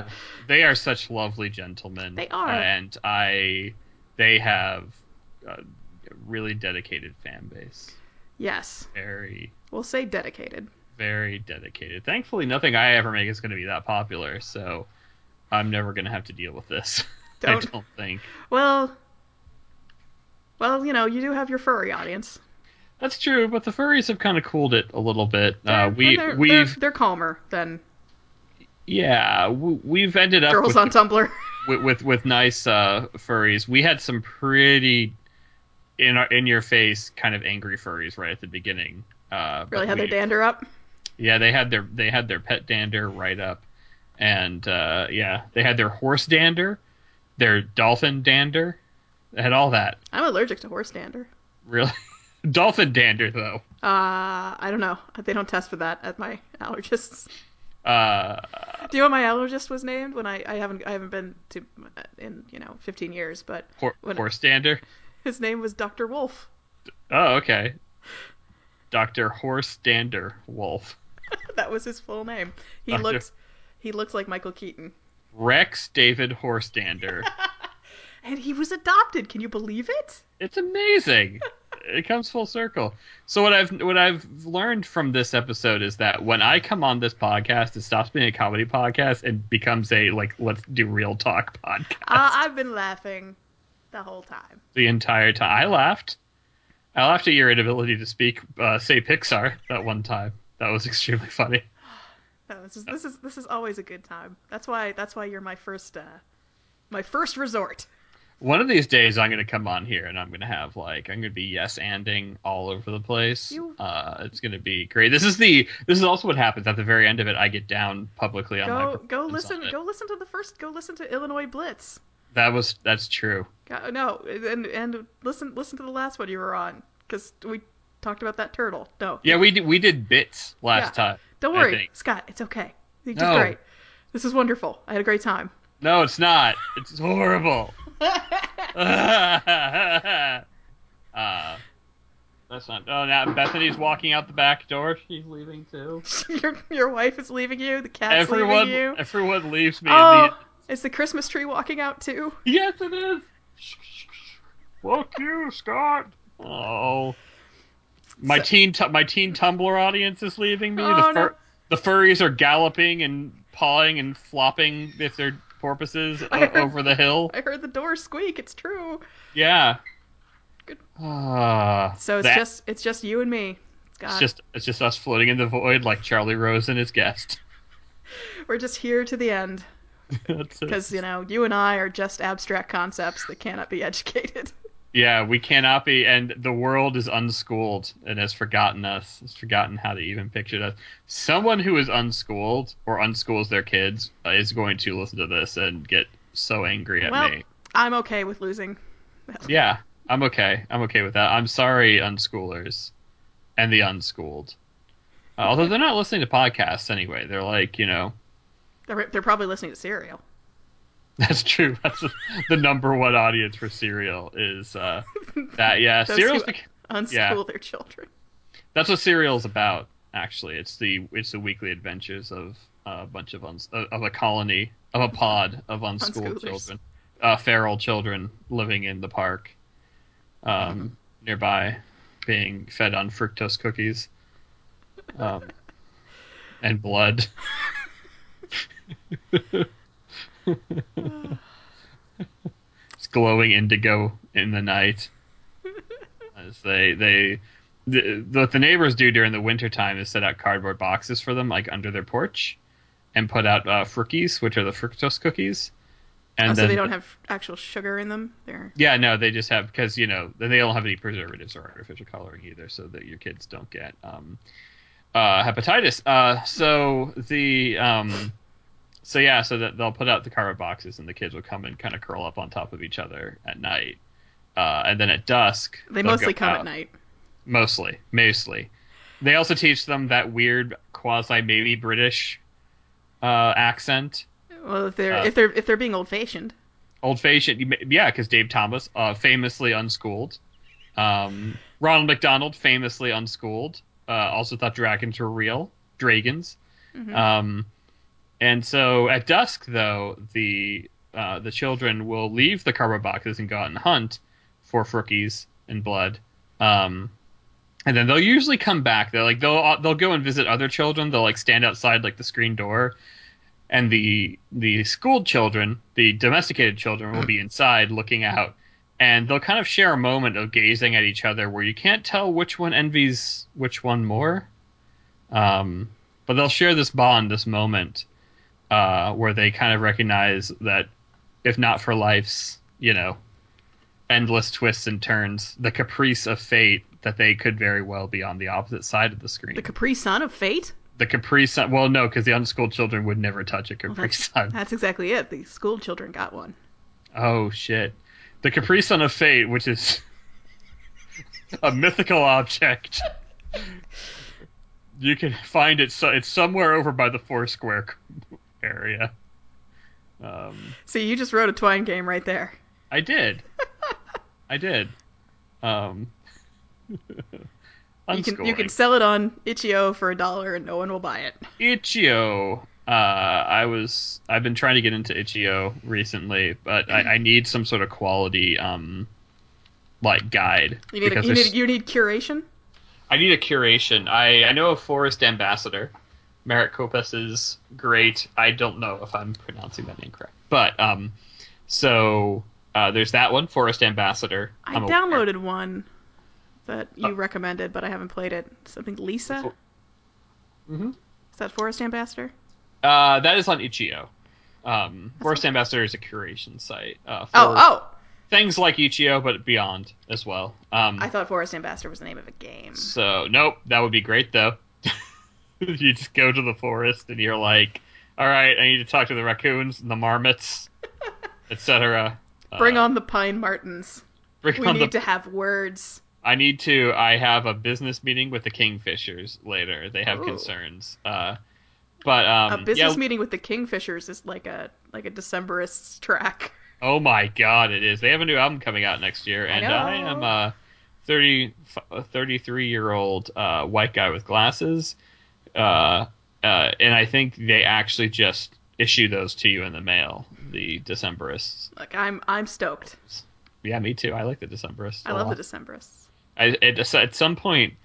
Speaker 3: oh, they are such lovely gentlemen.
Speaker 2: They are.
Speaker 3: and I, they have a really dedicated fan base.
Speaker 2: yes
Speaker 3: Very,
Speaker 2: we'll say dedicated
Speaker 3: very dedicated. Thankfully, nothing I ever make is going to be that popular, so I'm never going to have to deal with this. I
Speaker 2: Don't.
Speaker 3: don't think
Speaker 2: Well, well, you know, you do have your furry audience.
Speaker 3: that's true, but the furries have kind of cooled it a little bit.
Speaker 2: They're-
Speaker 3: Uh, we
Speaker 2: they're,
Speaker 3: we've
Speaker 2: they're, they're calmer than
Speaker 3: yeah we, we've ended up
Speaker 2: girls
Speaker 3: with
Speaker 2: on Tumblr.
Speaker 3: with with, with nice uh, furries. We had some pretty in our in your face kind of angry furries right at the beginning. Uh,
Speaker 2: really
Speaker 3: but
Speaker 2: had their
Speaker 3: we-
Speaker 2: dander up.
Speaker 3: Yeah, they had their they had their pet dander right up, and uh, yeah, they had their horse dander, their dolphin dander, they had all that.
Speaker 2: I'm allergic to horse dander.
Speaker 3: Really, dolphin dander though.
Speaker 2: Uh, I don't know. They don't test for that at my allergists.
Speaker 3: Uh,
Speaker 2: Do you know what my allergist was named? When I, I haven't I haven't been to uh, in you know 15 years, but
Speaker 3: hor-
Speaker 2: What-
Speaker 3: horse dander.
Speaker 2: his name was Dr. Wolf.
Speaker 3: Oh, okay. Doctor Horse Dander Wolf.
Speaker 2: That was his full name. He
Speaker 3: Dr.
Speaker 2: looked he looked like Michael Keaton,
Speaker 3: Rex David Horse Dander.
Speaker 2: and he was adopted. Can you believe it?
Speaker 3: It's amazing. it comes full circle. So what I've what I've learned from this episode is that when I come on this podcast, it stops being a comedy podcast and becomes a like let's do real talk podcast
Speaker 2: Uh, I've been laughing the whole time.
Speaker 3: the entire time. I laughed. I laughed at your inability to speak, uh, say Pixar that one time. That was extremely funny.
Speaker 2: No, Oh, this is this is this is always a good time. That's why that's why you're my first uh my first resort.
Speaker 3: One of these days, I'm gonna come on here and I'm gonna have like I'm gonna be yes anding all over the place.
Speaker 2: You-
Speaker 3: Uh, it's gonna be great. This is the this is also what happens at the very end of it. I get down publicly on my.
Speaker 2: Go go
Speaker 3: performance
Speaker 2: listen
Speaker 3: on it.
Speaker 2: go listen to the first go listen to Illinois Blitz.
Speaker 3: That was that's true.
Speaker 2: Go- No, and and listen listen to the last one you were on because we talked about that turtle. No,
Speaker 3: Yeah, we did, we did bits last
Speaker 2: Yeah.
Speaker 3: time.
Speaker 2: don't
Speaker 3: I
Speaker 2: worry,
Speaker 3: think.
Speaker 2: Scott. It's okay. You did
Speaker 3: No.
Speaker 2: great. This is wonderful. I had a great time.
Speaker 3: No, it's not. It's horrible. uh, that's not. Oh, now Bethany's walking out the back door. She's leaving too.
Speaker 2: your your wife is leaving you. The cat's
Speaker 3: Everyone,
Speaker 2: leaving you.
Speaker 3: everyone leaves me.
Speaker 2: Oh,
Speaker 3: In the,
Speaker 2: is the Christmas tree walking out too?
Speaker 3: Yes, it is. Fuck you, Scott. Oh, my teen, tu- my teen Tumblr audience is leaving me.
Speaker 2: Oh,
Speaker 3: the,
Speaker 2: no.
Speaker 3: the furries are galloping and pawing and flopping if they're porpoises o-
Speaker 2: I heard-
Speaker 3: over the hill.
Speaker 2: I heard the door squeak. It's true.
Speaker 3: Yeah.
Speaker 2: Good.
Speaker 3: Ah,
Speaker 2: So it's
Speaker 3: that-
Speaker 2: just it's just you and me.
Speaker 3: it's
Speaker 2: Scott.
Speaker 3: just it's just us floating in the void like Charlie Rose and his guest.
Speaker 2: We're just here to the end
Speaker 3: That's it.
Speaker 2: because you know you and I are just abstract concepts that cannot be educated.
Speaker 3: Yeah, we cannot be, and the world is unschooled and has forgotten us. Has forgotten how to even picture us. Someone who is unschooled or unschools their kids uh, is going to listen to this and get so angry at
Speaker 2: well,
Speaker 3: me.
Speaker 2: I'm okay with losing.
Speaker 3: Yeah, I'm okay. I'm okay with that. I'm sorry, unschoolers and the unschooled. Uh, although they're not listening to podcasts anyway. They're like, you know,
Speaker 2: They're, they're probably listening to Serial.
Speaker 3: that's true. That's the- the number one audience for Serial is uh, that. Yeah,
Speaker 2: Those
Speaker 3: Serial's.
Speaker 2: who-
Speaker 3: bec-
Speaker 2: Unschool
Speaker 3: Yeah.
Speaker 2: their children.
Speaker 3: That's what Serial's about. Actually, it's the it's the weekly adventures of uh, a bunch of uns- of a colony of a pod of unschooled
Speaker 2: Unschoolers.
Speaker 3: children, uh, feral children living in the park, um, nearby, being fed on fructose cookies, um, and blood. it's glowing indigo in the night as they they the, what the neighbors do during the wintertime is set out cardboard boxes for them like under their porch and put out uh, frookies which are the fructose cookies and
Speaker 2: oh,
Speaker 3: then
Speaker 2: so they don't have actual sugar in them. They're
Speaker 3: yeah no they just have because you know they don't have any preservatives or artificial coloring either so that your kids don't get um uh hepatitis uh so the um so yeah so that they'll put out the cardboard boxes and the kids will come and kind of curl up on top of each other at night uh and then at dusk
Speaker 2: they
Speaker 3: they'll
Speaker 2: mostly
Speaker 3: go
Speaker 2: come
Speaker 3: out
Speaker 2: at night.
Speaker 3: mostly mostly they also teach them that weird quasi maybe british uh, accent
Speaker 2: Well, if they're
Speaker 3: Uh,
Speaker 2: if they're if they're being old fashioned.
Speaker 3: old fashioned yeah because dave thomas uh, famously unschooled um, ronald mcdonald famously unschooled uh, also thought dragons were real dragons um, and so at dusk though the uh, the children will leave the cardboard boxes and go out and hunt for frookies and blood um, and then they'll usually come back. They're like they'll uh, they'll go and visit other children. They'll like stand outside like the screen door, and the the schooled children, the domesticated children, will be
Speaker 2: Mm.
Speaker 3: inside looking out, and they'll kind of share a moment of gazing at each other where you can't tell which one envies which one more. Um, but they'll share this bond, this moment, uh, where they kind of recognize that if not for life's, you know, endless twists and turns, the caprice of fate that they could very well be on the opposite side of the screen.
Speaker 2: The Capri Sun of fate.
Speaker 3: The Capri Sun. Well, no, because the unschooled children would never touch a Capri
Speaker 2: that's-
Speaker 3: Sun.
Speaker 2: That's exactly it. The school children got one.
Speaker 3: Oh shit! The Capri Sun of fate, which is a mythical object. You can find it. So it's somewhere over by the Foursquare area. Um,
Speaker 2: See, you just wrote a twine game right there.
Speaker 3: I did. I did. Um,
Speaker 2: You can you
Speaker 3: unschooling.
Speaker 2: can sell it on itch.io for a dollar and no one will buy it.
Speaker 3: itch.io. Uh, I was I've been trying to get into itch.io recently, but I, I need some sort of quality um like guide
Speaker 2: You need a,
Speaker 3: because
Speaker 2: you
Speaker 3: there's-
Speaker 2: need you need curation.
Speaker 3: I need a curation. I I know a forest ambassador. Merritt Kopes is great. I don't know if I'm pronouncing that incorrect, but um, so uh, there's that one forest ambassador.
Speaker 2: I
Speaker 3: I'm Uh, aware.
Speaker 2: downloaded one that you recommended, but I haven't played it. Something Lisa.
Speaker 3: Mhm.
Speaker 2: Is that Forest Ambassador?
Speaker 3: Uh, that is on itch.io. Um, Forest Ambassador is a curation site. Uh, for
Speaker 2: Oh, oh,
Speaker 3: things like Ichio, but beyond as well. Um,
Speaker 2: I thought Forest Ambassador was the name of a game.
Speaker 3: so nope, that would be great though. you just go to the forest and you're like, all right, I need to talk to the raccoons and the marmots, etc. Uh,
Speaker 2: Bring on the Pine Martins.
Speaker 3: bring
Speaker 2: We
Speaker 3: on
Speaker 2: need to
Speaker 3: the.
Speaker 2: have words.
Speaker 3: I need to. I have a business meeting with the kingfishers later. They have
Speaker 2: Ooh.
Speaker 3: concerns. Uh, but um,
Speaker 2: a business
Speaker 3: yeah,
Speaker 2: meeting with the Kingfishers is like a like a Decemberists track.
Speaker 3: Oh my god, it is. They have a new album coming out next year, and
Speaker 2: know.
Speaker 3: I, am a 30, 33 year old uh, white guy with glasses. Uh, uh, and I think they actually just issue those to you in the mail, the Decemberists.
Speaker 2: Like I'm I'm stoked.
Speaker 3: Yeah, me too. I like the Decemberists.
Speaker 2: I
Speaker 3: a
Speaker 2: love the
Speaker 3: lot.
Speaker 2: Decemberists.
Speaker 3: I, at, at some point,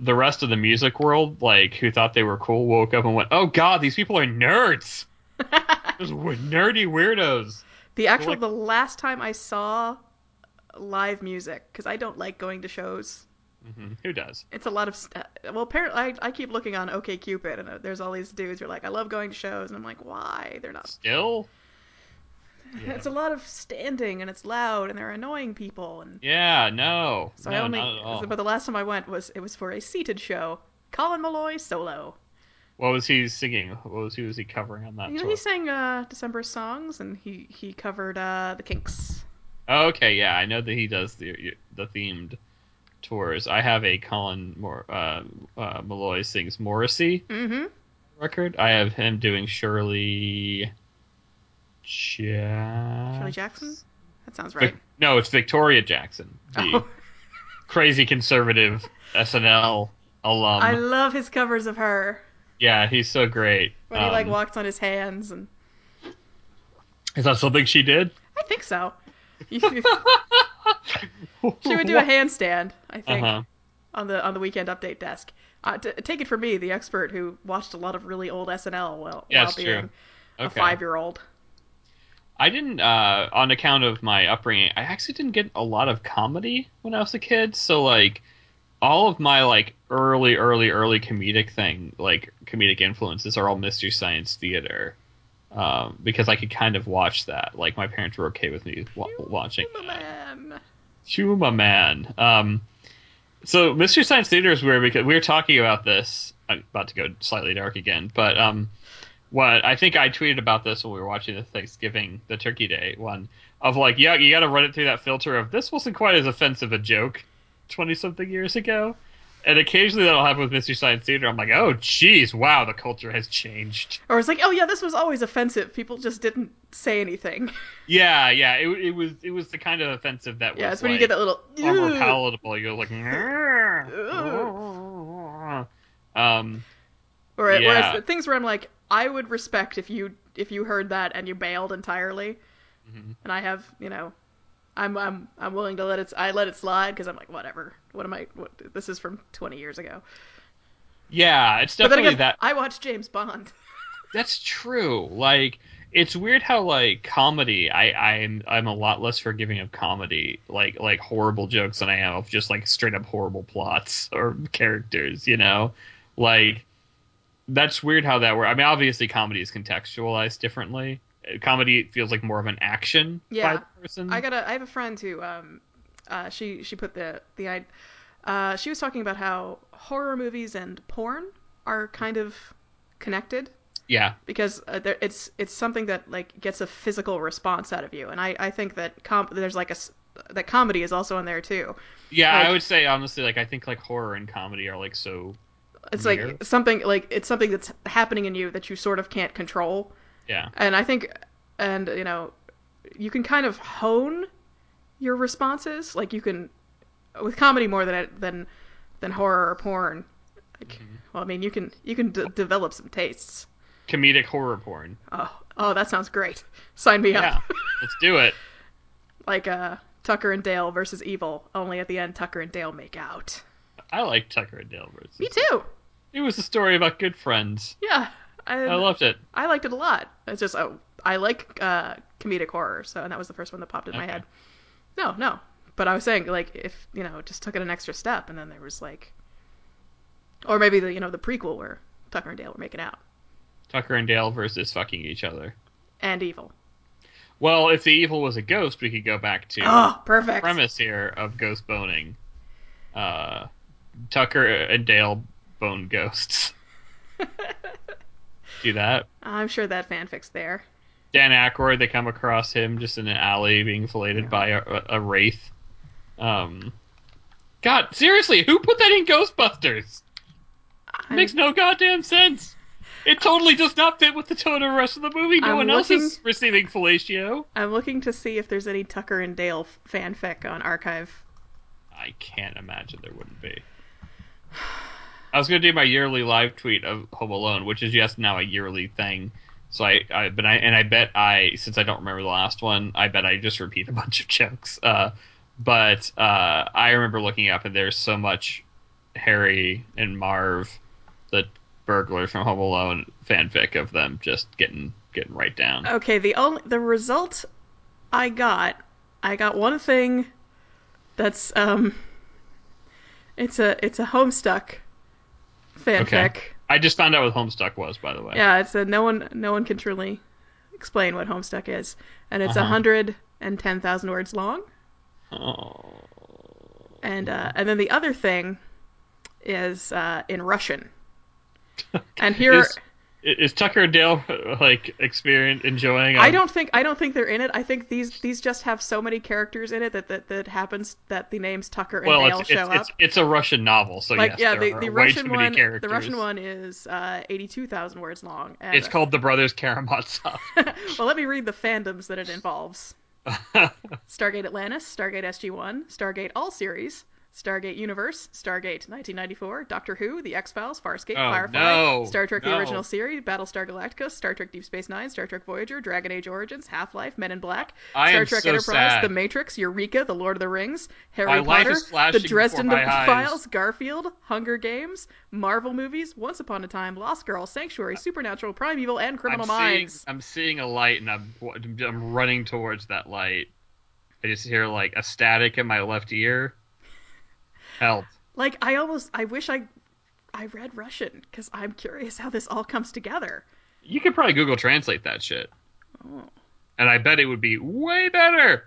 Speaker 3: the rest of the music world, like who thought they were cool, woke up and went, "Oh God, these people are nerds. Those were nerdy weirdos."
Speaker 2: The actual
Speaker 3: like-
Speaker 2: the last time I saw live music because I don't like going to shows.
Speaker 3: hmm Who does?
Speaker 2: It's a lot of st- well, apparently I, I keep looking on OKCupid and uh, there's all these dudes who are like, I love going to shows, and I'm like, why? They're not.
Speaker 3: Still. Yeah.
Speaker 2: It's a lot of standing and it's loud and they're annoying people and
Speaker 3: Yeah, no.
Speaker 2: so
Speaker 3: no,
Speaker 2: I only.
Speaker 3: not at all.
Speaker 2: But the last time I went was it was for a seated show. Colin Malloy solo.
Speaker 3: What was he singing? What was he was he covering on that
Speaker 2: You know,
Speaker 3: tour?
Speaker 2: he sang uh, December songs, and he he covered uh, the Kinks.
Speaker 3: Oh, okay, yeah, I know that he does the the themed tours. I have a Colin Mor- uh, uh, Malloy sings Morrissey
Speaker 2: Mm-hmm.
Speaker 3: record. I have him doing Shirley. Ja-
Speaker 2: Shirley Jackson. That sounds
Speaker 3: Vic-
Speaker 2: right.
Speaker 3: No, it's Victoria Jackson, the
Speaker 2: Oh,
Speaker 3: crazy conservative SNL alum.
Speaker 2: I love his covers of her
Speaker 3: Yeah, he's so great.
Speaker 2: when he like
Speaker 3: Um,
Speaker 2: walks on his hands, and
Speaker 3: Is that something she did?
Speaker 2: I think so. You- you- she would do a handstand, I think,
Speaker 3: Uh-huh.
Speaker 2: on the on the weekend update desk. Uh, t- take it from me, the expert who watched a lot of really old SNL while,
Speaker 3: Yeah,
Speaker 2: while
Speaker 3: it's
Speaker 2: being
Speaker 3: true.
Speaker 2: a five year old.
Speaker 3: I didn't, uh, on account of my upbringing, I actually didn't get a lot of comedy when I was a kid. So, like, all of my, like, early, early, early comedic thing, like, comedic influences are all Mystery Science Theater. Um, because I could kind of watch that. Like, my parents were okay with me wa- watching that.
Speaker 2: Man.
Speaker 3: Huma Man. Um, so Mystery Science Theater is weird because we were talking about this. I'm about to go slightly dark again, but um, what I think I tweeted about this when we were watching the Thanksgiving, the Turkey Day one of like, yeah, you got to run it through that filter of this wasn't quite as offensive a joke twenty something years ago, and occasionally that'll happen with Mystery Science Theater. I'm like, oh, geez, wow, the culture has changed.
Speaker 2: Or it's like, oh yeah, this was always offensive. People just didn't say anything.
Speaker 3: Yeah, yeah, it, it was it was the kind of offensive that was
Speaker 2: yeah, it's when you
Speaker 3: like,
Speaker 2: get that little.
Speaker 3: or more
Speaker 2: "Ugh."
Speaker 3: palatable. You're like, um,
Speaker 2: Or whereas
Speaker 3: Yeah.
Speaker 2: the things where I'm like, I would respect if you if you heard that and you bailed entirely,
Speaker 3: Mhm.
Speaker 2: and I have you know, I'm I'm I'm willing to let it I let it slide because I'm like whatever. What am I? What, this is from 20 years ago.
Speaker 3: yeah, it's
Speaker 2: But then
Speaker 3: definitely
Speaker 2: again,
Speaker 3: that.
Speaker 2: I watched James Bond.
Speaker 3: That's true. Like, it's weird how like comedy. I I'm I'm a lot less forgiving of comedy, like like horrible jokes, than I am of just like straight up horrible plots or characters. You know, like that's weird how that works. I mean, obviously, comedy is contextualized differently. Comedy feels like more of an action
Speaker 2: Yeah.
Speaker 3: by the person.
Speaker 2: I got a I have a friend who um, uh, she she put the the I, uh, she was talking about how horror movies and porn are kind of connected.
Speaker 3: yeah,
Speaker 2: because uh, there, it's it's something that like gets a physical response out of you, and I I think that com- there's like a s- that comedy is also in there too.
Speaker 3: Yeah,
Speaker 2: Like-
Speaker 3: I would say honestly, like I think like horror and comedy are like so.
Speaker 2: It's
Speaker 3: Yeah.
Speaker 2: like something like it's something that's happening in you that you sort of can't control,
Speaker 3: Yeah,
Speaker 2: and I think and you know you can kind of hone your responses like you can with comedy more than than than horror or porn. Like,
Speaker 3: Mm-hmm.
Speaker 2: Well, I mean, you can you can d- develop some tastes.
Speaker 3: comedic horror porn.
Speaker 2: Oh, oh, that sounds great. Sign me
Speaker 3: Yeah,
Speaker 2: up.
Speaker 3: let's do it.
Speaker 2: like uh Tucker and Dale versus Evil, only at the end Tucker and Dale make out.
Speaker 3: I like Tucker and Dale versus.
Speaker 2: Me too.
Speaker 3: It was a story about good friends.
Speaker 2: Yeah. I,
Speaker 3: I loved it.
Speaker 2: I liked it a lot. It's just oh, I like uh comedic horror, so and that was the first one that popped in my
Speaker 3: Okay.
Speaker 2: head. No, no. But I was saying like if, you know, it just took it an extra step and then there was like or maybe the you know the prequel where Tucker and Dale were making out
Speaker 3: Tucker and Dale versus fucking each other.
Speaker 2: and Evil.
Speaker 3: Well, if the evil was a ghost, we could go back to
Speaker 2: Oh, perfect.
Speaker 3: premise here of ghost boning. Uh, Tucker and Dale bone ghosts. Do that.
Speaker 2: I'm sure that fanfic's there.
Speaker 3: Dan Aykroyd, they come across him just in an alley being filleted by a, a, a wraith. Um, God, seriously, who put that in Ghostbusters? It
Speaker 2: I'm-
Speaker 3: makes no goddamn sense. It totally does not fit with the tone of the rest of the movie. No
Speaker 2: I'm
Speaker 3: one else
Speaker 2: looking-
Speaker 3: is receiving fellatio.
Speaker 2: I'm looking to see if there's any Tucker and Dale f- fanfic on archive.
Speaker 3: I can't imagine there wouldn't be. I was gonna do my yearly live tweet of Home Alone, which is yes now a yearly thing. So I, I but I and I bet I since I don't remember the last one, I bet I just repeat a bunch of jokes. Uh, but uh, I remember looking up and there's so much Harry and Marv, the burglars from Home Alone fanfic of them just getting getting right down.
Speaker 2: Okay, the only the result I got, I got one thing that's um it's a it's a homestuck fanfic.
Speaker 3: I just found out what Homestuck was, by the way.
Speaker 2: Yeah, it's a no one no one can truly explain what homestuck is. And it's a
Speaker 3: Uh-huh.
Speaker 2: 110,000 words long.
Speaker 3: Oh.
Speaker 2: And uh, and then the other thing is uh, in Russian. And here
Speaker 3: Is- Is Tucker and Dale like experience enjoying?
Speaker 2: I don't think I don't think they're in it. I think these these just have so many characters in it that that, that happens that the names Tucker and
Speaker 3: Well,
Speaker 2: Dale
Speaker 3: it's,
Speaker 2: show up.
Speaker 3: it's, it's it's a Russian novel, so
Speaker 2: like
Speaker 3: yes,
Speaker 2: yeah,
Speaker 3: there
Speaker 2: the,
Speaker 3: are
Speaker 2: the
Speaker 3: way
Speaker 2: Russian
Speaker 3: too many
Speaker 2: one
Speaker 3: characters.
Speaker 2: the Russian one is uh, eighty two thousand words long. And,
Speaker 3: It's called The Brothers Karamazov.
Speaker 2: well, let me read the fandoms that it involves: Stargate Atlantis, Stargate SG One, Stargate All Series, Stargate Universe, Stargate nineteen ninety four, Doctor Who, The X Files, Farscape,
Speaker 3: Oh,
Speaker 2: Firefly,
Speaker 3: no,
Speaker 2: Star Trek:
Speaker 3: no.
Speaker 2: The Original Series, Battlestar Galactica, Star Trek: Deep Space Nine, Star Trek Voyager, Dragon Age Origins, Half Life, Men in Black,
Speaker 3: I
Speaker 2: Star
Speaker 3: am
Speaker 2: Trek
Speaker 3: so
Speaker 2: Enterprise,
Speaker 3: sad.
Speaker 2: The Matrix, Eureka, The Lord of the Rings, Harry
Speaker 3: My life
Speaker 2: Potter,
Speaker 3: is flashing
Speaker 2: The Dresden
Speaker 3: before my eyes.
Speaker 2: Files, Garfield, Hunger Games, Marvel movies, Once Upon a Time, Lost Girl, Sanctuary, Supernatural, Primeval, and
Speaker 3: I'm
Speaker 2: Criminal
Speaker 3: seeing
Speaker 2: Minds.
Speaker 3: I'm seeing a light, and I'm I'm running towards that light. I just hear like a static in my left ear. Help!
Speaker 2: Like I almost, I wish I, I read Russian because I'm curious how this all comes together.
Speaker 3: You could probably Google Translate that shit,
Speaker 2: Oh.
Speaker 3: and I bet it would be way better.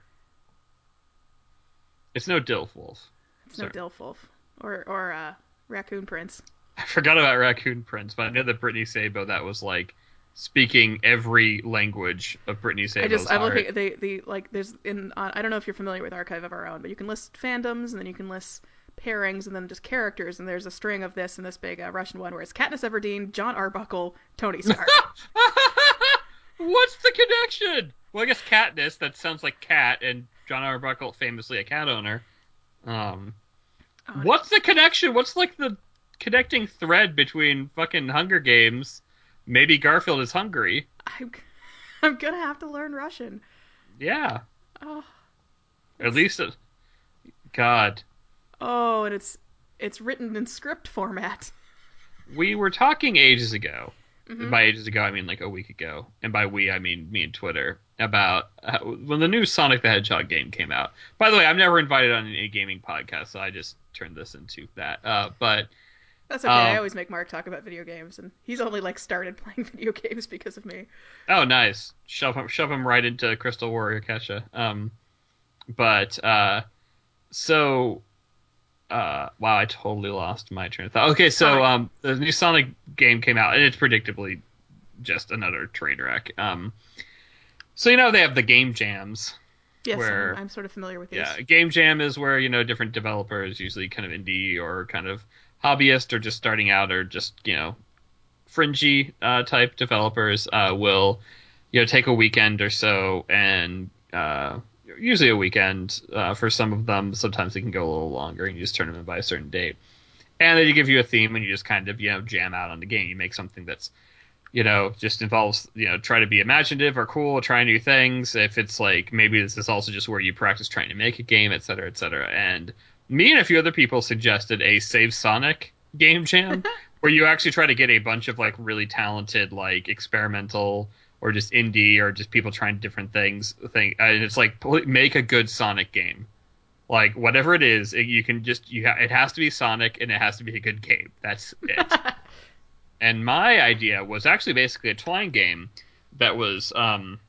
Speaker 3: It's no Dilf Wolf.
Speaker 2: It's no
Speaker 3: Sorry.
Speaker 2: Dilfwolf or or uh, Raccoon Prince.
Speaker 3: I forgot about Raccoon Prince, but I know that Brittany Sabo that was like speaking every language of Brittany Sabo's
Speaker 2: I just I'm
Speaker 3: heart.
Speaker 2: looking at the the like there's in on, I don't know if you're familiar with Archive of Our Own, but you can list fandoms and then you can list pairings and then just characters and there's a string of this and this big uh, Russian one where it's Katniss Everdeen, John Arbuckle, Tony Stark.
Speaker 3: What's the connection? Well, I guess Katniss. That sounds like cat, and John Arbuckle, famously a cat owner. Um,
Speaker 2: Oh, no.
Speaker 3: what's the connection? What's like the connecting thread between fucking Hunger Games? Maybe Garfield is hungry.
Speaker 2: I'm I'm gonna have to learn Russian.
Speaker 3: Yeah,
Speaker 2: Oh,
Speaker 3: at least. It... God,
Speaker 2: oh, and it's it's written in script format.
Speaker 3: we were talking ages ago
Speaker 2: Mhm.
Speaker 3: by ages ago, I mean like a week ago, and by we I mean me and Twitter about uh, when the new Sonic the Hedgehog game came out. By the way, I'm never invited on any gaming podcast, so I just turned this into that. Uh, but
Speaker 2: That's okay.
Speaker 3: um,
Speaker 2: I always make Mark talk about video games, and he's only like started playing video games because of me.
Speaker 3: Oh, nice. Shove him, shove him right into Crystal Warrior Kesha. Um, but uh, so uh, wow, I totally lost my train of thought. Okay, so
Speaker 2: Sonic.
Speaker 3: um, the new Sonic game came out, and it's predictably just another train wreck. Um, so you know they have the game jams.
Speaker 2: Yes,
Speaker 3: Where-
Speaker 2: I'm, I'm sort of familiar with these.
Speaker 3: Yeah, game jam is where you know different developers, usually kind of indie or kind of hobbyist or just starting out or just you know fringy uh, type developers uh, will you know take a weekend or so and uh, usually a weekend uh, for some of them. Sometimes they can go a little longer and you just turn them in by a certain date. And they give you a theme and you just kind of you know jam out on the game. You make something that's you know, just involves, you know, try to be imaginative or cool, try new things. If it's like maybe this is also just where you practice trying to make a game, et cetera, et cetera. And me and a few other people suggested a Save Sonic game jam where you actually try to get a bunch of like really talented, like experimental or just indie or just people trying different things. Thing, and it's like pl- make a good Sonic game. Like whatever it is, it, you can just you ha- it has to be Sonic and it has to be a good game. That's it. and my idea was actually basically a twine game that was um,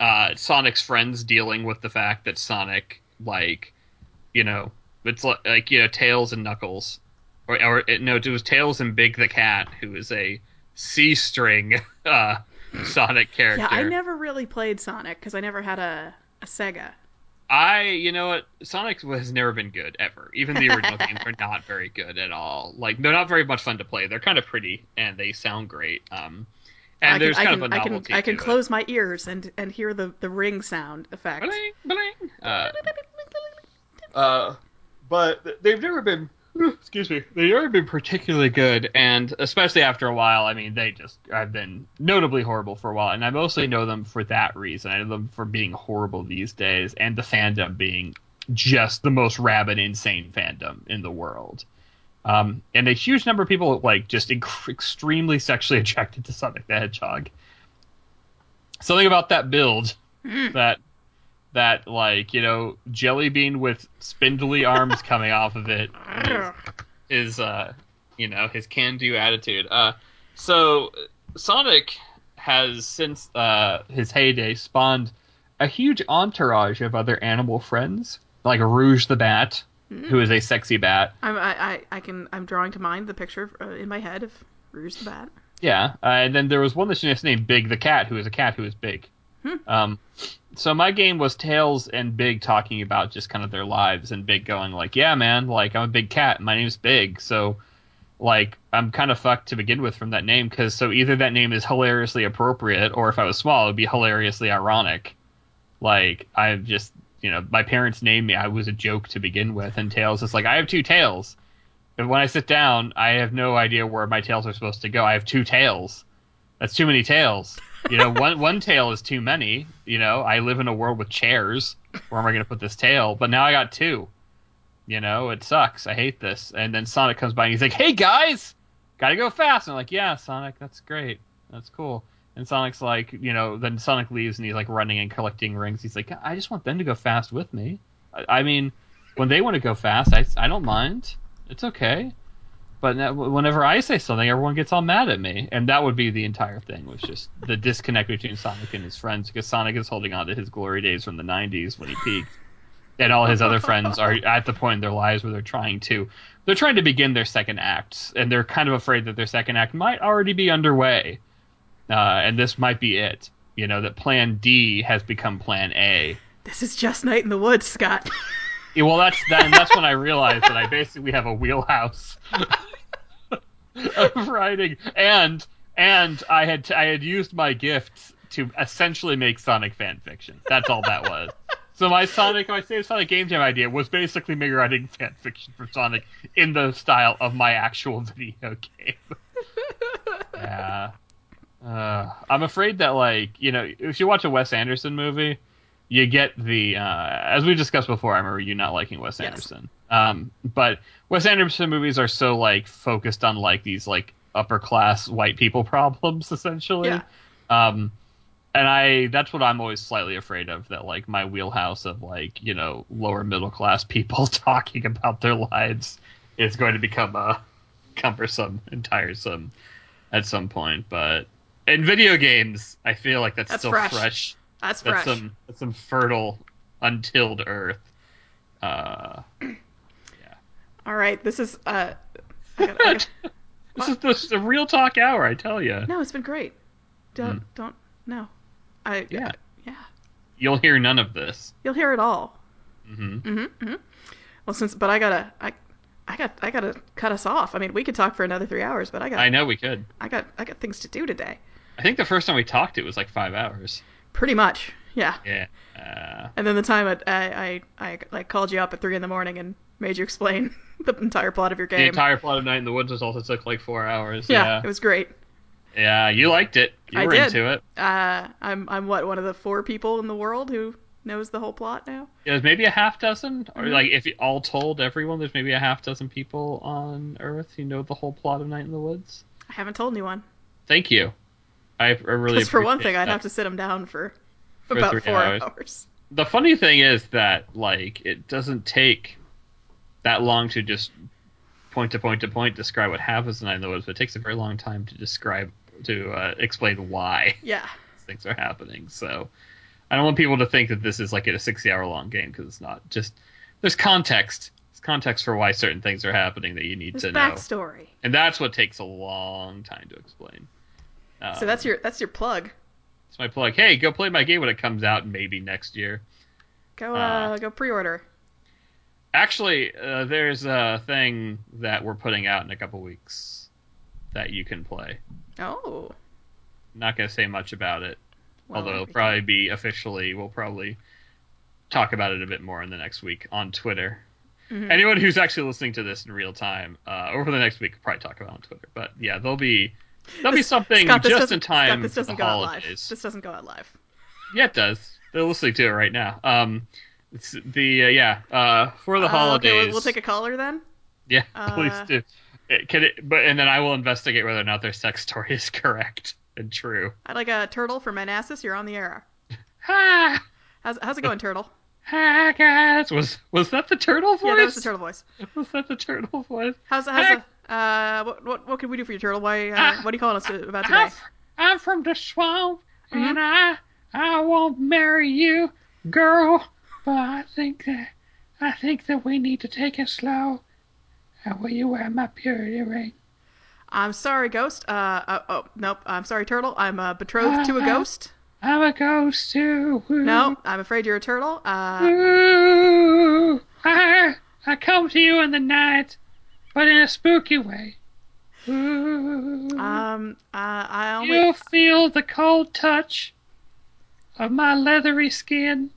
Speaker 3: uh, Sonic's friends dealing with the fact that Sonic, like, you know, it's li- like you know Tails and Knuckles, or, or it, no, it was Tails and Big the Cat, who is a C string uh, Sonic character.
Speaker 2: Yeah, I never really played Sonic because I never had a, a Sega.
Speaker 3: I, you know what, Sonic has never been good ever. Even the original games are not very good at all. Like they're not very much fun to play. They're kind of pretty and they sound great. Um, and
Speaker 2: I can,
Speaker 3: there's
Speaker 2: I
Speaker 3: kind
Speaker 2: can,
Speaker 3: of a
Speaker 2: I
Speaker 3: novelty.
Speaker 2: can, I can
Speaker 3: to it.
Speaker 2: close my ears and, and hear the, the ring sound effect.
Speaker 3: Bling, bling. Uh, uh, but th- they've never been. hmm, Excuse me. They've never been particularly good, and especially after a while, I mean, they just I've been notably horrible for a while, and I mostly know them for that reason. I know them for being horrible these days, and the fandom being just the most rabid, insane fandom in the world. Um, and a huge number of people like just inc- extremely sexually attracted to Sonic the Hedgehog. Something about that build that that like you know jelly bean with spindly arms coming off of it is, is uh you know his can do attitude uh so sonic has since uh his heyday spawned a huge entourage of other animal friends like rouge the bat who is a sexy bat
Speaker 2: I'm, I, I, I can, I'm drawing to mind the picture uh, in my head of Rouge the Bat.
Speaker 3: Yeah, uh, and then there was one that's just named Big the Cat, who is a cat who is big. Um, so my game was Tails and Big talking about just kind of their lives, and Big going like, "Yeah, man, like I'm a big cat. My name's Big, so like I'm kind of fucked to begin with from that name because so either that name is hilariously appropriate, or if I was small, it would be hilariously ironic. Like i have just, you know, my parents named me. I was a joke to begin with, and Tails is like, I have two tails. And when I sit down, I have no idea where my tails are supposed to go. I have two tails. That's too many tails. You know, one one tail is too many. You know, I live in a world with chairs. Where am I going to put this tail? But now I got two. You know, it sucks. I hate this. And then Sonic comes by and he's like, "Hey guys, gotta go fast." And I'm like, "Yeah, Sonic, that's great. That's cool." And Sonic's like, you know, then Sonic leaves and he's like running and collecting rings. He's like, "I just want them to go fast with me. I, I mean, when they want to go fast, I I don't mind. It's okay." But now, whenever I say something, everyone gets all mad at me, and that would be the entire thing. Was just the disconnect between Sonic and his friends, because Sonic is holding on to his glory days from the '90s when he peaked, and all his other friends are at the point in their lives where they're trying to, they're trying to begin their second acts, and they're kind of afraid that their second act might already be underway, uh, and this might be it. You know that Plan D has become Plan A,
Speaker 2: This is just Night in the Woods, Scott.
Speaker 3: yeah, well, that's then. That's when I realized that I basically have a wheelhouse of writing, and and I had I had used my gifts to essentially make Sonic fan fiction. That's all that was. So my Sonic, my Save Sonic Game Jam idea was basically me writing fan fiction for Sonic in the style of my actual video game. yeah. Uh, I'm afraid that like you know if you watch a Wes Anderson movie, you get the uh, as we discussed before. I remember you not liking Wes Anderson, um, but Wes Anderson movies are so like focused on like these like upper class white people problems essentially.
Speaker 2: Yeah.
Speaker 3: Um, and I that's what I'm always slightly afraid of that like my wheelhouse of like you know lower middle class people talking about their lives is going to become uh, cumbersome and tiresome at some point. But in video games, I feel like that's,
Speaker 2: That's
Speaker 3: still
Speaker 2: fresh.
Speaker 3: fresh
Speaker 2: That's
Speaker 3: that's um,
Speaker 2: fresh.
Speaker 3: some that's some fertile, untilled earth. Uh,
Speaker 2: All right, this is. Uh, I gotta- I gotta-
Speaker 3: this is this is a real talk hour, I tell you.
Speaker 2: no, it's been great. Don't don't no. I
Speaker 3: Hmm. Yeah,
Speaker 2: yeah.
Speaker 3: you'll hear none of this.
Speaker 2: You'll hear it all.
Speaker 3: Mhm.
Speaker 2: Mm-hmm. hmm Well, since but I gotta I, I got I gotta cut us off. I mean, we could talk for another three hours, but I got
Speaker 3: I know we could.
Speaker 2: I got I got things to do today.
Speaker 3: I think the first time we talked, it was like five hours.
Speaker 2: Pretty much, yeah.
Speaker 3: Yeah. Uh,
Speaker 2: And then the time I I I, I like called you up at three in the morning and made you explain the entire plot of your
Speaker 3: the
Speaker 2: game.
Speaker 3: entire plot of Night in the Woods was also took like four hours.
Speaker 2: yeah,
Speaker 3: Yeah.
Speaker 2: it was great.
Speaker 3: Yeah, you liked it. You
Speaker 2: I
Speaker 3: were
Speaker 2: did.
Speaker 3: into it.
Speaker 2: Uh, I'm I'm what one of the four people in the world who knows the whole plot now.
Speaker 3: It was maybe a half dozen, or
Speaker 2: Mm-hmm.
Speaker 3: like if you all told everyone, there's maybe a half dozen people on Earth who know the whole plot of Night in the Woods.
Speaker 2: I haven't told anyone.
Speaker 3: Thank you. I, I really.
Speaker 2: Because for one
Speaker 3: appreciate
Speaker 2: thing, I'd
Speaker 3: that.
Speaker 2: have to sit him down for,
Speaker 3: For
Speaker 2: about
Speaker 3: three
Speaker 2: four
Speaker 3: hours.
Speaker 2: hours.
Speaker 3: the funny thing is that like it doesn't take that long to just point to point to point describe what happens in Nine Woods, but it takes a very long time to describe to uh, explain why
Speaker 2: Yeah.
Speaker 3: things are happening. So I don't want people to think that this is like a 60 hour long game because it's not. Just there's context. There's context for why certain things are happening that you need
Speaker 2: There's
Speaker 3: to know,
Speaker 2: backstory.
Speaker 3: and that's what takes a long time to explain. Uh,
Speaker 2: So that's your that's your plug.
Speaker 3: it's my plug. Hey, go play my game when it comes out, maybe next year.
Speaker 2: Go uh,
Speaker 3: Uh,
Speaker 2: go pre-order.
Speaker 3: Actually, uh, there's a thing that we're putting out in a couple weeks that you can play.
Speaker 2: Oh,
Speaker 3: not gonna say much about it,
Speaker 2: Well,
Speaker 3: although it'll
Speaker 2: we-
Speaker 3: probably be officially. We'll probably talk about it a bit more in the next week on Twitter.
Speaker 2: Mhm.
Speaker 3: Anyone who's actually listening to this in real time, uh, over the next week, we'll probably talk about it on Twitter. But yeah, there'll be there'll be
Speaker 2: This-
Speaker 3: something
Speaker 2: Scott, this
Speaker 3: just
Speaker 2: doesn't-
Speaker 3: in time
Speaker 2: Scott, this
Speaker 3: for the
Speaker 2: doesn't go out live.
Speaker 3: holidays.
Speaker 2: This doesn't go out live.
Speaker 3: Yeah, it does. They're listening to it right now. Um, it's the uh, yeah uh, for the
Speaker 2: Uh,
Speaker 3: holidays.
Speaker 2: okay, we'll, we'll take a caller then.
Speaker 3: yeah,
Speaker 2: uh,
Speaker 3: please do. It, can it, but and then I will investigate whether or not their sex story is correct and true.
Speaker 2: I'd like a turtle for Manassas. You're on the air.
Speaker 3: Ha!
Speaker 2: How's how's it going, turtle?
Speaker 3: Hi guys, was was that the turtle voice?
Speaker 2: Yeah, that was the turtle voice.
Speaker 3: Was that the turtle voice?
Speaker 2: How's how's the, uh what what what can we do for you, turtle? Why uh,
Speaker 3: Ah.
Speaker 2: what are you calling us about
Speaker 3: I'm,
Speaker 2: today?
Speaker 3: f- I'm from the swamp,
Speaker 2: Mm-hmm.
Speaker 3: and I I won't marry you, girl. But I think that I think that we need to take it slow. Uh, will you wear my purity ring?
Speaker 2: I'm sorry, ghost. Uh, uh oh nope. I'm sorry, turtle. I'm uh, betrothed
Speaker 3: Ah.
Speaker 2: to a ghost.
Speaker 3: I'm a ghost too. Woo.
Speaker 2: No, I'm afraid you're a turtle. Uh,
Speaker 3: Ooh. I, I come to you in the night, but in a spooky way. Ooh.
Speaker 2: um, uh, I only
Speaker 3: You feel the cold touch of my leathery skin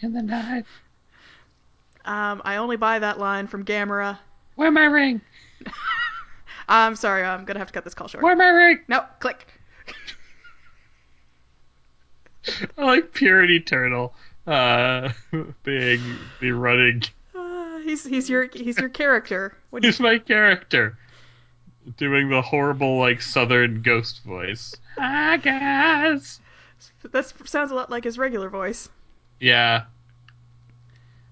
Speaker 3: in the night.
Speaker 2: um I only buy that line from Gamera.
Speaker 3: Wear my ring.
Speaker 2: I'm sorry. I'm gonna have to cut this call short.
Speaker 3: Wear my ring.
Speaker 2: No, click.
Speaker 3: I like Purity Turtle. Uh, being the running.
Speaker 2: Uh, he's he's your he's your character. What do you,
Speaker 3: He's my character. Doing the horrible, like, southern ghost voice. Hi, guys.
Speaker 2: that sounds a lot like his regular voice.
Speaker 3: Yeah.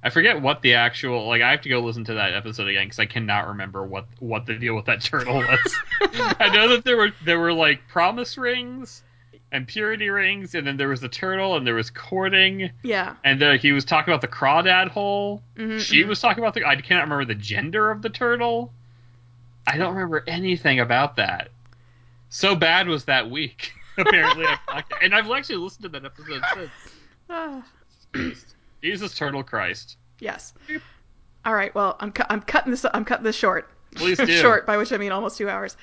Speaker 3: I forget what the actual like. I have to go listen to that episode again because I cannot remember what what the deal with that turtle was. I know that there were there were like promise rings and purity rings, and then there was the turtle, and there was courting,
Speaker 2: Yeah.
Speaker 3: and there, he was talking about the crawdad hole.
Speaker 2: Mhm,
Speaker 3: She
Speaker 2: mhm.
Speaker 3: was talking about the. I cannot remember the gender of the turtle. I don't remember anything about that. So bad was that week. Apparently, I've not- and I've actually listened to that episode since.
Speaker 2: Ah,
Speaker 3: Jesus, Turtle Christ.
Speaker 2: yes. All right. Well, I'm cu- I'm cutting this I'm cutting this short.
Speaker 3: Please do.
Speaker 2: short, by which I mean almost two hours.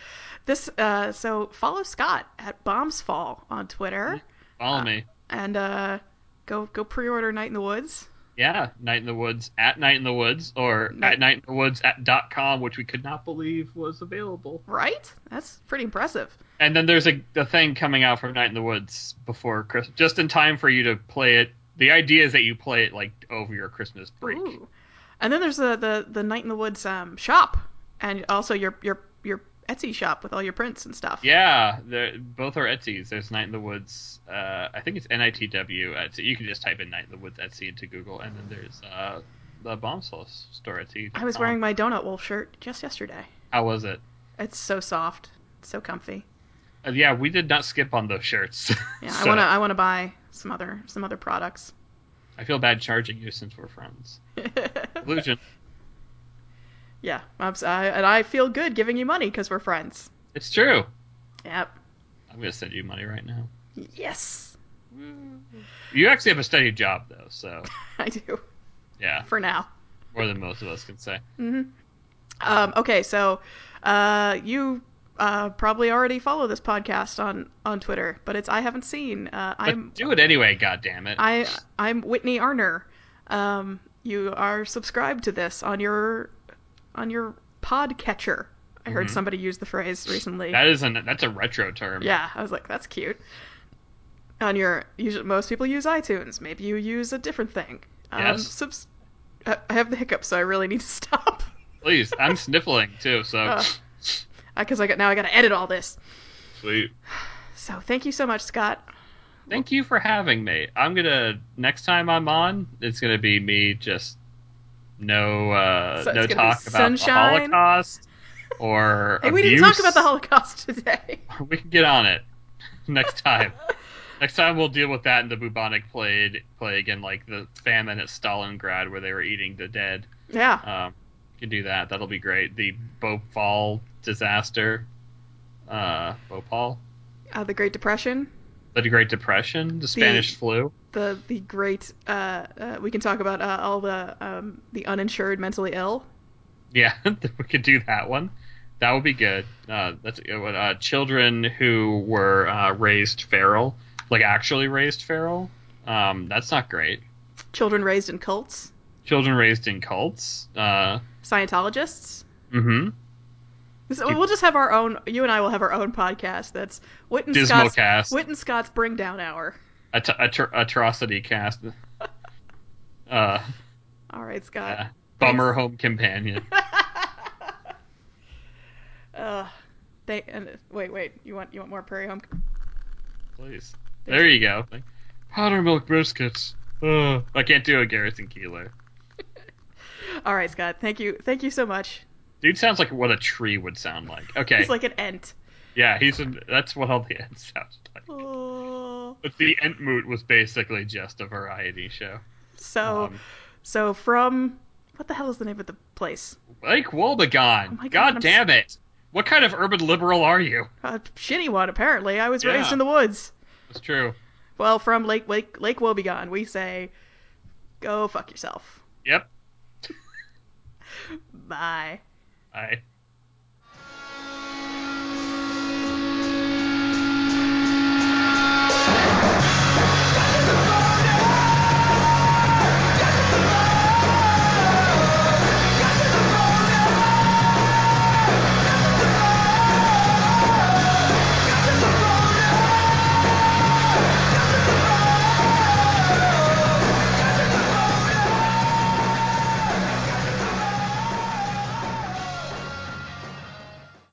Speaker 2: This uh, so follow Scott at Bombs Fall on Twitter Ah.
Speaker 3: Follow me.
Speaker 2: and uh, go go pre-order Night in the Woods.
Speaker 3: Yeah, Night in the Woods at Night in the Woods or
Speaker 2: Night-
Speaker 3: at Night in the Woods at dot com, which we could not believe was available.
Speaker 2: Right? That's pretty impressive.
Speaker 3: And then there's a, a thing coming out from Night in the Woods before Christmas, just in time for you to play it. The idea is that you play it like over your Christmas break.
Speaker 2: Ooh. And then there's the, the the Night in the Woods um, shop and also your your your Etsy shop with all your prints and stuff.
Speaker 3: Yeah, they're- both are Etsy's. There's Night in the Woods. Uh, I think it's NITW Etsy. You can just type in Night in the Woods Etsy into Google, and then there's uh, the Bomb Sauce store Etsy. Um,
Speaker 2: I was wearing my Donut Wolf shirt just yesterday.
Speaker 3: How was it?
Speaker 2: It's so soft, it's so comfy.
Speaker 3: Uh, yeah, we did not skip on those shirts.
Speaker 2: Yeah, I
Speaker 3: So-
Speaker 2: wanna I wanna buy some other some other products.
Speaker 3: I feel bad charging you since we're friends. Illusion.
Speaker 2: yeah, I'm, s- I, and I feel good giving you money because we're friends.
Speaker 3: It's true.
Speaker 2: Yep.
Speaker 3: I'm gonna send you money right now.
Speaker 2: Yes,
Speaker 3: You actually have a steady job though, so
Speaker 2: I do.
Speaker 3: yeah,
Speaker 2: For now. Mm-hmm.
Speaker 3: more than most of us can say.
Speaker 2: Um, okay, so uh, you uh, probably already follow this podcast on on Twitter, but it's I haven't seen. Uh,
Speaker 3: But
Speaker 2: I'm
Speaker 3: do it anyway, God damn it!
Speaker 2: I I'm Whitney Arner. Um, you are subscribed to this on your on your podcatcher. I heard somebody use the phrase recently.
Speaker 3: That is an that's a retro term.
Speaker 2: Yeah, I was like, that's cute. On your, usually most people use iTunes. Maybe you use a different thing. Um,
Speaker 3: Yes.
Speaker 2: subs- I I have the hiccups, so I really need to stop.
Speaker 3: Please, I'm sniffling too, so
Speaker 2: Uh, Because I got now I got to edit all this.
Speaker 3: sweet.
Speaker 2: So thank you so much, Scott.
Speaker 3: Thank you for having me. I'm gonna next time I'm on, it's gonna be me just no uh,
Speaker 2: So it's
Speaker 3: no
Speaker 2: gonna be
Speaker 3: talk about
Speaker 2: sunshine.
Speaker 3: the Holocaust or
Speaker 2: Hey, we didn't talk
Speaker 3: abuse.
Speaker 2: about the Holocaust today.
Speaker 3: We can get on it next time. Next time we'll deal with that in the bubonic plague, plague and like the famine at Stalingrad where they were eating the dead.
Speaker 2: Yeah.
Speaker 3: Um, you can do that. That'll be great. The Bhopal disaster. Uh, Bhopal.
Speaker 2: Uh, the Great Depression.
Speaker 3: The Great Depression. The Spanish flu.
Speaker 2: The the great. Uh, uh, we can talk about uh, all the um, the uninsured mentally ill.
Speaker 3: Yeah, we could do that one. That would be good. Uh, that's a good one. Uh, children who were uh, raised feral, like actually raised feral. Um, that's not great.
Speaker 2: Children raised in cults.
Speaker 3: Children raised in cults. Uh,
Speaker 2: Scientologists.
Speaker 3: mm-hmm.
Speaker 2: This- we'll just have our own. You and I will have our own podcast. That's Witten
Speaker 3: Dismal
Speaker 2: Scott's
Speaker 3: cast.
Speaker 2: Witten Scott's Bring Down Hour.
Speaker 3: At- atro- atrocity cast. Uh,
Speaker 2: All right, Scott.
Speaker 3: yeah. Bummer home companion.
Speaker 2: Ugh. Uh, They and wait, wait. You want you want more Prairie Home?
Speaker 3: Please. There you go. Like, powder milk biscuits. Ugh. I can't do a Garrison Keeler.
Speaker 2: All right, Scott. Thank you. Thank you so much.
Speaker 3: Dude sounds like what a tree would sound like. Okay.
Speaker 2: He's like an ent.
Speaker 3: yeah, he's a, that's what all the ants sound like.
Speaker 2: Oh.
Speaker 3: But the Ent Moot was basically just a variety show.
Speaker 2: So
Speaker 3: Um,
Speaker 2: so from what the hell is the name of the place?
Speaker 3: Lake Wobegon.
Speaker 2: Oh my
Speaker 3: God,
Speaker 2: God, I'm
Speaker 3: damn it. What kind of urban liberal are you?
Speaker 2: A shitty one, apparently. I was raised
Speaker 3: Yeah.
Speaker 2: in the woods.
Speaker 3: That's true.
Speaker 2: Well, from Lake Lake Lake Wobegon, we say, go fuck yourself.
Speaker 3: Yep.
Speaker 2: Bye.
Speaker 3: I.